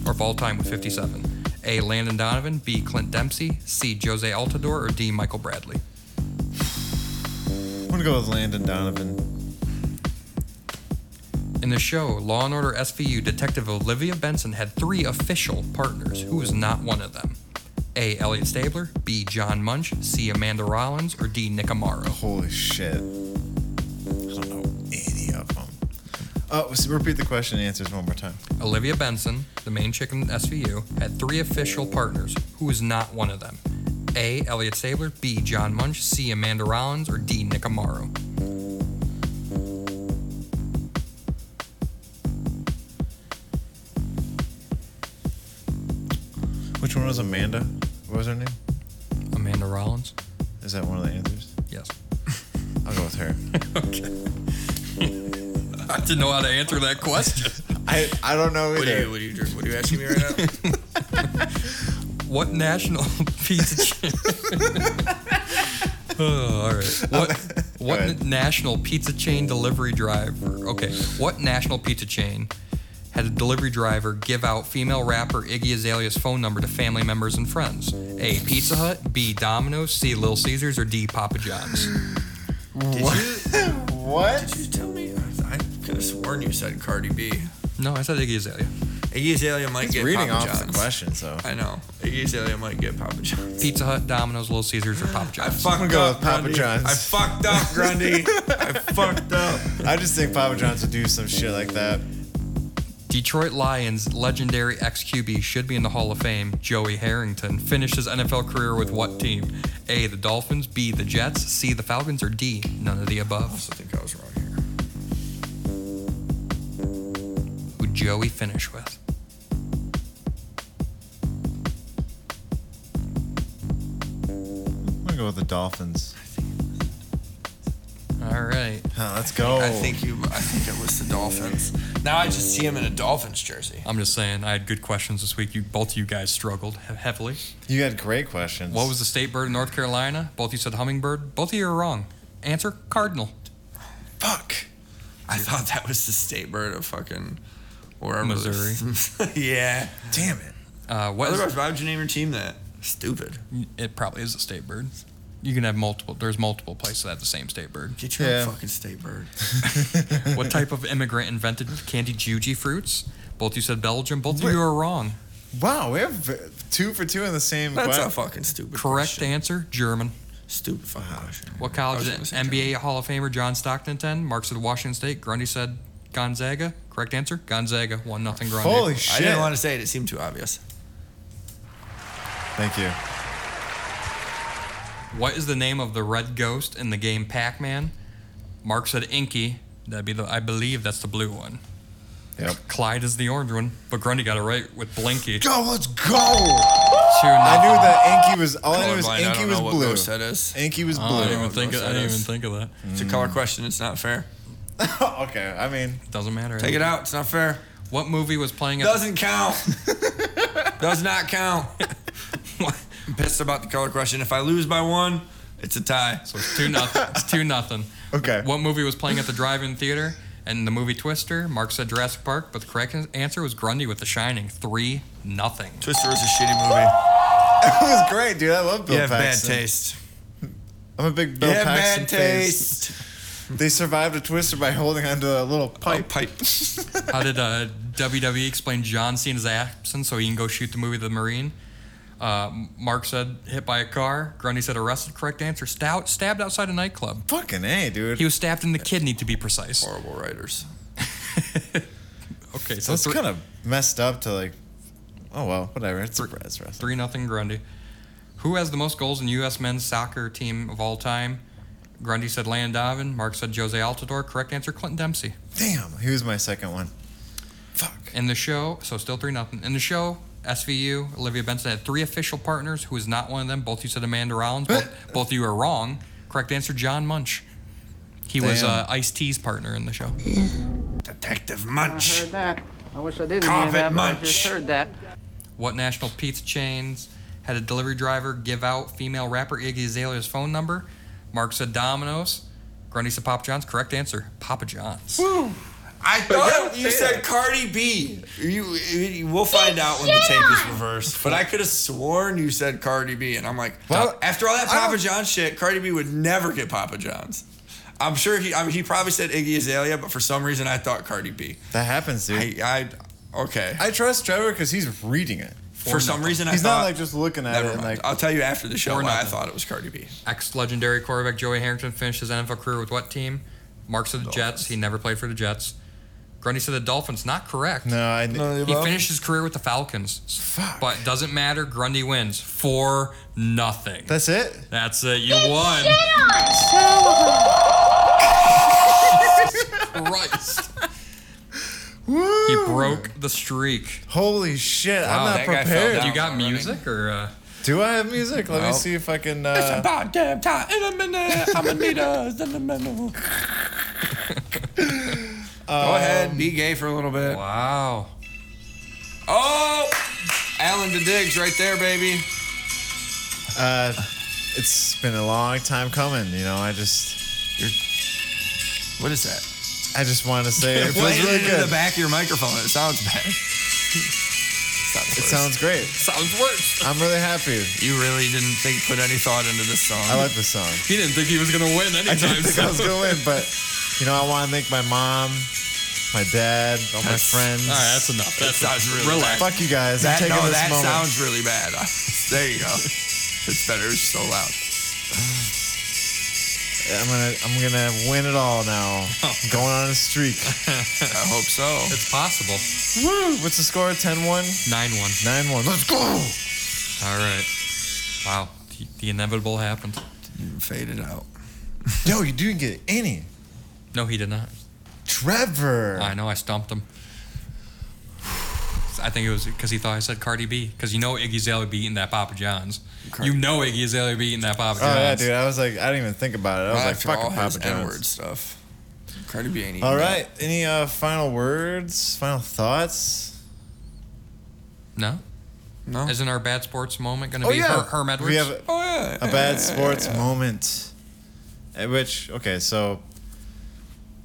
Speaker 2: or of all time with 57? A. Landon Donovan, B. Clint Dempsey, C. Jose Altidore, or D. Michael Bradley?
Speaker 1: I'm gonna go with Landon Donovan.
Speaker 2: In the show Law and Order SVU, Detective Olivia Benson had three official partners. Who was not one of them? A. Elliot Stabler, B. John Munch, C. Amanda Rollins, or D. Nick Amaro?
Speaker 1: Holy shit. I don't know any of them. Oh, so repeat the question and answers one more time.
Speaker 2: Olivia Benson, the main chick in SVU, had three official partners. Who was not one of them? A. Elliot Stabler, B. John Munch, C. Amanda Rollins, or D. Nick Amaro?
Speaker 1: Which one was Amanda? What was her name?
Speaker 2: Amanda Rollins?
Speaker 1: Is that one of the answers?
Speaker 2: Yes.
Speaker 1: I'll go with her.
Speaker 2: I didn't know how to answer that question.
Speaker 1: I, I don't know
Speaker 3: what, are you,
Speaker 1: either.
Speaker 3: what, are you, drink- what are you asking me right now?
Speaker 2: What national pizza chain? oh, all right. What what
Speaker 1: ahead.
Speaker 2: national pizza chain delivery driver? Okay. What national pizza chain had a delivery driver give out female rapper Iggy Azalea's phone number to family members and friends? A. Pizza Hut. B. Domino's. C. Little Caesars. Or D. Papa John's.
Speaker 1: What?
Speaker 3: Did you tell me? I, I could have sworn you said Cardi B.
Speaker 2: No, I said Iggy Azalea.
Speaker 3: Iggy Azalea might get
Speaker 1: Reading
Speaker 3: Papa
Speaker 1: off the
Speaker 3: John's.
Speaker 1: question, so.
Speaker 3: I know. Iggy Azalea might get Papa John's.
Speaker 2: Pizza Hut, Domino's, Little Caesars, or Papa
Speaker 3: I
Speaker 2: John's.
Speaker 3: fucked
Speaker 1: go
Speaker 3: up,
Speaker 1: with Papa
Speaker 3: Grundy.
Speaker 1: John's.
Speaker 3: I fucked up, Grundy. I fucked up.
Speaker 1: I just think Papa John's would do some shit like that.
Speaker 2: Detroit Lions legendary ex QB should be in the Hall of Fame, Joey Harrington, finished his NFL career with what team? A. The Dolphins, B. The Jets, C. The Falcons, or D. None of the above.
Speaker 3: I think I was wrong here.
Speaker 2: Who'd Joey finish with?
Speaker 1: I'm gonna go with the Dolphins.
Speaker 2: All right.
Speaker 1: Huh, let's go.
Speaker 3: I think you. I think it was the Dolphins. Now I just see him in a Dolphins jersey.
Speaker 2: I'm just saying, I had good questions this week. You both of you guys struggled he- heavily.
Speaker 1: you had great questions.
Speaker 2: What was the state bird in North Carolina? Both of you said hummingbird. Both of you are wrong. Answer cardinal.
Speaker 3: Fuck. I thought that was the state bird of fucking wherever.
Speaker 2: Missouri.
Speaker 3: yeah.
Speaker 1: Damn it.
Speaker 2: Uh, what is-
Speaker 3: Otherwise, why would you name your team that? Stupid.
Speaker 2: it probably is a state bird. You can have multiple. There's multiple places that have the same state bird.
Speaker 3: Get your
Speaker 1: Yeah.
Speaker 3: own fucking state bird.
Speaker 2: What type of immigrant invented candy juji fruits? Both you said Belgium. Both of you are wrong.
Speaker 1: Wow, we have v- two for two in the same
Speaker 3: That's
Speaker 1: question.
Speaker 3: a fucking stupid.
Speaker 2: Correct
Speaker 3: question.
Speaker 2: answer, German.
Speaker 3: Stupid fucking question.
Speaker 2: What
Speaker 3: I
Speaker 2: college
Speaker 3: was
Speaker 2: did
Speaker 3: gonna say
Speaker 2: NBA Hall of Famer John Stockton attend? Mark said Washington State. Grundy said Gonzaga. Correct answer, Gonzaga. One nothing Grundy.
Speaker 1: Holy
Speaker 3: I
Speaker 1: shit.
Speaker 3: didn't want to say it. It seemed too obvious.
Speaker 1: Thank you.
Speaker 2: What is the name of the red ghost in the game Pac-Man? Mark said Inky. That'd be the. I believe that's the blue one.
Speaker 1: Yep.
Speaker 2: Clyde is the orange one, but Grundy got it right with Blinky.
Speaker 1: Go, let's go.
Speaker 2: Two
Speaker 1: I knew
Speaker 2: nothing.
Speaker 1: that Inky was. All I knew was
Speaker 3: Colorblind, I
Speaker 1: Inky
Speaker 3: don't
Speaker 1: was
Speaker 3: know what
Speaker 1: blue.
Speaker 3: ghost that is.
Speaker 1: Inky was
Speaker 2: Oh, I didn't even
Speaker 1: blue.
Speaker 2: think. Of, I didn't even think of that.
Speaker 3: It's a color question. It's not fair.
Speaker 1: okay, I mean,
Speaker 2: Doesn't matter.
Speaker 3: Take it out. It's not fair.
Speaker 2: What movie was playing at the
Speaker 3: Doesn't count. Does not count. I'm pissed about the color question. If I lose by one, it's a tie.
Speaker 2: So it's two nothing. It's two nothing.
Speaker 1: Okay.
Speaker 2: What movie was playing at the drive-in theater? And the movie Twister. Mark said Jurassic Park, but the correct answer was Grundy with The Shining. Three nothing.
Speaker 3: Twister is a shitty movie.
Speaker 1: it was great, dude. I love Bill
Speaker 3: You have bad
Speaker 1: Paxton.
Speaker 3: taste.
Speaker 1: I'm a big
Speaker 3: You
Speaker 1: Bill
Speaker 3: have
Speaker 1: Paxton
Speaker 3: bad
Speaker 1: face.
Speaker 3: taste.
Speaker 1: They survived a twister by holding onto a little pipe.
Speaker 3: Oh, pipe.
Speaker 2: How did uh, WWE explain John Cena's absence so he can go shoot the movie The Marine? Uh, Mark said hit by a car. Grundy said arrested. Correct answer. Stout, stabbed outside a nightclub.
Speaker 1: Fucking a, dude.
Speaker 2: He was stabbed in the kidney, to be precise.
Speaker 3: Horrible writers.
Speaker 2: Okay, so
Speaker 1: That's
Speaker 2: three,
Speaker 1: kind of messed up to like. Oh well, whatever. It's a it's wrestling.
Speaker 2: three nothing Grundy. Who has the most goals in U.S. men's soccer team of all time? Grundy said Landavin. Mark said Jose Altidore. Correct answer. Clinton Dempsey.
Speaker 1: Damn, he was my second one. Fuck.
Speaker 2: In the show, so still three nothing. In the show, SVU, Olivia Benson had three official partners. Who is not one of them? Both you said Amanda Rollins. Both, both of you are wrong. Correct answer: John Munch. He was
Speaker 1: Damn.
Speaker 2: uh, Ice T's partner in the show.
Speaker 3: Detective Munch.
Speaker 8: heard that. I wish I didn't
Speaker 3: Carpet
Speaker 8: hear that, but I
Speaker 3: munch.
Speaker 8: just heard that.
Speaker 2: What national pizza chains had a delivery driver give out female rapper Iggy Azalea's phone number? Mark said Domino's. Grundy said Papa John's. Correct answer: Papa John's.
Speaker 3: I thought you said Cardi B. You, you- we'll find out when the tape is reversed. But I could have sworn you said Cardi B, and I'm like,
Speaker 1: Well,
Speaker 3: after all that
Speaker 1: I don't-
Speaker 3: Papa John shit, Cardi B would never get Papa John's. I'm sure he. I mean, he probably said Iggy Azalea, but for some reason, I thought Cardi B.
Speaker 1: That happens, dude.
Speaker 3: I, I okay.
Speaker 1: I, trust Trevor because he's reading it.
Speaker 3: for some reason, I
Speaker 1: He's
Speaker 3: thought.
Speaker 1: not like just looking at
Speaker 3: never
Speaker 1: it. and,
Speaker 3: mind.
Speaker 1: Like Uh,
Speaker 3: I'll tell you after the show
Speaker 2: Four
Speaker 3: why I
Speaker 2: nothing.
Speaker 3: thought it was Cardi B.
Speaker 2: Ex-legendary quarterback Joey Harrington finished his NFL career with what team? Mark said the Jets. He never played for the Jets. Grundy said the Dolphins. Not correct.
Speaker 1: no, I
Speaker 2: He finished his career with the Falcons.
Speaker 1: Fuck.
Speaker 2: But doesn't matter. Grundy wins four nothing.
Speaker 1: That's it.
Speaker 2: That's it. You won. Christ.
Speaker 1: Woo!
Speaker 2: He broke the streak.
Speaker 1: Holy shit!
Speaker 3: Wow,
Speaker 1: I'm not
Speaker 3: that guy fell
Speaker 1: prepared.
Speaker 3: down.
Speaker 2: You got
Speaker 3: Already.
Speaker 2: music or uh,
Speaker 1: Do I have music? Let me
Speaker 3: Nope.
Speaker 1: see if I can. Uh,
Speaker 3: about damn time in a minute. I'm gonna need us in a minute. Go ahead,
Speaker 1: Um,
Speaker 3: be gay for a little bit.
Speaker 2: wow.
Speaker 3: Oh, Alan the Diggs right there, baby.
Speaker 1: uh, it's been a long time coming. You know, I just,
Speaker 3: What is that?
Speaker 1: I just want to say it
Speaker 3: Play
Speaker 1: feels
Speaker 3: it
Speaker 1: really
Speaker 3: into
Speaker 1: good.
Speaker 3: the back of your microphone. It sounds bad. It
Speaker 1: It sounds
Speaker 3: sounds. worse.
Speaker 1: great.
Speaker 2: Sounds worse.
Speaker 1: I'm really happy.
Speaker 3: You really didn't think put any thought into this song.
Speaker 1: I like this song.
Speaker 2: He didn't think he was gonna win
Speaker 1: I didn't
Speaker 2: anytime
Speaker 1: think I was
Speaker 2: soon.
Speaker 1: gonna win, but you know, I want to thank my mom, my dad, all my
Speaker 3: That's-
Speaker 1: friends.
Speaker 2: All right, that's enough. That's
Speaker 3: sounds
Speaker 2: enough.
Speaker 3: really
Speaker 2: relax.
Speaker 1: Fuck you guys.
Speaker 3: that.
Speaker 1: I'm taking
Speaker 3: no,
Speaker 1: this
Speaker 3: that
Speaker 1: moment.
Speaker 3: sounds really bad. there you go. It's better. It's so loud.
Speaker 1: I'm gonna, I'm gonna win it all now. I'm going on a streak.
Speaker 3: I hope so.
Speaker 2: It's possible.
Speaker 1: Woo! What's the score? 10-1?
Speaker 2: Nine one.
Speaker 1: 9-1. Let's go!
Speaker 2: All right. Wow. The, the inevitable happened.
Speaker 3: Faded out.
Speaker 1: Yo, you didn't get any.
Speaker 2: No, he did not.
Speaker 1: Trevor.
Speaker 2: I know. I stumped him. I think it was because he thought I said Cardi B. Because you know Iggy Azalea be eating that Papa John's.
Speaker 3: Cardi-
Speaker 2: you know Iggy Azalea be eating that Papa
Speaker 1: Oh yeah,
Speaker 2: John's.
Speaker 1: dude. I was like, I didn't even think about it. I was like,
Speaker 3: After all
Speaker 1: fucking
Speaker 3: his
Speaker 1: Papa
Speaker 3: N-word
Speaker 1: John's.
Speaker 3: stuff. Cardi B ain't eating
Speaker 1: All
Speaker 3: that.
Speaker 1: right. Any uh, final words? Final thoughts?
Speaker 2: No.
Speaker 3: No.
Speaker 2: Isn't our bad sports moment going to be Her- Herm Edwards?
Speaker 1: Oh, We have a,
Speaker 3: oh yeah.
Speaker 1: a bad sports moment. At which, okay, so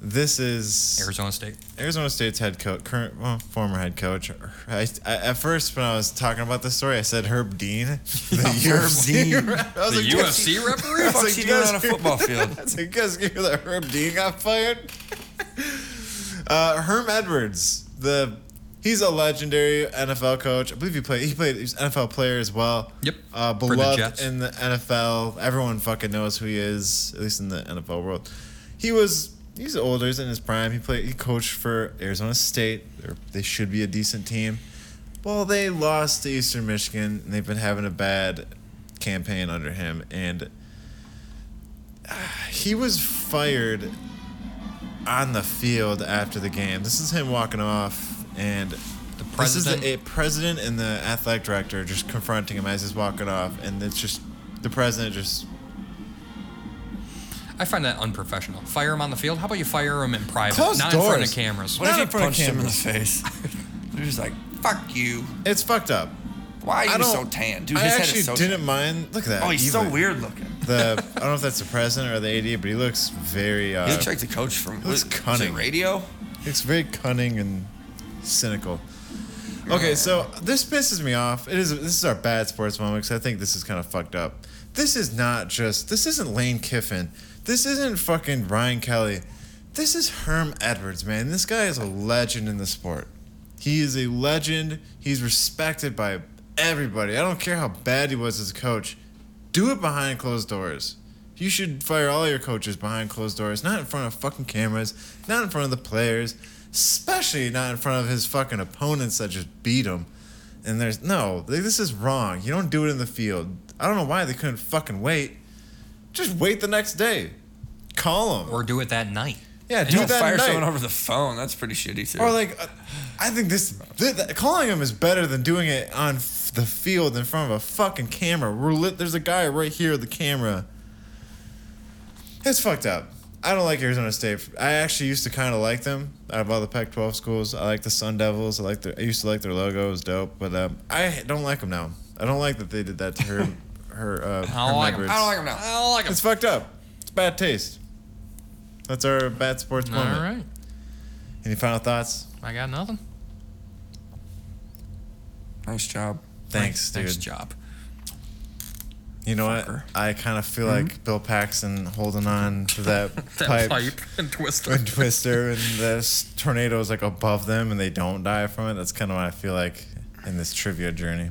Speaker 1: this is
Speaker 2: Arizona State.
Speaker 1: Arizona State's head coach, current well, former head coach. I, I- at first, when I was talking about this story, I said Herb Dean, the UFC. rep. I was
Speaker 2: The
Speaker 1: like,
Speaker 2: UFC referee?
Speaker 1: I
Speaker 3: Fuck's
Speaker 1: was
Speaker 3: he
Speaker 1: like,
Speaker 3: doing
Speaker 1: "Guys,
Speaker 3: on a football field?"
Speaker 1: I was like, "Guys, hear that Herb Dean got fired?" uh, Herm Edwards, the he's a legendary NFL coach. I believe he played. He played. He was an NFL player as well.
Speaker 2: Yep.
Speaker 1: Uh,
Speaker 2: For the
Speaker 1: beloved
Speaker 2: Jets.
Speaker 1: in the NFL. Everyone fucking knows who he is, at least in the NFL world. He was. He's older. He's in his prime. He played. He coached for Arizona State. They're, they should be a decent team. Well, they lost to Eastern Michigan, and they've been having a bad campaign under him. And he was fired on the field after the game. This is him walking off, and the
Speaker 2: president-
Speaker 1: this is the a president and the athletic director just confronting him as he's walking off, and it's just the president just
Speaker 2: I find that unprofessional. Fire him on the field? How about you fire him in private?
Speaker 1: Close
Speaker 2: not in front
Speaker 1: doors.
Speaker 2: of cameras.
Speaker 3: What if
Speaker 1: Not
Speaker 3: he
Speaker 1: in front of
Speaker 3: punched him in the
Speaker 1: cameras.
Speaker 3: face? They're just like, "Fuck you!
Speaker 1: it's fucked up.
Speaker 3: Why
Speaker 1: I
Speaker 3: are you
Speaker 1: don't.
Speaker 3: so tan, dude?
Speaker 1: I
Speaker 3: His head
Speaker 1: actually
Speaker 3: is so.
Speaker 1: didn't
Speaker 3: tan.
Speaker 1: mind. Look at that.
Speaker 3: Oh, he's so
Speaker 1: evil.
Speaker 3: weird looking.
Speaker 1: The I don't know if that's the president or the AD, but he looks very. Uh,
Speaker 3: He looks like the coach from
Speaker 1: looks
Speaker 3: was it
Speaker 1: cunning.
Speaker 3: radio.
Speaker 1: It's very cunning and cynical. Okay, so this pisses me off. It is this is our bad sports moment because I think this is kind of fucked up. This is not just this isn't Lane Kiffin. This isn't fucking Ryan Kelly. This is Herm Edwards, man. This guy is a legend in the sport. He is a legend. He's respected by everybody. I don't care how bad he was as a coach. Do it behind closed doors. You should fire all your coaches behind closed doors, not in front of fucking cameras, not in front of the players, especially not in front of his fucking opponents that just beat him. And there's no, like, this is wrong. You don't do it in the field. I don't know why they couldn't fucking wait. Just wait the next day. Call him.
Speaker 8: or do it that night.
Speaker 1: yeah,
Speaker 3: You
Speaker 1: do
Speaker 3: don't
Speaker 1: that
Speaker 3: fire
Speaker 1: night.
Speaker 3: someone over the phone. That's pretty shitty too.
Speaker 1: Or like, uh, I think this th- th- calling him is better than doing it on f- the field in front of a fucking camera. We're lit. There's a guy right here with the camera. It's fucked up. I don't like Arizona State. I actually used to kind of like them out of all the Pac-12 schools. I like the Sun Devils. I like their. I used to like their logo. It was dope. But um, I don't like them now. I don't like that they did that to her. her. Uh,
Speaker 2: I don't like 'em.
Speaker 3: I don't like him now.
Speaker 2: I don't like him.
Speaker 1: It's fucked up. It's bad taste. That's our bad sports
Speaker 2: All
Speaker 1: moment.
Speaker 2: right.
Speaker 1: Any final thoughts?
Speaker 2: I got nothing.
Speaker 3: Nice job.
Speaker 1: Thanks, dude.
Speaker 2: Nice job.
Speaker 1: You know
Speaker 3: Fucker. Hmm?
Speaker 1: what? I kind of feel like Bill Paxton holding on to that,
Speaker 2: That
Speaker 1: pipe,
Speaker 2: pipe and twister.
Speaker 1: and Twister, and this tornado is like above them, and they don't die from it. That's kind of what I feel like in this trivia journey.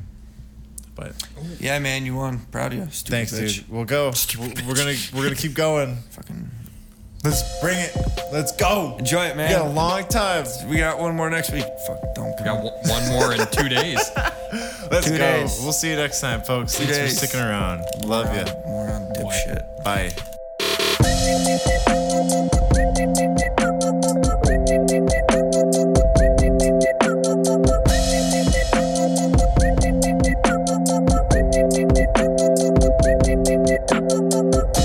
Speaker 1: But
Speaker 3: Yeah, man, you won. Proud of you. Stupid
Speaker 1: thanks,
Speaker 3: Oh, bitch.
Speaker 1: dude. We'll go. We're,
Speaker 3: Stupid
Speaker 1: we're gonna we're gonna keep going.
Speaker 3: Fucking
Speaker 1: Let's bring it. Let's go.
Speaker 3: enjoy it,
Speaker 1: We got a
Speaker 3: man.
Speaker 1: long time.
Speaker 3: We got one more next week. Fuck, don't.
Speaker 2: Got one- one more in two days.
Speaker 1: Let's
Speaker 3: Two
Speaker 1: go.
Speaker 3: days.
Speaker 1: We'll see you next time, folks. Thanks
Speaker 3: days.
Speaker 1: for sticking around. Love you.
Speaker 3: Moron dipshit.
Speaker 1: Bye.
Speaker 7: Thank you.